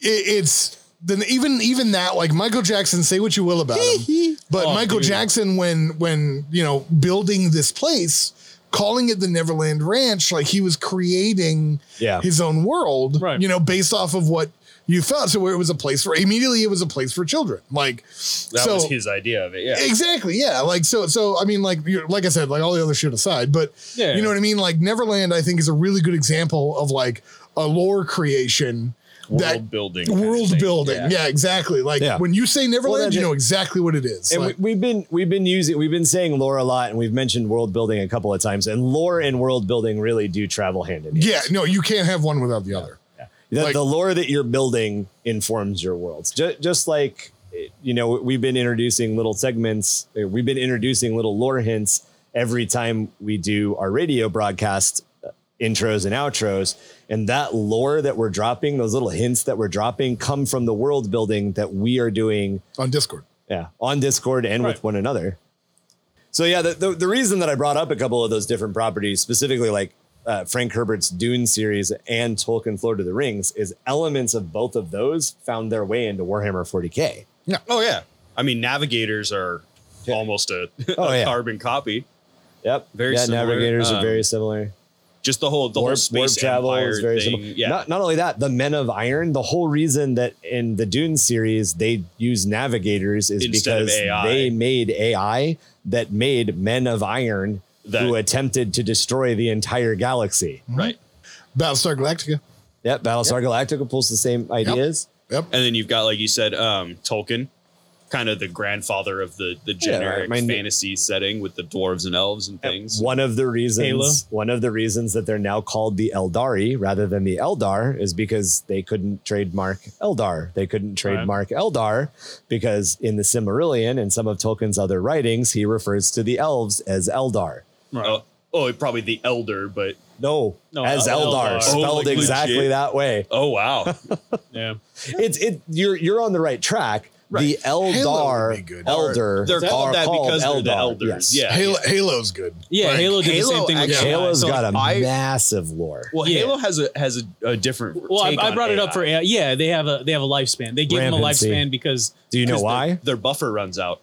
Speaker 5: it's then even even that like Michael Jackson. Say what you will about him, but
Speaker 4: Oh,
Speaker 5: Michael
Speaker 4: dude.
Speaker 5: Jackson when when you know building this place. Calling it the Neverland Ranch, like he was creating
Speaker 1: Yeah.
Speaker 5: his own world,
Speaker 4: Right.
Speaker 5: you know, based off of what you felt. So where it was a place for immediately, it was a place for children. Like
Speaker 2: That
Speaker 5: so,
Speaker 2: was his idea of it. Yeah.
Speaker 5: Exactly. Yeah. Like so. So I mean, like you're, like I said, like all the other shit aside, but
Speaker 4: Yeah.
Speaker 5: you know what I mean. Like Neverland, I think is a really good example of like a lore creation
Speaker 2: World building.
Speaker 5: that
Speaker 2: kind of
Speaker 5: world
Speaker 2: thing.
Speaker 5: building.
Speaker 2: Yeah.
Speaker 5: Yeah. exactly. Like
Speaker 1: Yeah.
Speaker 5: when you say Neverland,
Speaker 1: that-
Speaker 5: you know exactly what it is.
Speaker 1: And
Speaker 5: Like,
Speaker 1: we, we've been we've been using we've been saying lore a lot, and we've mentioned world building a couple of times. And lore and world building really do travel hand in hand.
Speaker 5: yeah. No, you can't have one without the other.
Speaker 1: The,
Speaker 5: Like-
Speaker 1: the lore that you're building informs your worlds. Just, just like, you know, we've been introducing little segments, uh, we've been introducing little lore hints every time we do our radio broadcast uh, intros and outros. And that lore that we're dropping, those little hints that we're dropping, come from the world building that we are doing
Speaker 5: On Discord.
Speaker 1: yeah, on Discord and with
Speaker 4: Right.
Speaker 1: one another. So yeah, the, the the reason that I brought up a couple of those different properties, specifically like uh, Frank Herbert's Dune series and Tolkien Lord of the Rings, is elements of both of those found their way into Warhammer 40k.
Speaker 3: Oh yeah. I mean, navigators are
Speaker 1: Yeah.
Speaker 3: almost a,
Speaker 1: Oh,
Speaker 3: a
Speaker 1: yeah.
Speaker 3: carbon copy.
Speaker 1: Yep,
Speaker 3: Very
Speaker 1: yeah.
Speaker 3: similar,
Speaker 1: Navigators are
Speaker 3: um,
Speaker 1: very similar.
Speaker 3: Just the whole the whole space empire thing. Yeah.
Speaker 1: Not, not only that, the Men of Iron. The whole reason that in the Dune series they use navigators is
Speaker 3: Instead of
Speaker 1: because
Speaker 3: AI.
Speaker 1: they made AI that made Men of Iron
Speaker 3: That-
Speaker 1: who attempted to destroy the entire galaxy.
Speaker 3: right.
Speaker 5: Mm-hmm. Battlestar Galactica.
Speaker 1: Yep, Battlestar Galactica pulls the same ideas.
Speaker 5: Yep.
Speaker 3: And then you've got like you said, um, Tolkien, kind of the grandfather of the the
Speaker 1: Yeah,
Speaker 3: generic
Speaker 1: I mean-
Speaker 3: fantasy setting with the dwarves and elves and things.
Speaker 1: One of the reasons,
Speaker 4: Halo.
Speaker 1: one of the reasons that they're now called the Eldari rather than the Eldar is because they couldn't trademark Eldar. They couldn't trademark Eldar because in the Cimmerillion and some of Tolkien's other writings, he refers to the elves as Eldar.
Speaker 3: Oh, oh, probably the elder, but
Speaker 1: No,
Speaker 4: No,
Speaker 1: as
Speaker 4: El-
Speaker 1: Eldar,
Speaker 4: Eldar.
Speaker 1: spelled
Speaker 3: Oh, like
Speaker 1: exactly
Speaker 3: legit?
Speaker 1: that way.
Speaker 3: oh wow.
Speaker 4: yeah.
Speaker 1: It's it. You're you're on the right track. The
Speaker 5: Halo would be
Speaker 1: Eldar,
Speaker 5: good.
Speaker 1: elder,
Speaker 3: They're called
Speaker 1: are
Speaker 3: that because they're the
Speaker 1: Eldar, yes.
Speaker 3: elders. Yeah.
Speaker 5: Halo, Halo's good.
Speaker 4: Yeah,
Speaker 5: Like,
Speaker 4: Halo did the same
Speaker 3: Halo
Speaker 4: thing. with
Speaker 3: actually-
Speaker 4: Sky.
Speaker 1: Halo's
Speaker 3: So
Speaker 1: got
Speaker 3: if
Speaker 1: a
Speaker 3: I-
Speaker 1: massive lore.
Speaker 3: Well,
Speaker 4: Yeah.
Speaker 3: Halo has a has a, a different.
Speaker 4: Well, I,
Speaker 3: take
Speaker 4: I
Speaker 3: on
Speaker 4: brought it
Speaker 3: AI.
Speaker 4: up for AI. yeah. They have a they have a lifespan. They gave them a
Speaker 1: Rampancy.
Speaker 4: lifespan because
Speaker 1: Do you know
Speaker 4: because
Speaker 1: why?
Speaker 3: their buffer runs out.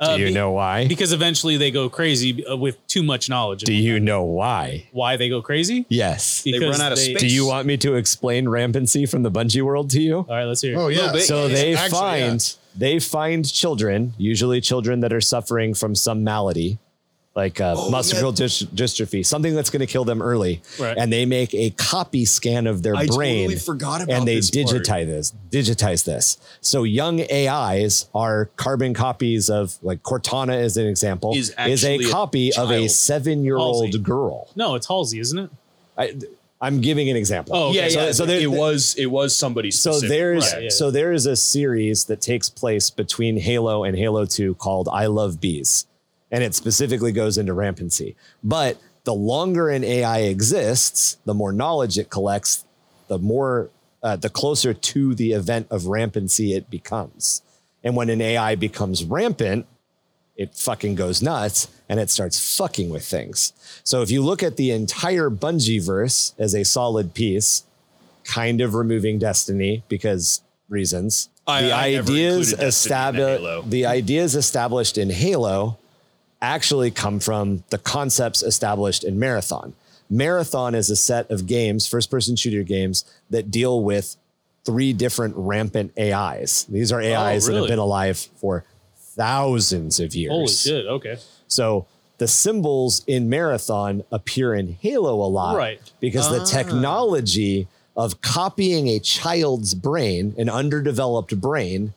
Speaker 4: uh,
Speaker 1: Do you
Speaker 4: be-
Speaker 1: know why?
Speaker 4: because eventually they go crazy uh, with too much knowledge.
Speaker 1: Do you know why?
Speaker 4: why they go crazy?
Speaker 1: Yes.
Speaker 4: Because
Speaker 3: run out of space.
Speaker 1: Do you want me to explain rampancy from the Bungie world to you?
Speaker 3: Uh,
Speaker 4: All right, let's hear. It.
Speaker 5: Oh yeah.
Speaker 3: bit.
Speaker 1: So they
Speaker 5: Actually,
Speaker 1: find they find children, usually children that are suffering from some malady, like uh,
Speaker 3: Oh,
Speaker 1: muscular dys- dystrophy, something that's going to kill them early.
Speaker 4: Right.
Speaker 1: And they make a copy scan of their
Speaker 3: I totally
Speaker 1: brain.
Speaker 3: forgot about
Speaker 1: And they
Speaker 3: this part.
Speaker 1: digitize this. Digitize this. So young AIs are carbon copies of like Cortana is an example.
Speaker 3: Is
Speaker 1: a
Speaker 3: actually a
Speaker 1: copy of a
Speaker 3: child.
Speaker 1: seven-year-old
Speaker 4: Halsey.
Speaker 1: girl.
Speaker 4: No, it's Halsey, isn't it?
Speaker 1: I, I'm giving an example.
Speaker 4: Oh, okay.
Speaker 3: Yeah,
Speaker 1: so,
Speaker 3: yeah.
Speaker 1: So there,
Speaker 3: it was it was somebody.
Speaker 1: so
Speaker 3: Specific.
Speaker 1: there's
Speaker 4: Right, yeah.
Speaker 1: so there is a series that takes place between Halo and Halo 2 called I Love Bees. And it specifically goes into rampancy. But the longer an AI exists, the more knowledge it collects, the more uh, the closer to the event of rampancy it becomes. And when an AI becomes rampant, it fucking goes nuts and it starts fucking with things. So if you look at the entire Bungie verse as a solid piece, kind of removing Destiny because reasons.
Speaker 3: I-
Speaker 1: the
Speaker 3: I never
Speaker 1: ideas
Speaker 3: included Destiny in Halo.
Speaker 1: established the ideas established in Halo actually come from the concepts established in Marathon. Marathon is a set of games, first person shooter games, that deal with three different rampant AIs. These are AIs that have
Speaker 4: Oh, really?
Speaker 1: been alive for thousands of years.
Speaker 4: Holy shit. Okay.
Speaker 1: So the symbols in Marathon appear in Halo a lot
Speaker 4: Right.
Speaker 1: because
Speaker 3: Ah.
Speaker 1: the technology of copying a child's brain, an underdeveloped brain,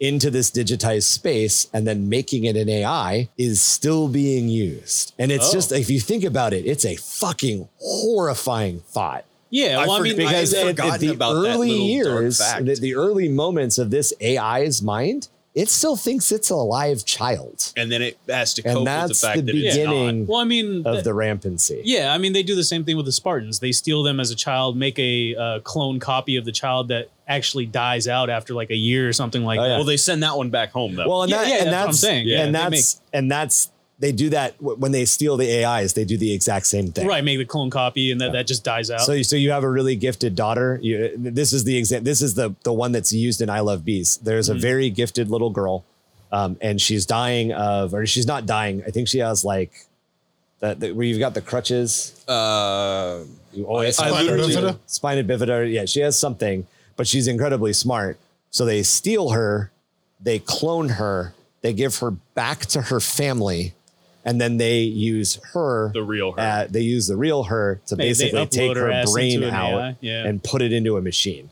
Speaker 1: into this digitized space and then making it an AI is still being used. And it's
Speaker 4: Oh.
Speaker 1: just, if you think about it, it's a fucking horrifying thought
Speaker 4: Yeah. Well, I, mean,
Speaker 1: because
Speaker 4: I-
Speaker 1: at- at,
Speaker 3: forgotten
Speaker 1: the
Speaker 3: about that
Speaker 1: early
Speaker 3: little dark
Speaker 1: years,
Speaker 3: fact.
Speaker 1: the, the early moments of this AI's mind, it still thinks it's a live child,
Speaker 3: and then it has to
Speaker 1: and
Speaker 3: cope with the
Speaker 1: that's
Speaker 3: fact
Speaker 1: the,
Speaker 3: that it's not.
Speaker 1: beginning
Speaker 4: well, I mean,
Speaker 1: of the rampancy.
Speaker 4: Yeah, I mean they do the same thing with the Spartans. They steal them as a child, make a uh, clone copy of the child that actually dies out after like a year or something like
Speaker 1: Oh, yeah.
Speaker 4: that.
Speaker 3: Well, they send that one back home though.
Speaker 1: Well, and,
Speaker 4: Yeah,
Speaker 1: that,
Speaker 4: yeah,
Speaker 1: and
Speaker 4: that's what I'm
Speaker 1: that's,
Speaker 4: saying. Yeah,
Speaker 1: and
Speaker 4: they
Speaker 1: that's and that's they do that w- when they steal the AIs. They do the exact same thing.
Speaker 4: Right, make the clone copy and that, that just dies out.
Speaker 1: So, so you have a really gifted daughter. You, this is the exam. This is the the one that's used in I Love Bees. There's
Speaker 4: Mm.
Speaker 1: a very gifted little girl, um, and she's dying of, or she's not dying. I think she has like, that that- where you've got the crutches.
Speaker 3: uh,
Speaker 1: You always
Speaker 3: I- I
Speaker 1: have
Speaker 5: literally-
Speaker 1: crutches. spina bifida. Yeah, she has something, but she's incredibly smart. So they steal her, they clone her, they give her back to her family. And then they use her,
Speaker 3: The real her.
Speaker 1: uh, they use the real her to
Speaker 4: They- they
Speaker 1: basically
Speaker 4: upload
Speaker 1: take
Speaker 4: her
Speaker 1: her,
Speaker 4: ass
Speaker 1: brain
Speaker 4: into an
Speaker 1: out
Speaker 4: AI, yeah.
Speaker 1: and put it into a machine.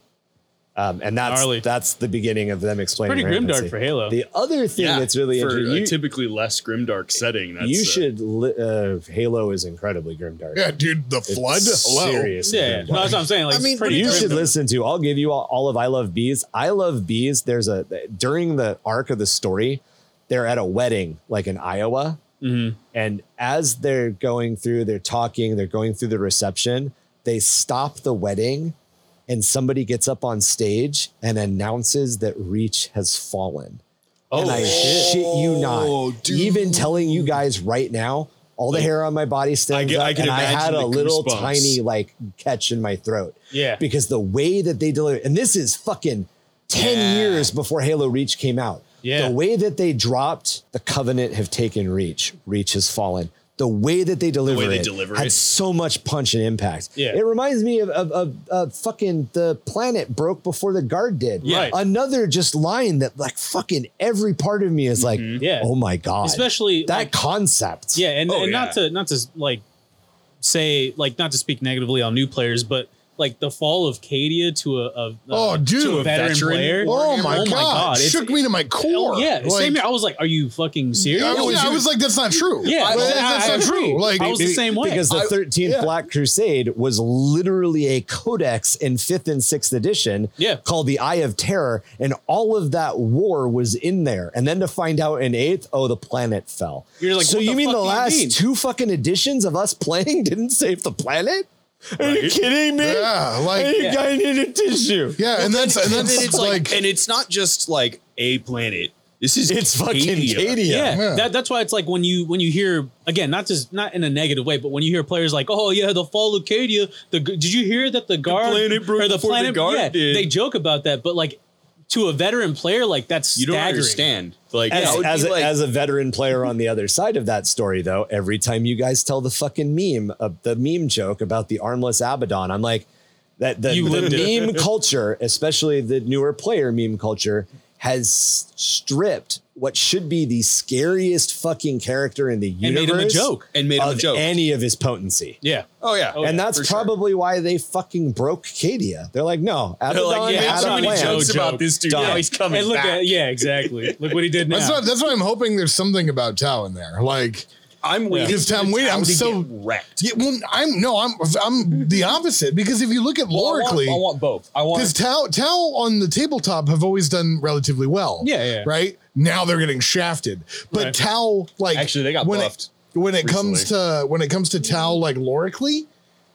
Speaker 1: Um, and that's
Speaker 4: Gnarly.
Speaker 1: that's the beginning of them explaining.
Speaker 4: Pretty grim dark
Speaker 1: rampancy.
Speaker 4: for Halo.
Speaker 1: The other thing
Speaker 3: yeah,
Speaker 1: that's really
Speaker 3: for
Speaker 1: interesting,
Speaker 3: a
Speaker 1: you,
Speaker 3: typically less grimdark setting. That's
Speaker 1: you
Speaker 3: uh,
Speaker 1: should. Li- uh, Halo is incredibly grim dark.
Speaker 5: Yeah, dude, the flood. Hello.
Speaker 1: Seriously,
Speaker 4: yeah, yeah. No, that's what I'm saying. Like,
Speaker 6: I
Speaker 4: it's
Speaker 6: mean,
Speaker 4: pretty
Speaker 1: you
Speaker 4: grim.
Speaker 1: should listen to. I'll give you all, all of I Love Bees. I Love Bees. There's a during the arc of the story, they're at a wedding like in Iowa,
Speaker 3: Mm-hmm.
Speaker 1: and as they're going through, they're talking, they're going through the reception. They stop the wedding, and somebody gets up on stage and announces that Reach has fallen.
Speaker 3: Oh,
Speaker 1: and I shit you not. Even telling you guys right now, all the hair on my body stands
Speaker 3: get-
Speaker 1: up,
Speaker 3: I can
Speaker 1: and I
Speaker 3: imagine
Speaker 1: had
Speaker 3: the
Speaker 1: a little
Speaker 3: goosebumps.
Speaker 1: tiny like catch in my throat
Speaker 4: Yeah.
Speaker 1: because the way that they deliver and this is fucking 10 years before Halo Reach came out.
Speaker 4: Yeah.
Speaker 1: The way that they dropped the Covenant have taken Reach. Reach has fallen. The way that they deliver
Speaker 3: they
Speaker 1: it
Speaker 3: deliver
Speaker 1: had
Speaker 3: it.
Speaker 1: so much punch and impact.
Speaker 4: Yeah.
Speaker 1: It reminds me of, of, of, of fucking the planet broke before the guard did.
Speaker 4: Yeah. Right.
Speaker 1: Another just line that like fucking every part of me is like,
Speaker 4: Mm-hmm. Yeah.
Speaker 1: oh my God.
Speaker 4: Especially,
Speaker 1: that
Speaker 4: like-
Speaker 1: concept.
Speaker 4: Yeah, and,
Speaker 3: Oh,
Speaker 4: and
Speaker 3: yeah.
Speaker 4: not to not to like say like not to speak negatively on new players, but like the fall of Cadia to a, a,
Speaker 5: Oh,
Speaker 4: a-
Speaker 5: dude.
Speaker 4: Uh, to a veteran,
Speaker 3: Veteran.
Speaker 4: player.
Speaker 5: Oh my,
Speaker 4: Oh
Speaker 5: god.
Speaker 4: my God, it's-
Speaker 5: Shook me to my core.
Speaker 4: Oh, yeah,
Speaker 5: Like,
Speaker 4: same here. I was like, are you fucking serious?
Speaker 5: I was, I was like, that's not true.
Speaker 4: Yeah,
Speaker 5: Like,
Speaker 4: I-
Speaker 5: that's
Speaker 4: I
Speaker 5: not
Speaker 4: agree.
Speaker 5: true. Like,
Speaker 4: I was the same way.
Speaker 1: Because the 13th
Speaker 5: yeah.
Speaker 1: Black Crusade was literally a codex in 5th and 6th edition
Speaker 4: Yeah.
Speaker 1: called the Eye of Terror. And all of that war was in there. And then to find out in 8th, oh, the planet fell.
Speaker 4: You're like,
Speaker 1: so
Speaker 4: what
Speaker 1: you
Speaker 4: the
Speaker 1: mean
Speaker 4: fuck
Speaker 1: the
Speaker 4: do you
Speaker 1: last
Speaker 4: mean?
Speaker 1: two fucking editions of us playing didn't save the planet? Are you kidding me?
Speaker 5: yeah, like,
Speaker 1: Hey,
Speaker 5: yeah,
Speaker 1: guy needed tissue.
Speaker 5: and that's and
Speaker 3: and
Speaker 5: that's
Speaker 3: it's like,
Speaker 5: like,
Speaker 3: and it's not just like a planet. This is
Speaker 1: It's fucking
Speaker 3: Cadia.
Speaker 1: Cadia.
Speaker 4: yeah,
Speaker 5: Yeah.
Speaker 4: That, that's why it's like when you when you hear again not just not in a negative way but when you hear players like oh yeah the fall of Cadia the gu- did you hear that the guard
Speaker 3: planet broke before the guard
Speaker 4: yeah
Speaker 3: did.
Speaker 4: they joke about that but like to a veteran player like that's
Speaker 3: You don't
Speaker 4: staggering.
Speaker 3: understand. Like
Speaker 1: As,
Speaker 3: that would
Speaker 1: as,
Speaker 3: be
Speaker 1: a,
Speaker 3: like,
Speaker 1: as a veteran player on the other side of that story, though, every time you guys tell the fucking meme, uh, the meme joke about the armless Abaddon, I'm like, that the,
Speaker 4: You lived
Speaker 1: the
Speaker 4: it.
Speaker 1: meme culture, especially the newer player meme culture, has stripped what should be the scariest fucking character in the
Speaker 4: and
Speaker 1: universe
Speaker 4: made him a joke.
Speaker 3: and made him a
Speaker 1: of
Speaker 3: joke.
Speaker 1: any of his potency.
Speaker 4: Yeah.
Speaker 3: oh yeah,
Speaker 1: and
Speaker 3: yeah, for
Speaker 1: that's
Speaker 3: sure.
Speaker 1: probably why they fucking broke Cadia. They're like, no,
Speaker 3: They're
Speaker 1: Abaddon,
Speaker 3: like, yeah,
Speaker 1: Adam
Speaker 3: so many
Speaker 1: Lamb.
Speaker 3: jokes about
Speaker 4: joke.
Speaker 3: this dude.
Speaker 1: Done.
Speaker 3: Now he's coming
Speaker 4: and look
Speaker 3: back.
Speaker 4: at yeah, exactly. Look what he did now.
Speaker 5: That's what, that's why I'm hoping there's something about Tao in there. Like,
Speaker 3: I'm waiting.
Speaker 5: Because
Speaker 3: for
Speaker 5: Tom
Speaker 3: the
Speaker 5: Wade,
Speaker 3: town
Speaker 5: I'm
Speaker 3: to
Speaker 5: so-
Speaker 3: get wrecked.
Speaker 5: yeah, well, I'm no, I'm I'm the opposite because if you look at lorically,
Speaker 6: I want, I want both. I
Speaker 5: because
Speaker 6: want.
Speaker 5: Tao Tao on the tabletop have always done relatively well.
Speaker 4: Yeah, yeah.
Speaker 5: Right now they're getting shafted, but
Speaker 4: Right.
Speaker 5: Tao like
Speaker 6: Actually, they got
Speaker 5: when
Speaker 6: buffed
Speaker 5: It, when it comes
Speaker 6: recently.
Speaker 5: to when it comes to Tao like lorically,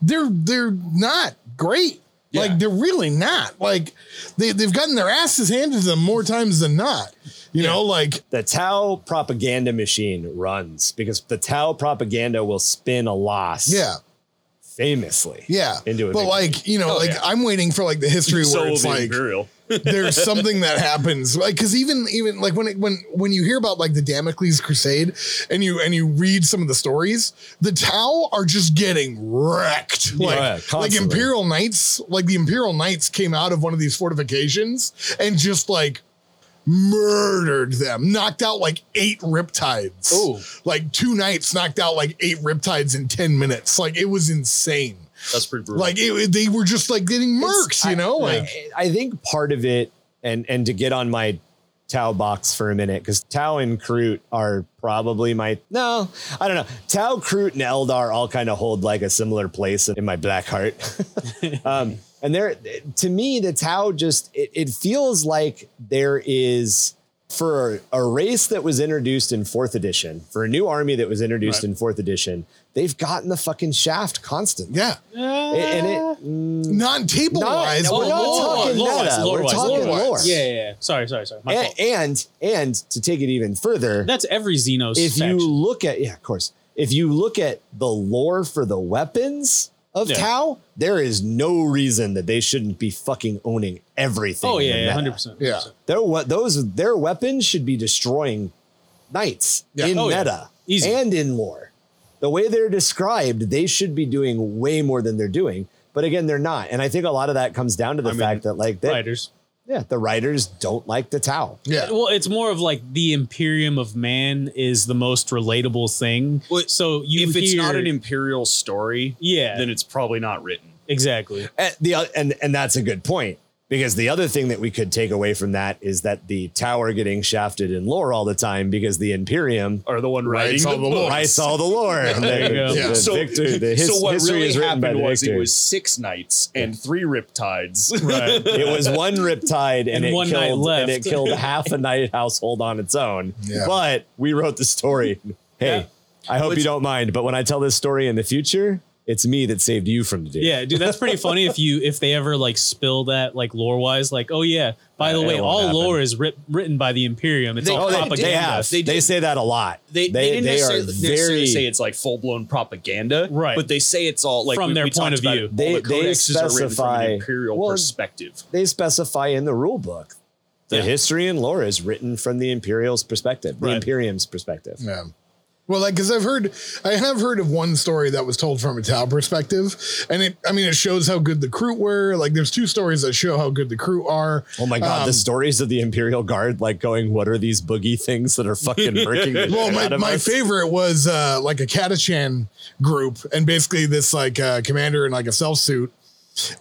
Speaker 5: they're they're not great. Like they're really not. Like they they've gotten their asses handed to them more times than not. You know, like
Speaker 1: the Tau propaganda machine runs because the Tau propaganda will spin a loss
Speaker 5: yeah.
Speaker 1: famously.
Speaker 5: Yeah.
Speaker 1: Into a
Speaker 5: but
Speaker 1: victory.
Speaker 5: like, you know, like I'm waiting for like the history where it's like
Speaker 3: Imperial.
Speaker 5: there's something that happens. Like cause even even like when it, when when you hear about like the Damocles Crusade and you and you read some of the stories, the Tau are just getting wrecked. Like,
Speaker 1: yeah,
Speaker 5: like
Speaker 1: constantly.
Speaker 5: Imperial Knights, like the Imperial Knights came out of one of these fortifications and just like murdered them, knocked out like eight riptides.
Speaker 4: Ooh.
Speaker 5: Like two knights knocked out like eight riptides in 10 minutes. Like it was insane.
Speaker 3: That's pretty brutal.
Speaker 5: Like it, it- they were just like getting mercs, you know? Like
Speaker 1: I, I think part of it, and and to get on my Tau box for a minute, because Tau and Kroot are probably my no, I don't know. Tau, Kroot, and Eldar all kind of hold like a similar place in my black heart. um, and there, to me, the Tau just it, it feels like there is for a race that was introduced in fourth edition, for a new army that was introduced in fourth edition, they've gotten the fucking shaft constantly.
Speaker 5: yeah.
Speaker 1: And it
Speaker 5: Non-table
Speaker 1: Not-
Speaker 5: wise,
Speaker 1: no,
Speaker 5: but
Speaker 1: we're not
Speaker 5: lore.
Speaker 1: talking
Speaker 4: lore-wise,
Speaker 1: meta, we're
Speaker 4: lore-wise,
Speaker 1: talking
Speaker 5: lore-wise.
Speaker 1: lore.
Speaker 4: yeah, yeah, yeah. Sorry, sorry, sorry. My
Speaker 1: A-
Speaker 4: fault.
Speaker 1: and and to take it even further,
Speaker 4: That's every Xenos.
Speaker 1: if you
Speaker 4: faction.
Speaker 1: look at yeah, of course, if you look at the lore for the weapons of
Speaker 4: Yeah.
Speaker 1: Tau, there is no reason that they shouldn't be fucking owning everything. in
Speaker 4: oh
Speaker 1: the
Speaker 4: yeah,
Speaker 1: meta.
Speaker 4: yeah, hundred percent.
Speaker 5: Yeah.
Speaker 1: Their what those their weapons should be destroying knights
Speaker 5: Yeah.
Speaker 1: in
Speaker 4: Oh, yeah.
Speaker 1: meta
Speaker 4: Easy.
Speaker 1: and in lore. The way they're described, they should be doing way more than they're doing. But again, they're not. And I think a lot of that comes down to the fact that like they,
Speaker 4: Riders.
Speaker 1: yeah, the writers don't like the Tau.
Speaker 5: Yeah.
Speaker 4: Well, it's more of like the Imperium of man is the most relatable thing.
Speaker 3: Well,
Speaker 4: so you
Speaker 3: if it's
Speaker 4: hear-
Speaker 3: not an imperial story,
Speaker 4: yeah,
Speaker 3: then it's probably not written.
Speaker 4: exactly.
Speaker 1: And the o- and and that's a good point because the other thing that we could take away from that is that the tower getting shafted in lore all the time because the Imperium
Speaker 3: Or the one writing
Speaker 5: Writes all the lore.
Speaker 1: writes all the lore. there
Speaker 4: you go.
Speaker 1: The,
Speaker 5: Yeah.
Speaker 1: so, victor, the his,
Speaker 3: so what
Speaker 1: history
Speaker 3: really
Speaker 1: is written by
Speaker 3: happened
Speaker 1: the
Speaker 3: was
Speaker 1: victor.
Speaker 3: it was six knights and three riptides.
Speaker 1: it was one riptide and,
Speaker 4: And
Speaker 1: it
Speaker 4: one
Speaker 1: killed,
Speaker 4: knight left.
Speaker 1: and it killed half a night household on its own.
Speaker 5: Yeah.
Speaker 1: But we wrote the story. Hey,
Speaker 4: Yeah.
Speaker 1: I hope you don't mind, but when I tell this story in the future, it's me that saved you from today.
Speaker 4: Yeah, dude, that's pretty funny if you if they ever like spill that like lore wise, like oh yeah, by the
Speaker 1: Yeah,
Speaker 4: way,
Speaker 1: it won't
Speaker 4: all
Speaker 1: happen.
Speaker 4: lore is writ- written by the Imperium. It's
Speaker 3: They-
Speaker 4: all
Speaker 1: Oh, they,
Speaker 4: propaganda.
Speaker 1: they have. They,
Speaker 3: They did.
Speaker 1: say that a lot.
Speaker 3: They, they, didn't
Speaker 1: are
Speaker 3: necessarily, necessarily
Speaker 1: very
Speaker 3: say it's like full blown propaganda,
Speaker 4: Right.
Speaker 3: But they say it's all like
Speaker 4: From
Speaker 3: we-
Speaker 4: their
Speaker 3: we
Speaker 4: point
Speaker 3: talked
Speaker 4: of
Speaker 3: about
Speaker 4: view.
Speaker 3: it. All
Speaker 1: They-
Speaker 3: the
Speaker 1: they
Speaker 3: codexes are written from
Speaker 1: specify-
Speaker 3: an imperial
Speaker 1: well,
Speaker 3: perspective.
Speaker 1: they specify in the rule book the history and lore is written from the imperial's perspective the
Speaker 4: Right.
Speaker 1: imperium's perspective
Speaker 5: Yeah. Well, like, because I've heard, I have heard of one story that was told from a Tao perspective, and it, I mean, it shows how good the crew were. Like, there's two stories that show how good the crew are.
Speaker 1: oh my god
Speaker 5: Um,
Speaker 1: the stories of the imperial guard like going what are these boogie things that are fucking breaking the
Speaker 5: Well,
Speaker 1: shit
Speaker 5: my,
Speaker 1: out of
Speaker 5: my
Speaker 1: us?"
Speaker 5: favorite was uh, like a Catachan group, and basically this like uh, commander in like a self suit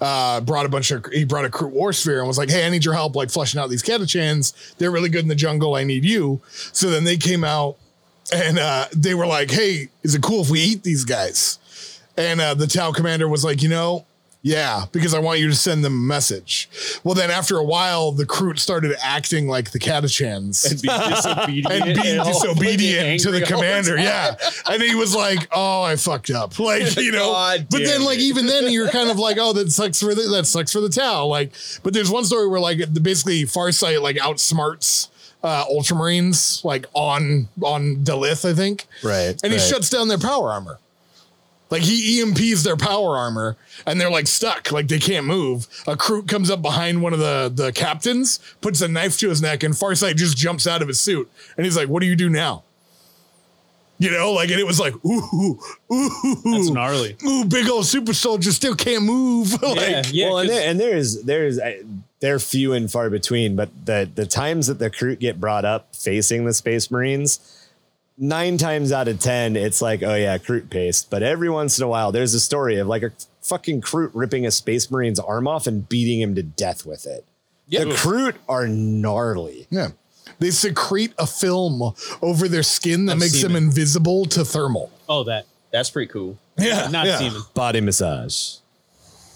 Speaker 5: uh, brought a bunch of he brought a crew war sphere and was like, "Hey, I need your help like flushing out these Catachans. They're really good in the jungle. I need you." So then they came out and uh, they were like, "Hey, is it cool if we eat these guys?" And uh, the Tau commander was like, "You know." Yeah, because I want you to send them a message. Well, then after a while, the crew started acting like the Catachans
Speaker 3: Be disobedient
Speaker 5: and being
Speaker 3: all
Speaker 5: disobedient to
Speaker 3: fucking
Speaker 5: the
Speaker 3: angry all
Speaker 5: commander.
Speaker 3: time.
Speaker 5: Yeah. And he was like, oh, I fucked up. Like, you know,
Speaker 3: God
Speaker 5: but then
Speaker 3: damn
Speaker 5: like,
Speaker 3: it.
Speaker 5: even then you're kind of like, oh, that sucks for the, that sucks for the Tau. Like, but there's one story where like the- basically Farsight like outsmarts uh, Ultramarines like on, on Delith, I think.
Speaker 1: Right,
Speaker 5: And he
Speaker 1: right.
Speaker 5: shuts down their power armor. Like he EMPs their power armor and they're like stuck, like they can't move. A crew comes up behind one of the, the captains, puts a knife to his neck, and Farsight just jumps out of his suit. And he's like, What do you do now? You know, like, and it was like, ooh, ooh, ooh,
Speaker 4: That's gnarly.
Speaker 5: ooh, big old super soldier still can't move.
Speaker 4: Yeah,
Speaker 5: like,
Speaker 4: yeah.
Speaker 1: well, and
Speaker 4: 'cause-
Speaker 1: there, and there is there is uh, they're few and far between, but the the times that the crew get brought up facing the Space Marines, nine times out of ten, it's like, oh yeah, Kroot paste. But every once in a while, there's a story of like a fucking Kroot ripping a Space Marine's arm off and beating him to death with it. The Kroot are gnarly.
Speaker 5: yeah. They secrete a film over their skin that
Speaker 4: I've
Speaker 5: makes
Speaker 4: seen
Speaker 5: them
Speaker 4: it.
Speaker 5: invisible to thermal.
Speaker 4: oh, that.
Speaker 6: That's pretty cool.
Speaker 5: Yeah.
Speaker 4: Not
Speaker 5: yeah.
Speaker 4: semen.
Speaker 1: Body massage.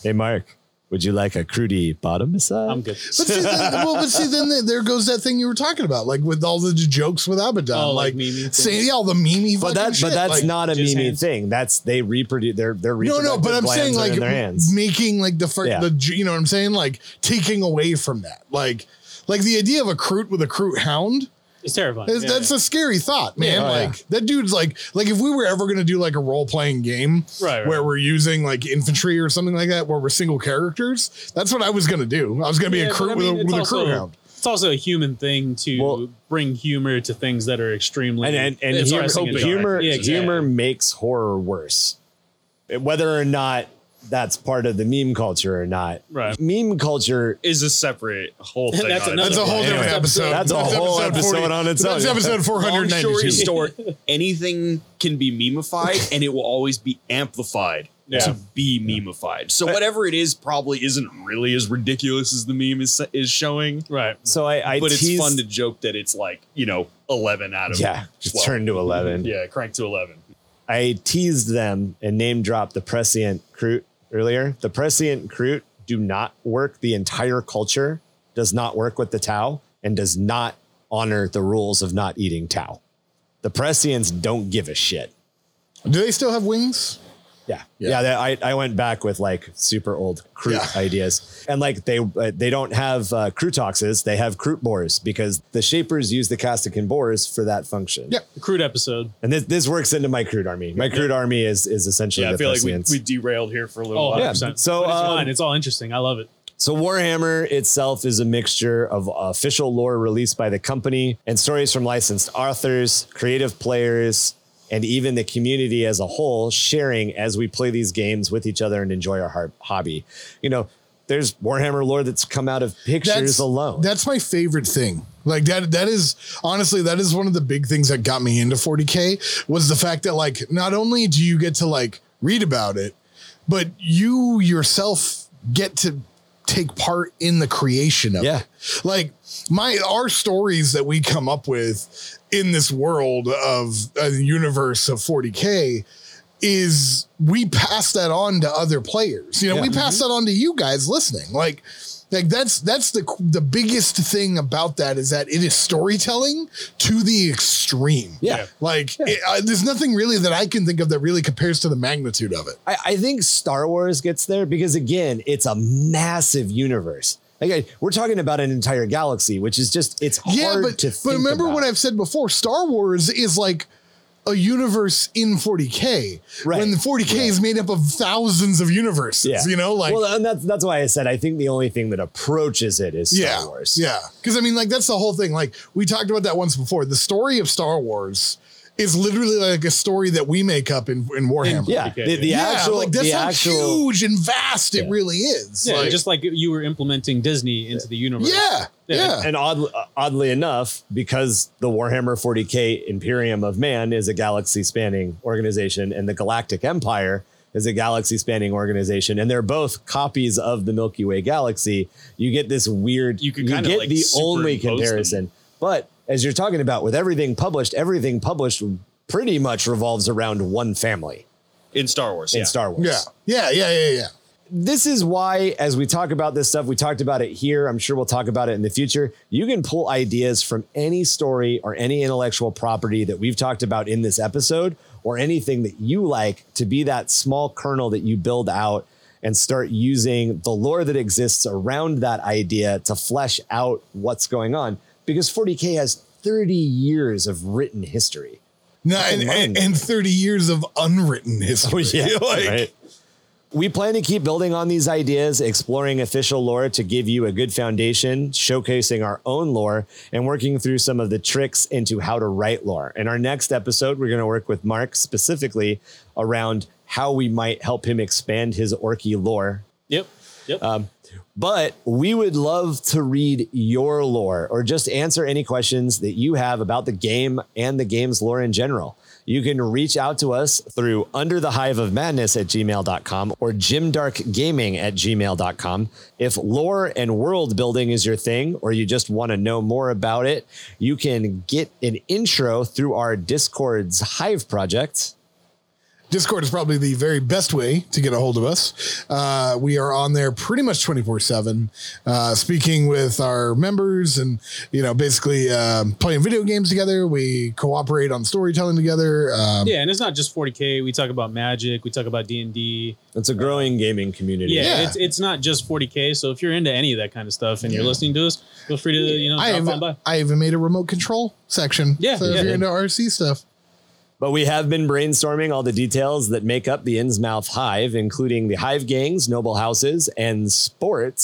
Speaker 1: Hey, Mark, would you like a Krooty bottom massage?
Speaker 4: I'm good.
Speaker 5: But see, then, well, but see, then th- there goes that thing you were talking about, like with all the j- jokes with Abaddon,
Speaker 4: Oh, like
Speaker 5: like,
Speaker 4: meme-y things.
Speaker 5: saying, yeah, all the meme.
Speaker 1: But that, but that's not a
Speaker 4: just
Speaker 1: meme
Speaker 4: hands.
Speaker 1: thing. That's they reproduce. They're they're
Speaker 5: No, no, but I'm saying like
Speaker 1: in their hands.
Speaker 5: making like the first,
Speaker 1: Yeah.
Speaker 5: the j- you know what I'm saying, like taking away from that, like like the idea of a Crute with a Crute hound.
Speaker 4: It's terrifying.
Speaker 5: Is,
Speaker 4: Yeah.
Speaker 5: That's a scary thought, man.
Speaker 1: Yeah. Oh, yeah.
Speaker 5: like that dude's like like if we were ever gonna do like a role playing game
Speaker 4: Right, right.
Speaker 5: where we're using like infantry or something like that, where we're single characters, that's what I was gonna do. I was gonna be
Speaker 4: Yeah,
Speaker 5: a
Speaker 4: but
Speaker 5: Crute
Speaker 4: I
Speaker 5: with a
Speaker 4: mean, it's
Speaker 5: with a
Speaker 4: also-
Speaker 5: Crute hound.
Speaker 4: It's also a human thing to
Speaker 1: Well-
Speaker 4: bring humor to things that are extremely
Speaker 1: and and, and
Speaker 4: It's our
Speaker 1: humor,
Speaker 4: coping
Speaker 1: humor,
Speaker 4: mechanism. Yeah, exactly.
Speaker 1: humor makes horror worse, whether or not that's part of the meme culture or not.
Speaker 4: Right.
Speaker 1: Meme culture.
Speaker 6: Is a separate whole thing.
Speaker 4: That's
Speaker 6: on
Speaker 4: another
Speaker 5: That's a
Speaker 6: itself.
Speaker 5: whole
Speaker 1: Yeah,
Speaker 5: different
Speaker 1: anyway,
Speaker 5: episode.
Speaker 1: that's a whole episode
Speaker 5: 40
Speaker 1: on its
Speaker 5: That's
Speaker 1: own.
Speaker 5: episode four
Speaker 6: Long
Speaker 5: hundred
Speaker 6: story
Speaker 5: ninety-two.
Speaker 6: store. Anything can be memeified, and it will always be amplified to be memeified. So whatever it is, probably isn't really as ridiculous as the meme is is showing.
Speaker 4: right.
Speaker 1: So I, I
Speaker 6: but
Speaker 1: tease-
Speaker 6: it's fun to joke that it's like you know eleven out of
Speaker 1: yeah, just
Speaker 6: 12.
Speaker 1: turn to eleven.
Speaker 6: yeah crank to eleven.
Speaker 1: I teased them and name dropped the prescient Crute earlier. The prescient Crute do not work. The entire culture does not work with the Tau and does not honor the rules of not eating Tau. The prescients don't give a shit.
Speaker 5: Do they still have wings?
Speaker 1: Yeah,
Speaker 5: Yeah.
Speaker 1: yeah. that, I I went back with like super old Crute
Speaker 5: Yeah.
Speaker 1: ideas, and like they uh, they don't have uh, Crutoxes, they have Crute boars because the Shapers use the Castican boars for that function.
Speaker 5: Yeah.
Speaker 4: The crude episode.
Speaker 1: and this this works into my Crute army. My Crute army is is essentially
Speaker 6: Yeah, I
Speaker 1: the
Speaker 6: feel like we,
Speaker 1: Prescience.
Speaker 6: we derailed here for a little
Speaker 4: Oh,
Speaker 6: while.
Speaker 1: yeah.
Speaker 4: 100%.
Speaker 1: So,
Speaker 4: But it's
Speaker 1: um,
Speaker 4: fine. It's all interesting. I love it.
Speaker 1: So Warhammer itself is a mixture of official lore released by the company and stories from licensed authors, creative players, and even the community as a whole sharing as we play these games with each other and enjoy our har- hobby. You know, there's Warhammer lore that's come out of pictures alone.
Speaker 5: That's my favorite thing. Like that that is honestly that is one of the big things that got me into 40K was the fact that like not only do you get to like read about it, but you yourself get to take part in the creation of
Speaker 1: Yeah.
Speaker 5: it. Like my our stories that we come up with in this world of a universe of 40K is we pass that on to other players. You know, we pass
Speaker 1: Mm-hmm.
Speaker 5: that on to you guys listening. Like, like that's that's the the biggest thing about that is that it is storytelling to the extreme.
Speaker 1: Yeah.
Speaker 5: like it- I- there's nothing really that I can think of that really compares to the magnitude of it.
Speaker 1: I, I think Star Wars gets there because again, it's a massive universe. Like I- we're talking about an entire galaxy, which is just it's hard
Speaker 5: yeah, but
Speaker 1: to think
Speaker 5: but remember
Speaker 1: about.
Speaker 5: what I've said before: Star Wars is like a universe in 40k.
Speaker 1: Right.
Speaker 5: When the 40k is made up of thousands of universes. You know, like
Speaker 1: well, and that's that's why I said I think the only thing that approaches it is Star
Speaker 5: yeah,
Speaker 1: Wars.
Speaker 5: Yeah. Because I mean, like, that's the whole thing. Like, we talked about that once before. The story of Star Wars is literally like a story that we make up in, in Warhammer.
Speaker 1: yeah. The, the
Speaker 5: Yeah,
Speaker 1: actual,
Speaker 5: like that's
Speaker 1: the
Speaker 5: how
Speaker 1: actual,
Speaker 5: huge and vast it really is.
Speaker 4: Yeah,
Speaker 5: like,
Speaker 4: just like you were implementing Disney into the universe.
Speaker 5: yeah, yeah,
Speaker 4: Yeah.
Speaker 1: and odd, oddly enough, because the Warhammer 40k Imperium of Man is a galaxy-spanning organization, and the Galactic Empire is a galaxy-spanning organization, and they're both copies of the Milky Way galaxy. You get this weird.
Speaker 6: You can kinda,
Speaker 1: get
Speaker 6: like,
Speaker 1: the only
Speaker 6: superimpose them.
Speaker 1: comparison, but as you're talking about with everything published, everything published pretty much revolves around one family
Speaker 6: In Star Wars,
Speaker 1: in
Speaker 6: yeah.
Speaker 1: Star Wars.
Speaker 5: yeah, yeah, yeah, yeah, yeah.
Speaker 1: this is why, as we talk about this stuff, we talked about it here. I'm sure we'll talk about it in the future. You can pull ideas from any story or any intellectual property that we've talked about in this episode or anything that you like to be that small kernel that you build out and start using the lore that exists around that idea to flesh out what's going on. Because 40K has 30 years of written history.
Speaker 5: No,
Speaker 1: mind.
Speaker 5: and,
Speaker 1: Oh,
Speaker 5: and, and 30 years of unwritten history. like,
Speaker 1: We plan to keep building on these ideas, exploring official lore to give you a good foundation, showcasing our own lore, and working through some of the tricks into how to write lore. In our next episode, we're going to work with Mark specifically around how we might help him expand his Orky lore
Speaker 4: Yep. Yep.
Speaker 1: but we would love to read your lore or just answer any questions that you have about the game and the game's lore in general. You can reach out to us through under the hive of madness at gmail.com or jimdarkgaming at gmail.com. If lore and world building is your thing, or you just want to know more about it, you can get an intro through our Discord's Hive project.
Speaker 5: Discord is probably the very best way to get a hold of us. Uh, we are on there pretty much 24 7, uh, speaking with our members and, you know, basically um, playing video games together. We cooperate on storytelling together. Um,
Speaker 4: yeah, and it's not just 40k. We talk about magic. We talk about D and D.
Speaker 1: It's a growing gaming community.
Speaker 4: Yeah,
Speaker 5: Yeah.
Speaker 4: it's it's not just 40k. So if you're into any of that kind of stuff and you're
Speaker 5: Yeah.
Speaker 4: listening to us, feel free to you know
Speaker 5: I,
Speaker 4: drop on by.
Speaker 5: even, I even made a remote control section.
Speaker 4: Yeah,
Speaker 5: So if
Speaker 4: yeah.
Speaker 5: you're into RC stuff,
Speaker 1: But we have been brainstorming all the details that make up the Innsmouth Hive, including the hive gangs, noble houses, and sports,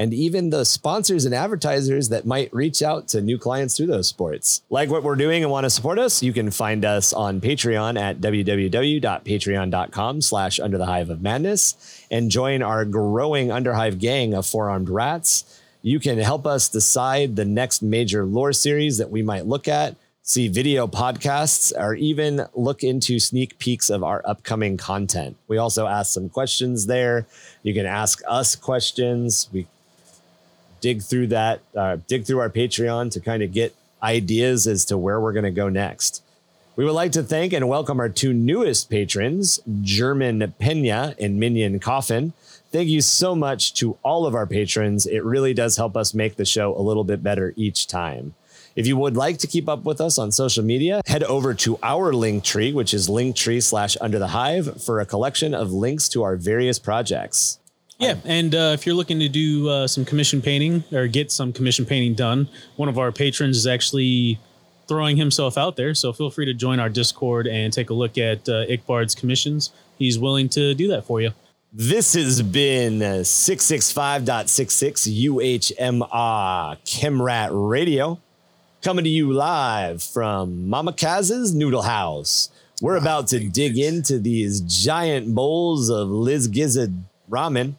Speaker 1: and even the sponsors and advertisers that might reach out to new clients through those sports. Like what we're doing and want to support us, you can find us on Patreon at www.patreon.com slash under the hive of madness and join our growing underhive gang of four-armed rats. You can help us decide the next major lore series that we might look at see video podcasts, or even look into sneak peeks of our upcoming content. We also ask some questions there. You can ask us questions. We dig through that, uh, dig through our Patreon to kind of get ideas as to where we're going to go next. We would like to thank and welcome our two newest patrons, German Pena and Minion Coffin. Thank you so much to all of our patrons. It really does help us make the show a little bit better each time. If you would like to keep up with us on social media, head over to our link tree, which is linktree slash under the hive for a collection of links to our various projects.
Speaker 4: Yeah, and uh, if you're looking to do uh, some commission painting or get some commission painting done, one of our patrons is actually throwing himself out there. So feel free to join our Discord and take a look at uh, Ickbard's commissions. He's willing to do that for you.
Speaker 1: This has been uh, 665.66 UHMR Chemrat Radio coming to you live from Mama Kaz's Noodle House. We're
Speaker 5: Ah,
Speaker 1: about to dig into these giant bowls of Liz Gizzard ramen.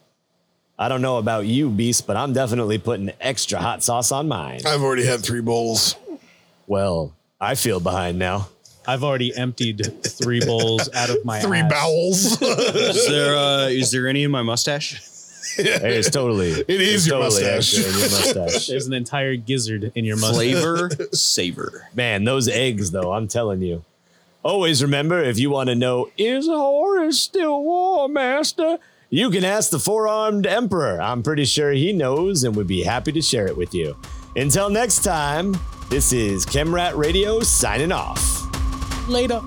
Speaker 1: I don't know about you, Beast, but I'm definitely putting extra hot sauce on mine.
Speaker 5: I've already had three bowls.
Speaker 1: Well, I feel behind now.
Speaker 4: I've already emptied three bowls out of my
Speaker 5: Three
Speaker 4: ass.
Speaker 5: bowels. it
Speaker 3: Is there uh, is there any in my mustache?
Speaker 1: It's totally. It
Speaker 5: is your mustache.
Speaker 1: extra in your mustache.
Speaker 4: There's an entire gizzard in your mustache.
Speaker 3: Flavor savor.
Speaker 1: Man, those eggs, though, I'm telling you. Always remember if you want to know, is Horus still war master? You can ask the four armed emperor. I'm pretty sure he knows and would be happy to share it with you. Until next time, this is Chemrat Radio signing off.
Speaker 4: Later.